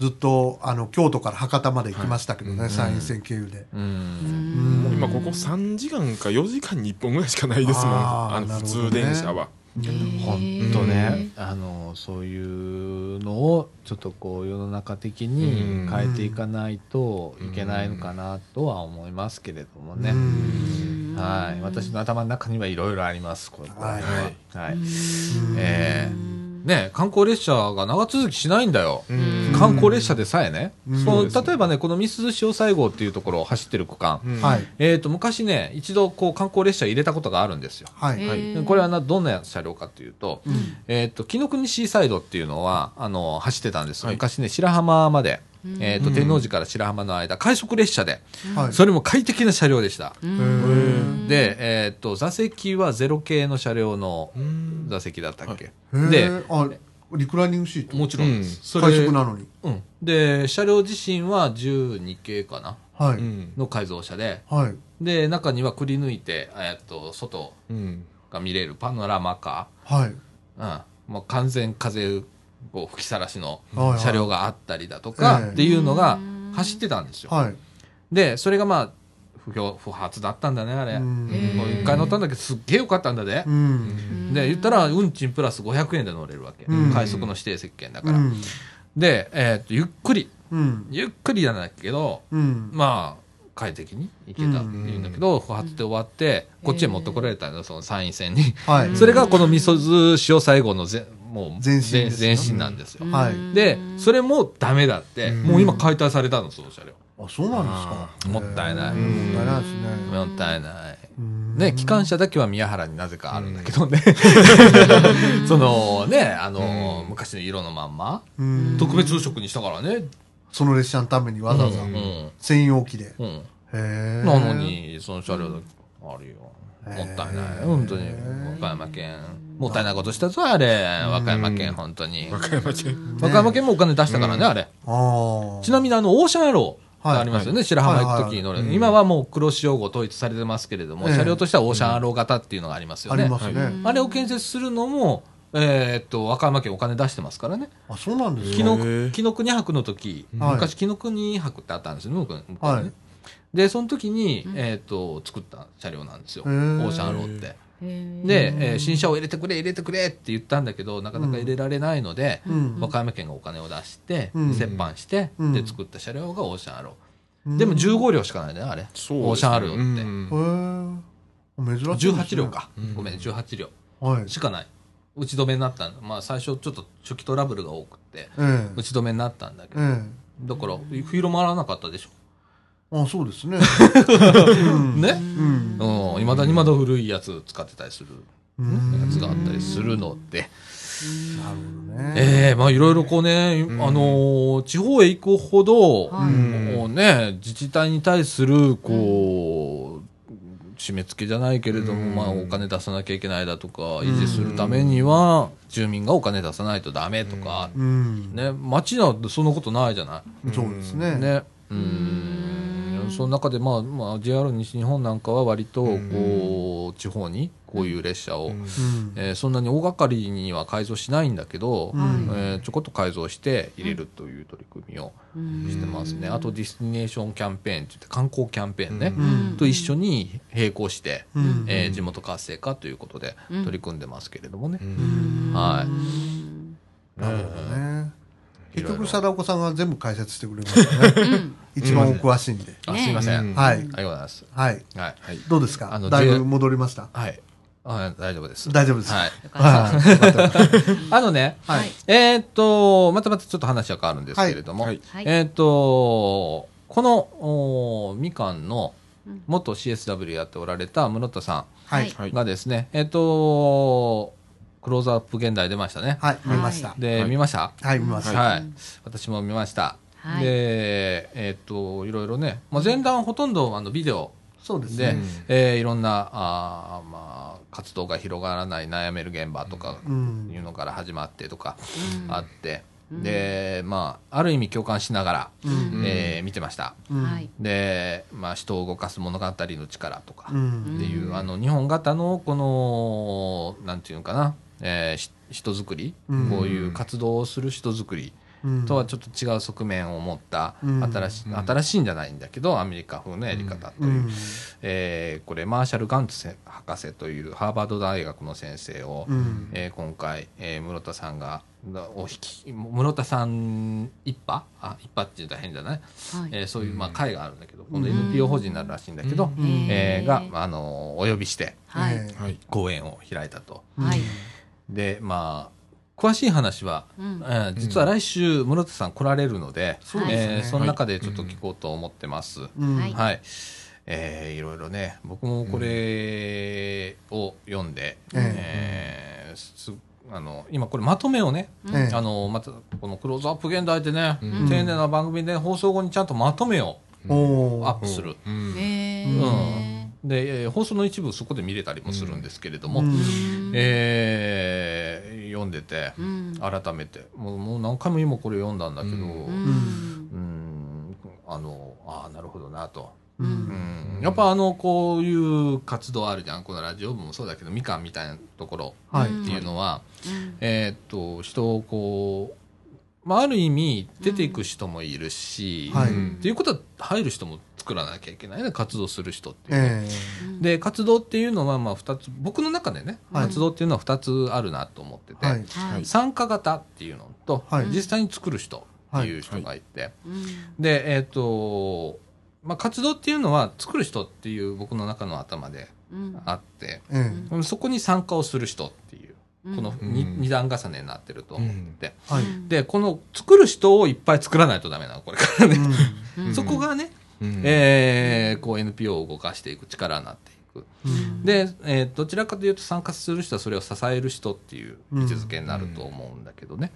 [SPEAKER 2] ずっと、あの、京都から博多まで行きましたけどね、
[SPEAKER 3] はい
[SPEAKER 2] 山陰線経由で。
[SPEAKER 1] うん
[SPEAKER 2] うん
[SPEAKER 3] 今ここ3時間か4時間に1本ぐらいしかないですもん
[SPEAKER 2] あー
[SPEAKER 3] あの
[SPEAKER 2] なる
[SPEAKER 3] 普
[SPEAKER 2] ほどね
[SPEAKER 3] 通電車は
[SPEAKER 1] 本当ね、あのそういうのをちょっとこう世の中的に変えていかないといけないのかなとは思いますけれどもね、
[SPEAKER 2] うん
[SPEAKER 1] はい私の頭の中にはいろいろありますこれ
[SPEAKER 2] はい
[SPEAKER 1] はい、はいえーね観光列車が長続きしないんだよ、
[SPEAKER 3] うん
[SPEAKER 1] 観光列車でさえね、
[SPEAKER 2] うん
[SPEAKER 1] そ
[SPEAKER 2] そう
[SPEAKER 3] で
[SPEAKER 1] の
[SPEAKER 3] すね
[SPEAKER 1] 例えばねこの三鈴潮西郷っていうところを走ってる区間、
[SPEAKER 3] うん
[SPEAKER 2] はい。
[SPEAKER 1] えー、と昔ね一度こう観光列車入れたことがあるんですよ
[SPEAKER 2] はい。
[SPEAKER 3] はい
[SPEAKER 1] これはなどんな車両かというと、えーっと、紀ノ国シーサイドっていうのは、あの、走ってたんです。
[SPEAKER 3] はい
[SPEAKER 1] 昔ね、白浜まで、えーっと、
[SPEAKER 3] うん
[SPEAKER 1] 天王寺から白浜の間、快速列車で、
[SPEAKER 2] はい。
[SPEAKER 1] それも快適な車両でした。
[SPEAKER 3] うん
[SPEAKER 1] で、えーっと、座席はゼロ系の車両の
[SPEAKER 3] うん
[SPEAKER 1] 座席だったっけ、
[SPEAKER 2] へー
[SPEAKER 1] で、
[SPEAKER 2] あ、リクライニングシート。
[SPEAKER 1] もちろんです。それ
[SPEAKER 2] 快速なのに。
[SPEAKER 1] うん。で、車両自身は12系かな
[SPEAKER 2] は
[SPEAKER 3] う
[SPEAKER 2] い。
[SPEAKER 3] ん
[SPEAKER 1] の改造車で、
[SPEAKER 2] はい。
[SPEAKER 1] で、中にはくり抜いて、えーっと、外
[SPEAKER 3] うん
[SPEAKER 1] が見れるパノラマカー。
[SPEAKER 2] はい。
[SPEAKER 1] うん、もう完全風を吹きさらしの
[SPEAKER 2] はいはい
[SPEAKER 1] 車両があったりだと
[SPEAKER 2] え
[SPEAKER 1] か
[SPEAKER 2] え
[SPEAKER 1] っていうのが走ってたんですよ。
[SPEAKER 2] はい。
[SPEAKER 1] でそれがまあ不評不発だったんだねあれ。
[SPEAKER 2] うん
[SPEAKER 1] もう一回乗ったんだけどすっげえ良かったんだで
[SPEAKER 2] う。ん。
[SPEAKER 1] で言ったら運賃プラス500円で乗れるわけ、
[SPEAKER 2] うん
[SPEAKER 1] 快速の指定席券だか
[SPEAKER 2] う
[SPEAKER 1] ら。
[SPEAKER 2] ん。
[SPEAKER 1] で、えーっとゆっくり
[SPEAKER 2] うん。
[SPEAKER 1] ゆっくりなんだけど
[SPEAKER 2] うん。
[SPEAKER 1] まあ快適に行けたっていうんだけど、不発で終わってこっちへ持ってこられたのその参院選に。
[SPEAKER 2] はい。
[SPEAKER 1] それがこのみそず塩西郷のぜもう
[SPEAKER 2] 前身ですよ
[SPEAKER 1] 前前身なんですよ。
[SPEAKER 2] はい。
[SPEAKER 1] で、それもダメだって、
[SPEAKER 3] うん
[SPEAKER 1] もう今解体されたの、その車両。
[SPEAKER 2] あ、そうなんですか。
[SPEAKER 1] もったいない
[SPEAKER 2] へーもったいないですね。
[SPEAKER 1] もったいない。
[SPEAKER 2] うん
[SPEAKER 1] ね、機関車だけは宮原になぜかあるんだけどね。 [laughs] そのね、あの、
[SPEAKER 3] うん
[SPEAKER 1] 昔の色のまんま、
[SPEAKER 2] うん
[SPEAKER 1] 特別色にしたからね。
[SPEAKER 2] その列車のためにわざわざ
[SPEAKER 1] うん。うん
[SPEAKER 2] 専用機で。へ
[SPEAKER 1] うん
[SPEAKER 2] え。
[SPEAKER 1] なの。に、その車両だけあるよ。
[SPEAKER 2] へー
[SPEAKER 1] もったいない。本当に、和歌山県。もったいないことしたぞ、あれ。和歌山県、本当に。
[SPEAKER 3] 和歌山県
[SPEAKER 1] 和歌山県もお金出したからね、あれ。
[SPEAKER 2] ああ。
[SPEAKER 1] ちなみにあの、オーシャンアローがありますよね、白浜行く時に乗
[SPEAKER 3] はい
[SPEAKER 1] る。
[SPEAKER 3] はい
[SPEAKER 1] 今はもう黒潮号統一されてますけれども、
[SPEAKER 2] ええ
[SPEAKER 1] 車両としてはオーシャンアロー型っていうのがありますよ
[SPEAKER 2] あ
[SPEAKER 1] ね。
[SPEAKER 2] りますね。
[SPEAKER 1] あれを建設するのも、えーっと、和歌山県お金出してますからね。
[SPEAKER 2] あ、そうなんです
[SPEAKER 1] 紀の
[SPEAKER 2] か。
[SPEAKER 3] へえ
[SPEAKER 1] 紀の国博の時、
[SPEAKER 2] はい
[SPEAKER 1] 昔紀の国博ってあったんですよね、僕僕ね
[SPEAKER 2] はい
[SPEAKER 1] で、その時に、えーっと、作った車両なんですよ、
[SPEAKER 2] へ
[SPEAKER 1] オ
[SPEAKER 2] え
[SPEAKER 1] ーシャンアローって。で、えー新車を入れてくれ、入れてくれって言ったんだけど、なかなか入れられないので、
[SPEAKER 2] うん
[SPEAKER 1] 和歌山県がお金を出して、
[SPEAKER 2] うん
[SPEAKER 1] 折半して、
[SPEAKER 2] うん
[SPEAKER 1] で作った車両がオーシャンアロー。
[SPEAKER 2] うん
[SPEAKER 1] でも15両しかないね、あれ。
[SPEAKER 3] そうですね
[SPEAKER 1] オーシャンアローって。
[SPEAKER 3] うん
[SPEAKER 2] へえ。珍しいですね。
[SPEAKER 1] 18両か、
[SPEAKER 3] うん
[SPEAKER 1] ごめん、18両
[SPEAKER 2] はい。
[SPEAKER 1] しかない。打ち止めになったんだ。まあ最初ちょっと初期トラブルが多くて、
[SPEAKER 2] うん
[SPEAKER 1] 打ち止めになったんだけど、
[SPEAKER 2] うん
[SPEAKER 1] だから、広まらなかったでしょ。
[SPEAKER 2] あそうです
[SPEAKER 1] [laughs]
[SPEAKER 2] ね
[SPEAKER 1] ね。
[SPEAKER 2] うん
[SPEAKER 1] うん。いまだにまだ古いやつ使ってたりする、
[SPEAKER 2] うん
[SPEAKER 1] やつがあったりするので、
[SPEAKER 2] なるほどね
[SPEAKER 1] ええまあいろいろこうね、
[SPEAKER 3] ん
[SPEAKER 1] あのー地方へ行くほど、
[SPEAKER 5] はい
[SPEAKER 1] もうね、自治体に対する、こう、締め付けじゃないけれども、
[SPEAKER 3] うん
[SPEAKER 1] まあお金出さなきゃいけないだとか、維持するためには、住民がお金出さないとダメとか、
[SPEAKER 2] うん
[SPEAKER 1] ね、町なんてそんなことないじゃな
[SPEAKER 2] そうです
[SPEAKER 1] い。
[SPEAKER 2] ね
[SPEAKER 1] ね。うん。その中で、まあ、まあ、JR 西日本なんかは割と、こう、地方にこういう列車を、
[SPEAKER 2] うん
[SPEAKER 1] えーそんなに大掛かりには改造しないんだけど、
[SPEAKER 2] ん
[SPEAKER 1] えーちょこっと改造して入れるという取り組みを
[SPEAKER 5] うん
[SPEAKER 1] してますね、あとディスティネーションキャンペーンって言って観光キャンペーンね、
[SPEAKER 2] うん
[SPEAKER 1] と一緒に並行して、
[SPEAKER 2] うん
[SPEAKER 1] えー地元活性化ということで
[SPEAKER 5] うん
[SPEAKER 1] 取り組んでますけれどもね、
[SPEAKER 2] うん
[SPEAKER 1] はい
[SPEAKER 2] なるほどね
[SPEAKER 1] い
[SPEAKER 2] 結
[SPEAKER 1] ろいろ
[SPEAKER 2] 局貞子さんが全部解説してくれましたね一番お詳しいんで
[SPEAKER 1] あすいません、
[SPEAKER 3] うん
[SPEAKER 1] あ
[SPEAKER 2] はい
[SPEAKER 1] りがとうございます
[SPEAKER 2] はい
[SPEAKER 1] はい
[SPEAKER 3] はい。
[SPEAKER 2] どうです
[SPEAKER 1] あ
[SPEAKER 2] か
[SPEAKER 1] の
[SPEAKER 2] だい
[SPEAKER 1] J-
[SPEAKER 2] ぶ戻りました
[SPEAKER 1] はいあ大丈夫です
[SPEAKER 2] 大丈夫です
[SPEAKER 1] はい
[SPEAKER 2] はい
[SPEAKER 1] あのね、
[SPEAKER 5] はい
[SPEAKER 1] えーっとまたまたちょっと話は変わるんですけれども、
[SPEAKER 3] はい。
[SPEAKER 5] はい
[SPEAKER 1] えーっとこのおみかんの元 CSW やっておられた室田さん
[SPEAKER 2] は
[SPEAKER 5] はいい
[SPEAKER 3] はい。
[SPEAKER 1] がですね、えっ、と、クローズアップ現代出ましたね。
[SPEAKER 2] はい見ました
[SPEAKER 1] で、
[SPEAKER 3] はい
[SPEAKER 1] 見ました
[SPEAKER 2] はい見まし
[SPEAKER 1] は
[SPEAKER 2] た
[SPEAKER 1] い、私も見ました。
[SPEAKER 5] はい
[SPEAKER 1] で、えっ、と、いろいろね、まあ、前段ほとんどあのビデオ
[SPEAKER 2] そうです
[SPEAKER 1] で、
[SPEAKER 2] ね
[SPEAKER 1] えーいろんな、あーまあ、活動が広がらない悩める現場とか
[SPEAKER 2] う
[SPEAKER 1] い
[SPEAKER 2] ん
[SPEAKER 1] うのから始まってとか
[SPEAKER 5] うん
[SPEAKER 1] あって、で、まあ、ある意味共感しながら、
[SPEAKER 2] うん
[SPEAKER 1] えー見てました。
[SPEAKER 2] うん
[SPEAKER 5] はい
[SPEAKER 1] で、まあ、人を動かす物語の力とか、
[SPEAKER 2] うん
[SPEAKER 1] っていう、あの日本型のこのなんていうのかな、えーし人づくり、
[SPEAKER 2] うん
[SPEAKER 1] こういう活動をする人づくり
[SPEAKER 2] うん
[SPEAKER 1] とはちょっと違う側面を持った、
[SPEAKER 2] うん
[SPEAKER 1] 新し新しいんじゃないんだけどアメリカ風のやり方という、
[SPEAKER 2] うん
[SPEAKER 1] えーこれマーシャル・ガンツせ博士というハーバード大学の先生を、
[SPEAKER 2] うん
[SPEAKER 1] えー今回、えー室田さんがお引き室田さん一派あ一派って言うと変じゃない、
[SPEAKER 5] はい
[SPEAKER 1] えーそういう、まあ、会があるんだけど今度 NPO 法人になるらしいんだけど、
[SPEAKER 2] うん
[SPEAKER 1] えーが
[SPEAKER 5] え、ー
[SPEAKER 1] あのお呼びして
[SPEAKER 5] はい
[SPEAKER 2] ええ
[SPEAKER 3] はい。
[SPEAKER 1] 講演を開いたと。
[SPEAKER 5] はい
[SPEAKER 1] でまあ詳しい話は、
[SPEAKER 5] う
[SPEAKER 1] え
[SPEAKER 5] ん
[SPEAKER 1] ー実は来週室田さん来られるので、
[SPEAKER 2] そう
[SPEAKER 5] です
[SPEAKER 2] ね
[SPEAKER 1] えーその中でちょっと聞こうと思ってます。はい、
[SPEAKER 2] うん
[SPEAKER 5] はい
[SPEAKER 1] えーいろいろね僕もこれを読んで、
[SPEAKER 2] うん
[SPEAKER 1] えーすあの今これまとめをね、
[SPEAKER 2] ええ
[SPEAKER 1] あのまたこの「クローズアップ現代」でね、
[SPEAKER 3] うん
[SPEAKER 1] 丁寧な番組で放送後にちゃんとまとめを
[SPEAKER 2] お
[SPEAKER 1] アッ
[SPEAKER 2] ー
[SPEAKER 1] プする。
[SPEAKER 3] うん
[SPEAKER 5] え
[SPEAKER 1] うんで、えー放送の一部そこで見れたりもするんですけれども、
[SPEAKER 2] うん
[SPEAKER 1] えー読んでて
[SPEAKER 5] うん
[SPEAKER 1] 改めてもうもう何回も今これ読んだんだけどう
[SPEAKER 5] うんん
[SPEAKER 1] あのああなるほどなと、
[SPEAKER 2] う
[SPEAKER 1] うんん、やっぱあのこういう活動あるじゃんこのラジオ部もそうだけどみかんみたいなところ
[SPEAKER 2] はい
[SPEAKER 1] っていうのは、
[SPEAKER 5] うん
[SPEAKER 1] えーっと人をこう、まあ、ある意味出ていく人もいるし、
[SPEAKER 2] はい
[SPEAKER 1] っていうことは入る人も作らなきゃいけないね活動する人っていうのは
[SPEAKER 2] え
[SPEAKER 1] で活動っていうのはまあ2つ僕の中でね、
[SPEAKER 2] はい
[SPEAKER 1] 活動っていうのは2つあるなと思って
[SPEAKER 2] え
[SPEAKER 1] て、
[SPEAKER 2] はい
[SPEAKER 5] はい
[SPEAKER 1] 参加型っていうのと、
[SPEAKER 2] はい
[SPEAKER 1] 実際に作る人っていう人がいて、
[SPEAKER 5] うん
[SPEAKER 1] でえっ、と、まあ、活動っていうのは作る人っていう僕の中の頭で
[SPEAKER 5] うん
[SPEAKER 1] あって、
[SPEAKER 2] ええ
[SPEAKER 1] そこに参加をする人っていうこの 2,、
[SPEAKER 3] うん
[SPEAKER 1] 二段重ねになってると思って、
[SPEAKER 2] はい
[SPEAKER 1] でこの作る人をいっぱい作らないとダメなのこれからね、
[SPEAKER 5] うん
[SPEAKER 1] そこがね、
[SPEAKER 3] うん
[SPEAKER 1] えーこう NPO を動かしていく力になっていく。
[SPEAKER 2] うん [laughs]
[SPEAKER 1] で、えーどちらかというと参加する人はそれを支える人っていう位置づけになると思うんだけどね、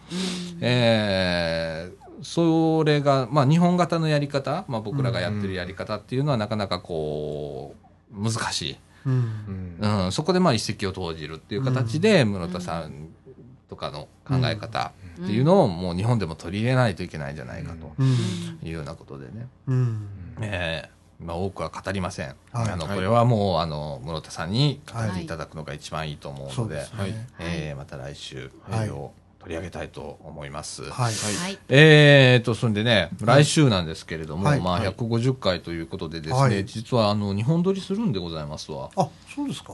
[SPEAKER 1] えーそれが、まあ、日本型のやり方、まあ、僕らがやってるやり方っていうのはなかなかこう難しい、
[SPEAKER 2] うん
[SPEAKER 3] うん
[SPEAKER 1] うん、そこでまあ一石を投じるっていう形で室田さんとかの考え方っていうのをもう日本でも取り入れないといけないんじゃないかと
[SPEAKER 2] うん
[SPEAKER 1] いうようなことでね。
[SPEAKER 2] うん
[SPEAKER 1] えーまあ、多くは語りません、
[SPEAKER 2] はい
[SPEAKER 1] あの
[SPEAKER 3] はい
[SPEAKER 1] これはもうあの室田さんに語っていただくのが一番いいと思う
[SPEAKER 2] そ
[SPEAKER 1] の
[SPEAKER 2] う
[SPEAKER 1] で,、
[SPEAKER 2] です
[SPEAKER 3] はい
[SPEAKER 2] ね
[SPEAKER 1] えーまた来週、
[SPEAKER 2] はい
[SPEAKER 1] 内容を取り上げたいと思います。
[SPEAKER 2] はい
[SPEAKER 5] はい
[SPEAKER 1] えー、とそんでね、来週なんですけれども、
[SPEAKER 2] はい
[SPEAKER 1] まあ、
[SPEAKER 3] はい
[SPEAKER 1] 150回ということで、ですね、
[SPEAKER 2] はい
[SPEAKER 1] 実はあの日本撮りするんでございますわ、
[SPEAKER 2] あそうです [laughs] か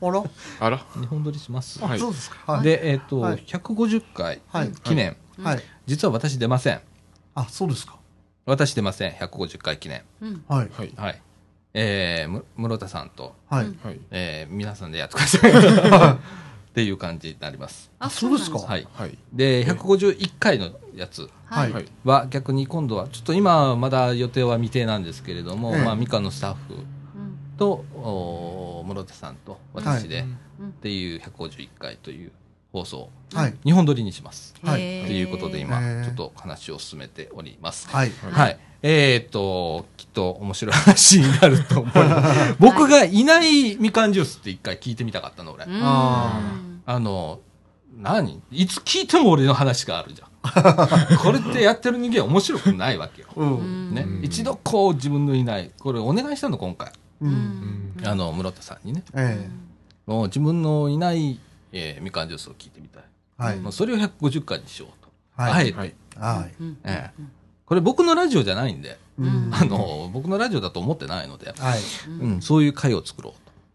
[SPEAKER 2] あら
[SPEAKER 3] あら。
[SPEAKER 1] 日本撮りします。
[SPEAKER 3] はい
[SPEAKER 2] そうですかはい
[SPEAKER 1] で、えーと
[SPEAKER 2] はい
[SPEAKER 1] 150回
[SPEAKER 2] はい
[SPEAKER 1] 記念、
[SPEAKER 2] はい
[SPEAKER 1] 実は私出ません、
[SPEAKER 2] あそうですか
[SPEAKER 1] 私出ません、150回記念、
[SPEAKER 5] うん
[SPEAKER 2] はい
[SPEAKER 3] はい。
[SPEAKER 1] はいえー、む室田さんと
[SPEAKER 2] はい
[SPEAKER 3] はい。
[SPEAKER 1] [laughs] えー皆さんでやってください。っていう感じになります。
[SPEAKER 5] あ
[SPEAKER 2] そうですか
[SPEAKER 5] なん
[SPEAKER 1] はい、
[SPEAKER 3] はい。
[SPEAKER 1] で151回のやつ
[SPEAKER 5] はい
[SPEAKER 3] はい。
[SPEAKER 1] は逆に今度はちょっと今まだ予定は未定なんですけれども、
[SPEAKER 2] ええ
[SPEAKER 1] まあ、ミカのスタッフ
[SPEAKER 5] うん
[SPEAKER 1] とお室手さんと私で、
[SPEAKER 3] はい
[SPEAKER 5] うん
[SPEAKER 1] っていう151回という放送を
[SPEAKER 2] はい。
[SPEAKER 1] 2本撮りにします。
[SPEAKER 2] はい
[SPEAKER 5] へー
[SPEAKER 1] ということで今
[SPEAKER 2] へー
[SPEAKER 1] ちょっと話を進めております。
[SPEAKER 2] はい。
[SPEAKER 1] はい。えっ、と、きっと面白い話になると思う。僕がいないみかんジュースって一回聞いてみたかったの、俺。
[SPEAKER 5] うん
[SPEAKER 2] あ
[SPEAKER 1] あの、何いつ聞いても俺の話があるじゃん。これってやってる人間面白くないわけよ。
[SPEAKER 2] うん。う。
[SPEAKER 5] うんん
[SPEAKER 1] ね
[SPEAKER 3] う。ん
[SPEAKER 1] 一度こう自分のいない。これお願いしたの、今回。
[SPEAKER 5] うん
[SPEAKER 3] ん
[SPEAKER 1] あの、室田さんにね。
[SPEAKER 2] え
[SPEAKER 1] もう自分のいない、えーみかんジュースを聞いてみたい。
[SPEAKER 2] え。はい。
[SPEAKER 1] もうそれを150回にしようと。
[SPEAKER 2] は
[SPEAKER 1] あえ
[SPEAKER 2] い。
[SPEAKER 1] て。
[SPEAKER 3] はい。
[SPEAKER 2] はい。
[SPEAKER 5] うん
[SPEAKER 1] ええこれ僕のラジオじゃないんで、
[SPEAKER 2] うん。
[SPEAKER 1] あの、僕のラジオだと思ってないので、
[SPEAKER 2] はい。
[SPEAKER 1] う
[SPEAKER 5] うん
[SPEAKER 1] ん、そういう会を作ろ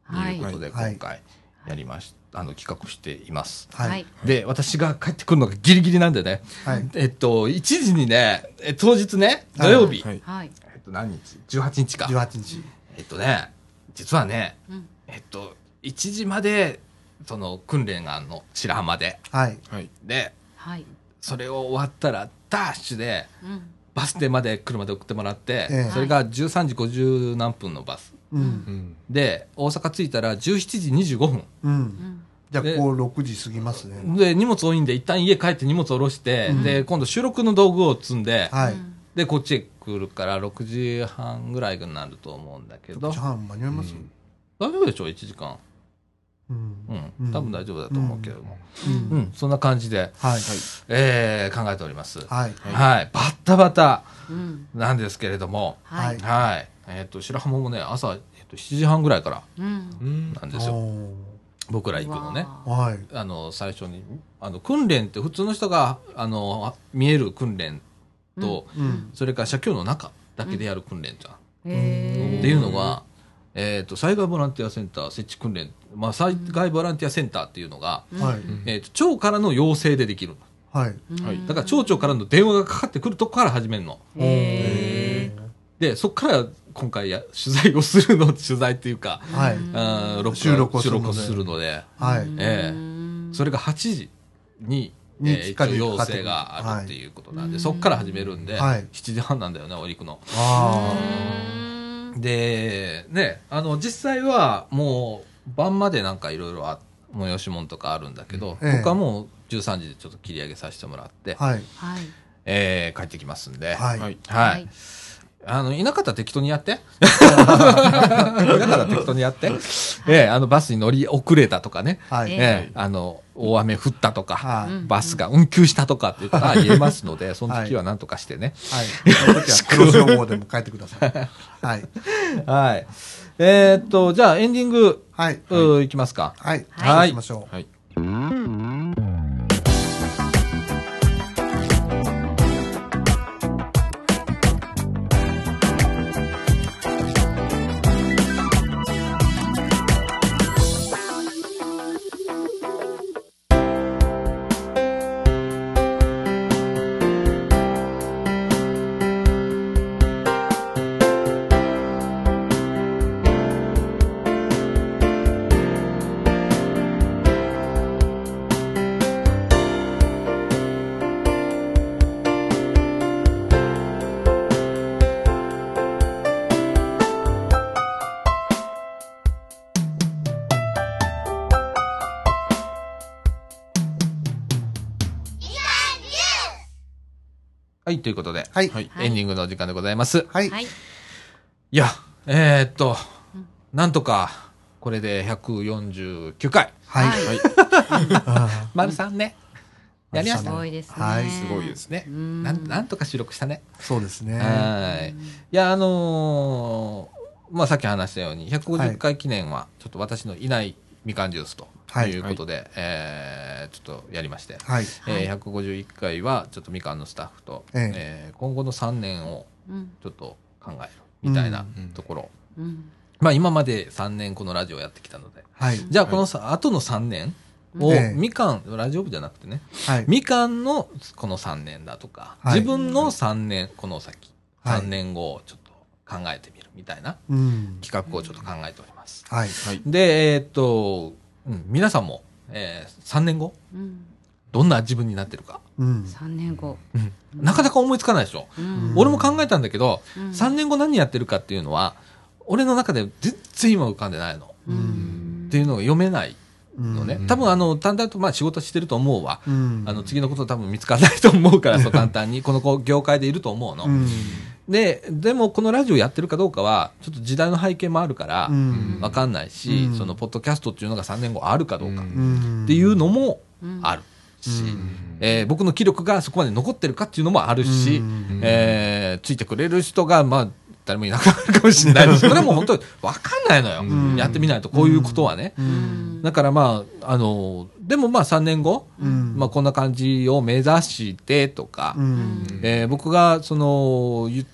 [SPEAKER 1] うと
[SPEAKER 5] はいいう
[SPEAKER 1] ことで、
[SPEAKER 2] はい
[SPEAKER 1] 今回やりまし、あの、企画しています。
[SPEAKER 2] は
[SPEAKER 5] はいい。
[SPEAKER 1] で、私が帰ってくるのがギリギリなんでね、
[SPEAKER 2] はい。
[SPEAKER 1] えっと、1時にね、え当日ね、土曜日、
[SPEAKER 3] はい。
[SPEAKER 5] はい
[SPEAKER 1] えっと、何日 ?18 日か。
[SPEAKER 2] 18日。
[SPEAKER 1] えっとね、実はね、
[SPEAKER 5] うん
[SPEAKER 1] えっと、1時まで、その、訓練があんの、白浜で。
[SPEAKER 2] はい。
[SPEAKER 3] はい。
[SPEAKER 1] で、
[SPEAKER 5] はい
[SPEAKER 1] それを終わったら、ダッシュで、
[SPEAKER 5] うん
[SPEAKER 1] バス停まで車で送ってもらって、
[SPEAKER 2] ええ
[SPEAKER 1] それが13時50何分のバス
[SPEAKER 2] うん。
[SPEAKER 3] うん。
[SPEAKER 1] で大阪着いたら17時25
[SPEAKER 2] うん。
[SPEAKER 5] うん
[SPEAKER 2] じゃあ、こ
[SPEAKER 1] で
[SPEAKER 2] こ6時過ぎますね。
[SPEAKER 1] 分で荷物多いんで一旦家帰って荷物下ろして、
[SPEAKER 2] うん
[SPEAKER 1] で今度収録の道具を積んで、
[SPEAKER 2] はい。
[SPEAKER 1] でこっちへ来るから6時半ぐらいになると思うんだけど
[SPEAKER 2] 6時半間に合います
[SPEAKER 3] うん
[SPEAKER 1] 大丈夫でしょ1時間
[SPEAKER 2] うん
[SPEAKER 1] う。
[SPEAKER 2] うん
[SPEAKER 1] ん多分大丈夫だと思うけども
[SPEAKER 2] うん
[SPEAKER 1] うん、そんな感じで、
[SPEAKER 2] はい。
[SPEAKER 1] えー考えておりますは
[SPEAKER 2] はい。
[SPEAKER 1] い、バッタバタ
[SPEAKER 5] うん
[SPEAKER 1] なんですけれども
[SPEAKER 5] はい
[SPEAKER 1] はいえっ、と白浜もね朝、えっと7時半ぐらいから
[SPEAKER 5] うん
[SPEAKER 3] うん。
[SPEAKER 1] なんですよ僕ら行くのね
[SPEAKER 5] わあ
[SPEAKER 2] はい。
[SPEAKER 1] あの最初にあの訓練って普通の人があの見える訓練と、
[SPEAKER 2] うん。
[SPEAKER 1] それから社協の中だけでやる訓練じゃん、
[SPEAKER 5] へえ
[SPEAKER 1] っていうのが、えー、と災害ボランティアセンター設置訓練、まあ、災害ボランティアセンターっていうのが、
[SPEAKER 2] はい。
[SPEAKER 1] えー、と町からの要請でできる
[SPEAKER 2] はい。
[SPEAKER 3] はい
[SPEAKER 1] だから町長からの電話がかかってくるとこから始めるの
[SPEAKER 5] へえ
[SPEAKER 1] でそこから今回や取材をするの取材っていうか、
[SPEAKER 2] はい。
[SPEAKER 1] あー録画
[SPEAKER 2] 収録をす
[SPEAKER 1] 収
[SPEAKER 2] るの
[SPEAKER 1] 録
[SPEAKER 2] で
[SPEAKER 1] をするので
[SPEAKER 2] はい。
[SPEAKER 1] ええ
[SPEAKER 5] うん
[SPEAKER 1] それが8時に、
[SPEAKER 2] に
[SPEAKER 1] えー
[SPEAKER 2] しっ
[SPEAKER 1] 一
[SPEAKER 2] か
[SPEAKER 1] 応
[SPEAKER 2] り
[SPEAKER 1] 要
[SPEAKER 2] かかってく
[SPEAKER 1] 請
[SPEAKER 2] る
[SPEAKER 1] があるっていうことなんで、
[SPEAKER 5] はい
[SPEAKER 1] そこから始めるんで、
[SPEAKER 2] はい
[SPEAKER 1] 7時半なんだよね、お陸の。
[SPEAKER 2] あ
[SPEAKER 1] で、ね、あの、実際はもう晩までなんかいろいろ催し物とかあるんだけど、
[SPEAKER 2] ええ
[SPEAKER 1] 僕はもう13時でちょっと切り上げさせてもらって、
[SPEAKER 2] あ。はい。
[SPEAKER 5] はい
[SPEAKER 1] えー帰ってきますんで、はい。
[SPEAKER 2] はい。
[SPEAKER 3] はい。
[SPEAKER 5] はい
[SPEAKER 1] あの、いなかったら適当にやって。 [laughs] いなかったら適当にやって。ええあの、バスに乗り遅れたとかね。
[SPEAKER 2] [laughs] は
[SPEAKER 5] え
[SPEAKER 2] い。
[SPEAKER 1] ええあの、大雨降ったとか、
[SPEAKER 2] はい
[SPEAKER 5] うん
[SPEAKER 1] バスが運休したとかっていう
[SPEAKER 2] [laughs]
[SPEAKER 1] ことは言えますので、その時は何とかしてね。
[SPEAKER 2] はい。そ
[SPEAKER 1] [laughs]
[SPEAKER 2] の時は黒情報でも書いてください。はい。
[SPEAKER 1] はい。えーっと、じゃあエンディング、。
[SPEAKER 2] はいう
[SPEAKER 1] いきますか。
[SPEAKER 2] はい。
[SPEAKER 1] はい
[SPEAKER 2] そうしましょ
[SPEAKER 3] はい。
[SPEAKER 1] はい、ということで、
[SPEAKER 2] う。は。
[SPEAKER 3] はいい。
[SPEAKER 5] はい
[SPEAKER 1] エンディングのお時間でございます。
[SPEAKER 2] はい。
[SPEAKER 5] はい
[SPEAKER 1] いや、えーっと
[SPEAKER 5] うん、
[SPEAKER 1] なんとか、これで149回、
[SPEAKER 2] はい。
[SPEAKER 5] はい
[SPEAKER 2] あ
[SPEAKER 1] 丸3ね、
[SPEAKER 2] ー
[SPEAKER 1] やりまし
[SPEAKER 5] す
[SPEAKER 1] た
[SPEAKER 5] ごいですね
[SPEAKER 2] はい
[SPEAKER 3] すごいです
[SPEAKER 1] ね。
[SPEAKER 5] うん
[SPEAKER 1] なんなんとか収録したね。
[SPEAKER 2] [laughs] そうですね。
[SPEAKER 1] はい。いや、あのーまあ、さっき話したように、150回記念は、ちょっと私のいないみかんジュースと
[SPEAKER 2] はい
[SPEAKER 1] いうことで、えーちょっとやりまして、
[SPEAKER 2] はい。
[SPEAKER 1] えー151回は、ちょっとみかんのスタッフと、
[SPEAKER 2] ええ
[SPEAKER 1] えー今後の3年を
[SPEAKER 5] うん
[SPEAKER 1] ちょっと考えるみたいな
[SPEAKER 3] うん
[SPEAKER 1] ところ。
[SPEAKER 5] うん
[SPEAKER 1] まあ、今まで3年このラジオやってきたので、
[SPEAKER 2] はい。
[SPEAKER 1] じゃあこのさ、後の3年を
[SPEAKER 2] ええ
[SPEAKER 1] みかん、ラジオ部じゃなくてね、
[SPEAKER 2] はい。
[SPEAKER 1] みかんのこの3年だとか、
[SPEAKER 2] はい
[SPEAKER 1] 自分の3年、この先、
[SPEAKER 2] はい
[SPEAKER 1] 3年後をちょっと考えてみるみたいな
[SPEAKER 2] うん。
[SPEAKER 1] 企画をちょっと考えております。
[SPEAKER 2] はい。
[SPEAKER 3] はい。
[SPEAKER 1] で、えーっと、うん皆さんも、えー、3年後
[SPEAKER 5] うん、
[SPEAKER 1] どんな自分になってるか、
[SPEAKER 2] うん。
[SPEAKER 5] 3年後、
[SPEAKER 1] なかなか思いつかないでしょ、
[SPEAKER 5] うん
[SPEAKER 1] 俺も考えたんだけど、
[SPEAKER 5] うん
[SPEAKER 1] 3年後何やってるかっていうのは俺の中で全然今浮かんでないの、
[SPEAKER 5] うん
[SPEAKER 1] っていうのが読めないのね、
[SPEAKER 3] うん
[SPEAKER 1] 多分あの淡々とまあ仕事してると思うわ、
[SPEAKER 2] うん。
[SPEAKER 1] あの次のこと多分見つからないと思うからそう簡単にこのこう業界でいると思うの、
[SPEAKER 2] うん、
[SPEAKER 1] ででもこのラジオやってるかどうかはちょっと時代の背景もあるから、
[SPEAKER 2] う
[SPEAKER 1] わ
[SPEAKER 2] ん。
[SPEAKER 1] 分かんないし、
[SPEAKER 2] うん
[SPEAKER 1] そのポッドキャストっていうのが3年後あるかどうか
[SPEAKER 3] うん
[SPEAKER 2] うん。
[SPEAKER 1] っていうのもあるし、
[SPEAKER 2] うん
[SPEAKER 1] えー僕の気力がそこまで残ってるかっていうのもあるし、
[SPEAKER 2] うん
[SPEAKER 1] えーついてくれる人が、まあ、誰もいなくなるかもしれないし、それはもう本当に分かんないのよ、
[SPEAKER 3] うん
[SPEAKER 1] やってみないと、こういうことはね。
[SPEAKER 2] うん。
[SPEAKER 1] だからまあ、あのでもまあ3年後、
[SPEAKER 2] うん。
[SPEAKER 1] まあ、こんな感じを目指してとか、
[SPEAKER 2] うん。
[SPEAKER 1] えー僕がそのゆ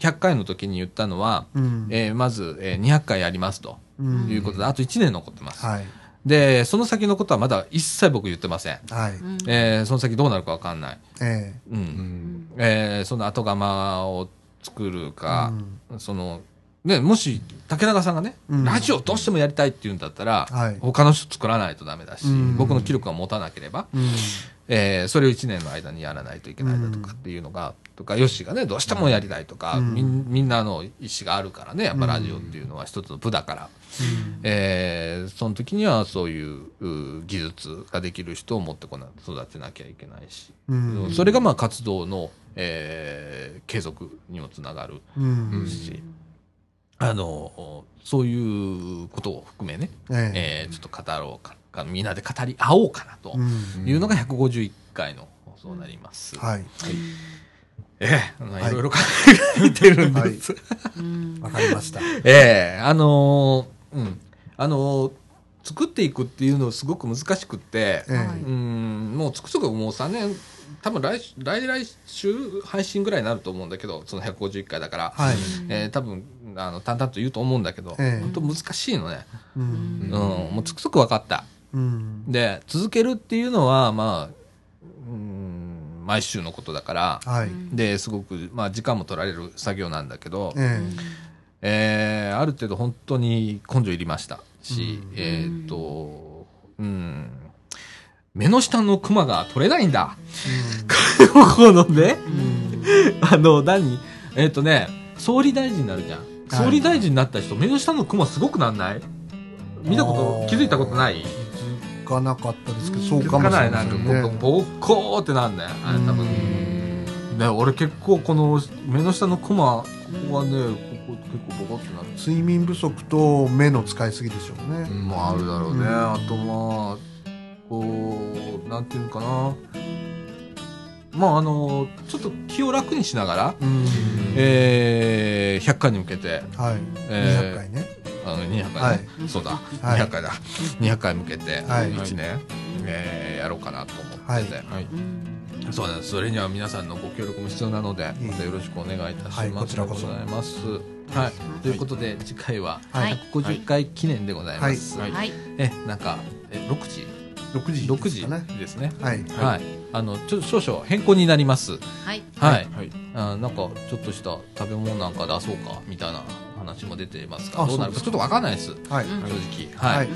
[SPEAKER 1] 100回の時に言ったのは、
[SPEAKER 2] うん。
[SPEAKER 1] えーまずえー200回やりますと
[SPEAKER 2] うん
[SPEAKER 1] いうことで、あと1年残ってます。
[SPEAKER 2] はい。
[SPEAKER 1] で、その先のことはまだ一切僕言ってません。
[SPEAKER 2] はい。
[SPEAKER 1] えーその先どうなるか分かんない。
[SPEAKER 2] え
[SPEAKER 1] う
[SPEAKER 3] うんん
[SPEAKER 1] えーその後釜を作るか、そのね、もし竹中さんがね、
[SPEAKER 2] うん
[SPEAKER 1] ラジオどうしてもやりたいって言うんだったら、
[SPEAKER 2] はい
[SPEAKER 1] 他の人作らないとダメだし、
[SPEAKER 2] うん
[SPEAKER 1] 僕の気力が持たなければ、
[SPEAKER 2] え。うん。
[SPEAKER 1] えーそれを1年の間にやらないといけないだとかっていうのが、とかヨッシーがねどうしてもやりたいとか、
[SPEAKER 2] うん
[SPEAKER 1] みんみんなの意思があるからねやっぱラジオっていうのは一つの部だから、えーその時にはそういうう技術ができる人を持ってこな育てなきゃいけないし。
[SPEAKER 2] うん。
[SPEAKER 1] それがまあ活動の、えー継続にもつながる
[SPEAKER 2] うん。
[SPEAKER 1] し、あのそういうことを含めね、
[SPEAKER 2] ええ。
[SPEAKER 1] えーちょっと語ろうかかみんなで語り合おうかなと
[SPEAKER 2] うん。
[SPEAKER 1] いうのが151回の放送になります。
[SPEAKER 2] はい。
[SPEAKER 1] ええまあ
[SPEAKER 2] はい
[SPEAKER 1] いろいろ考えてるんです。
[SPEAKER 5] うん
[SPEAKER 2] わかりました。
[SPEAKER 1] ええあのーうんあのー作っていくっていうのすごく難しくって、
[SPEAKER 2] ええ。
[SPEAKER 1] うんもうつくづくもう3年多分来来来週配信ぐらいになると思うんだけどその151回だから、
[SPEAKER 2] はい。
[SPEAKER 1] えー多分あの淡々と言うと思うんだけど、
[SPEAKER 2] ええ
[SPEAKER 1] 本当難しいのね、
[SPEAKER 2] う。
[SPEAKER 1] うんんもうつくづく分かった
[SPEAKER 2] うん。
[SPEAKER 1] で続けるっていうのはまあうん毎週のことだから
[SPEAKER 2] はい。
[SPEAKER 1] ですごく、まあ、時間も取られる作業なんだけど、え
[SPEAKER 2] え
[SPEAKER 1] ーある程度本当に根性いりましたし、
[SPEAKER 2] うん
[SPEAKER 1] えーっとうん目の下のクマが取れないんだここのね、あの、何えっ、とね、総理大臣になるじゃん。
[SPEAKER 2] はい
[SPEAKER 1] 総理大臣になった人、目の下の雲すごくなんない見たこと、気づいたことない
[SPEAKER 2] え。かなかったですけど、そ
[SPEAKER 1] 気
[SPEAKER 2] うか
[SPEAKER 1] づか
[SPEAKER 2] もし
[SPEAKER 1] な
[SPEAKER 2] れ
[SPEAKER 1] い、な
[SPEAKER 2] な
[SPEAKER 1] いん
[SPEAKER 2] で
[SPEAKER 1] か、
[SPEAKER 2] す
[SPEAKER 1] こ
[SPEAKER 2] ね。
[SPEAKER 1] こ、ぼっこーってなんだよ。あれ多分。ね、俺結構この、目の下の雲は、ここはね、ここ結構ぼこってなる。
[SPEAKER 2] 睡眠不足と目の使いすぎでしょうね。
[SPEAKER 1] まあ、あるだろうね。
[SPEAKER 2] うん
[SPEAKER 1] あとまあ、こう、なんていうのかな。まああの、ちょっと気を楽にしながら、
[SPEAKER 2] うん。
[SPEAKER 1] えー、100回に向けて、
[SPEAKER 2] はい。
[SPEAKER 1] えー
[SPEAKER 2] 200回ね。
[SPEAKER 1] あの200回ね、そうだ、
[SPEAKER 2] はい
[SPEAKER 1] 200回だ200回向けて
[SPEAKER 2] はい
[SPEAKER 1] 1年、えーやろうかなと思ってて、
[SPEAKER 3] はい
[SPEAKER 1] そうなんですそれには皆さんのご協力も必要なので
[SPEAKER 2] いえ
[SPEAKER 1] またよろしくお願いいたします、
[SPEAKER 2] はいこちらこそ
[SPEAKER 1] ありがとうございますはい、ということで次回は
[SPEAKER 2] はい
[SPEAKER 5] はい
[SPEAKER 1] 50回記念でございます、
[SPEAKER 3] はい
[SPEAKER 5] はい
[SPEAKER 1] えなんかえ6時
[SPEAKER 2] 6時。
[SPEAKER 1] 6時
[SPEAKER 2] かね。
[SPEAKER 1] ですね
[SPEAKER 2] はい。
[SPEAKER 1] はい、あのちょっと少々変更になります
[SPEAKER 5] はい
[SPEAKER 1] はい、
[SPEAKER 3] はい
[SPEAKER 1] あなんかちょっとした食べ物なんか出そうかみたいな話も出てます
[SPEAKER 2] あ
[SPEAKER 1] がどうなるかちょっとわかんないです
[SPEAKER 2] はい。
[SPEAKER 5] うん
[SPEAKER 1] 正直
[SPEAKER 2] は
[SPEAKER 1] はいい、。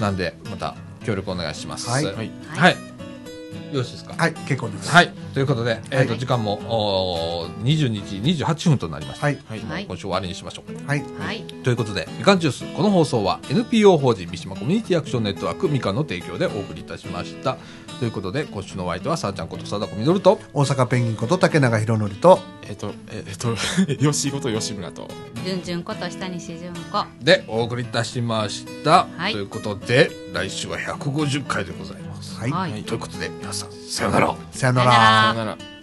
[SPEAKER 1] なんでまた協力お願いします
[SPEAKER 2] はい
[SPEAKER 3] はい
[SPEAKER 1] は
[SPEAKER 5] はい
[SPEAKER 1] よろしいですか
[SPEAKER 2] はい。結構です。。
[SPEAKER 1] はいいということで、えーと
[SPEAKER 5] はい
[SPEAKER 1] 時間もおー22時28分となりました、
[SPEAKER 2] はい。
[SPEAKER 3] はい
[SPEAKER 5] はい
[SPEAKER 1] 今週終わりにしましょう
[SPEAKER 2] はい。
[SPEAKER 5] はい
[SPEAKER 1] ということでみかんジュースこの放送は NPO 法人三島コミュニティアクションネットワークみかんの提供でお送りいたしましたということで今週のお相手はさあちゃんこと貞子みどると
[SPEAKER 2] 大阪ペンギンこと竹永宏典と、
[SPEAKER 3] えっとえっと吉井こと吉村と
[SPEAKER 5] じゅんじゅんこと下西じゅんこ
[SPEAKER 1] でお送りいたしました、
[SPEAKER 5] はい
[SPEAKER 1] ということで来週は150回でございます、
[SPEAKER 2] はい。
[SPEAKER 5] はい
[SPEAKER 1] ということで皆さんさよなら
[SPEAKER 2] さよな
[SPEAKER 5] さよなら
[SPEAKER 2] ら。
[SPEAKER 3] さよなら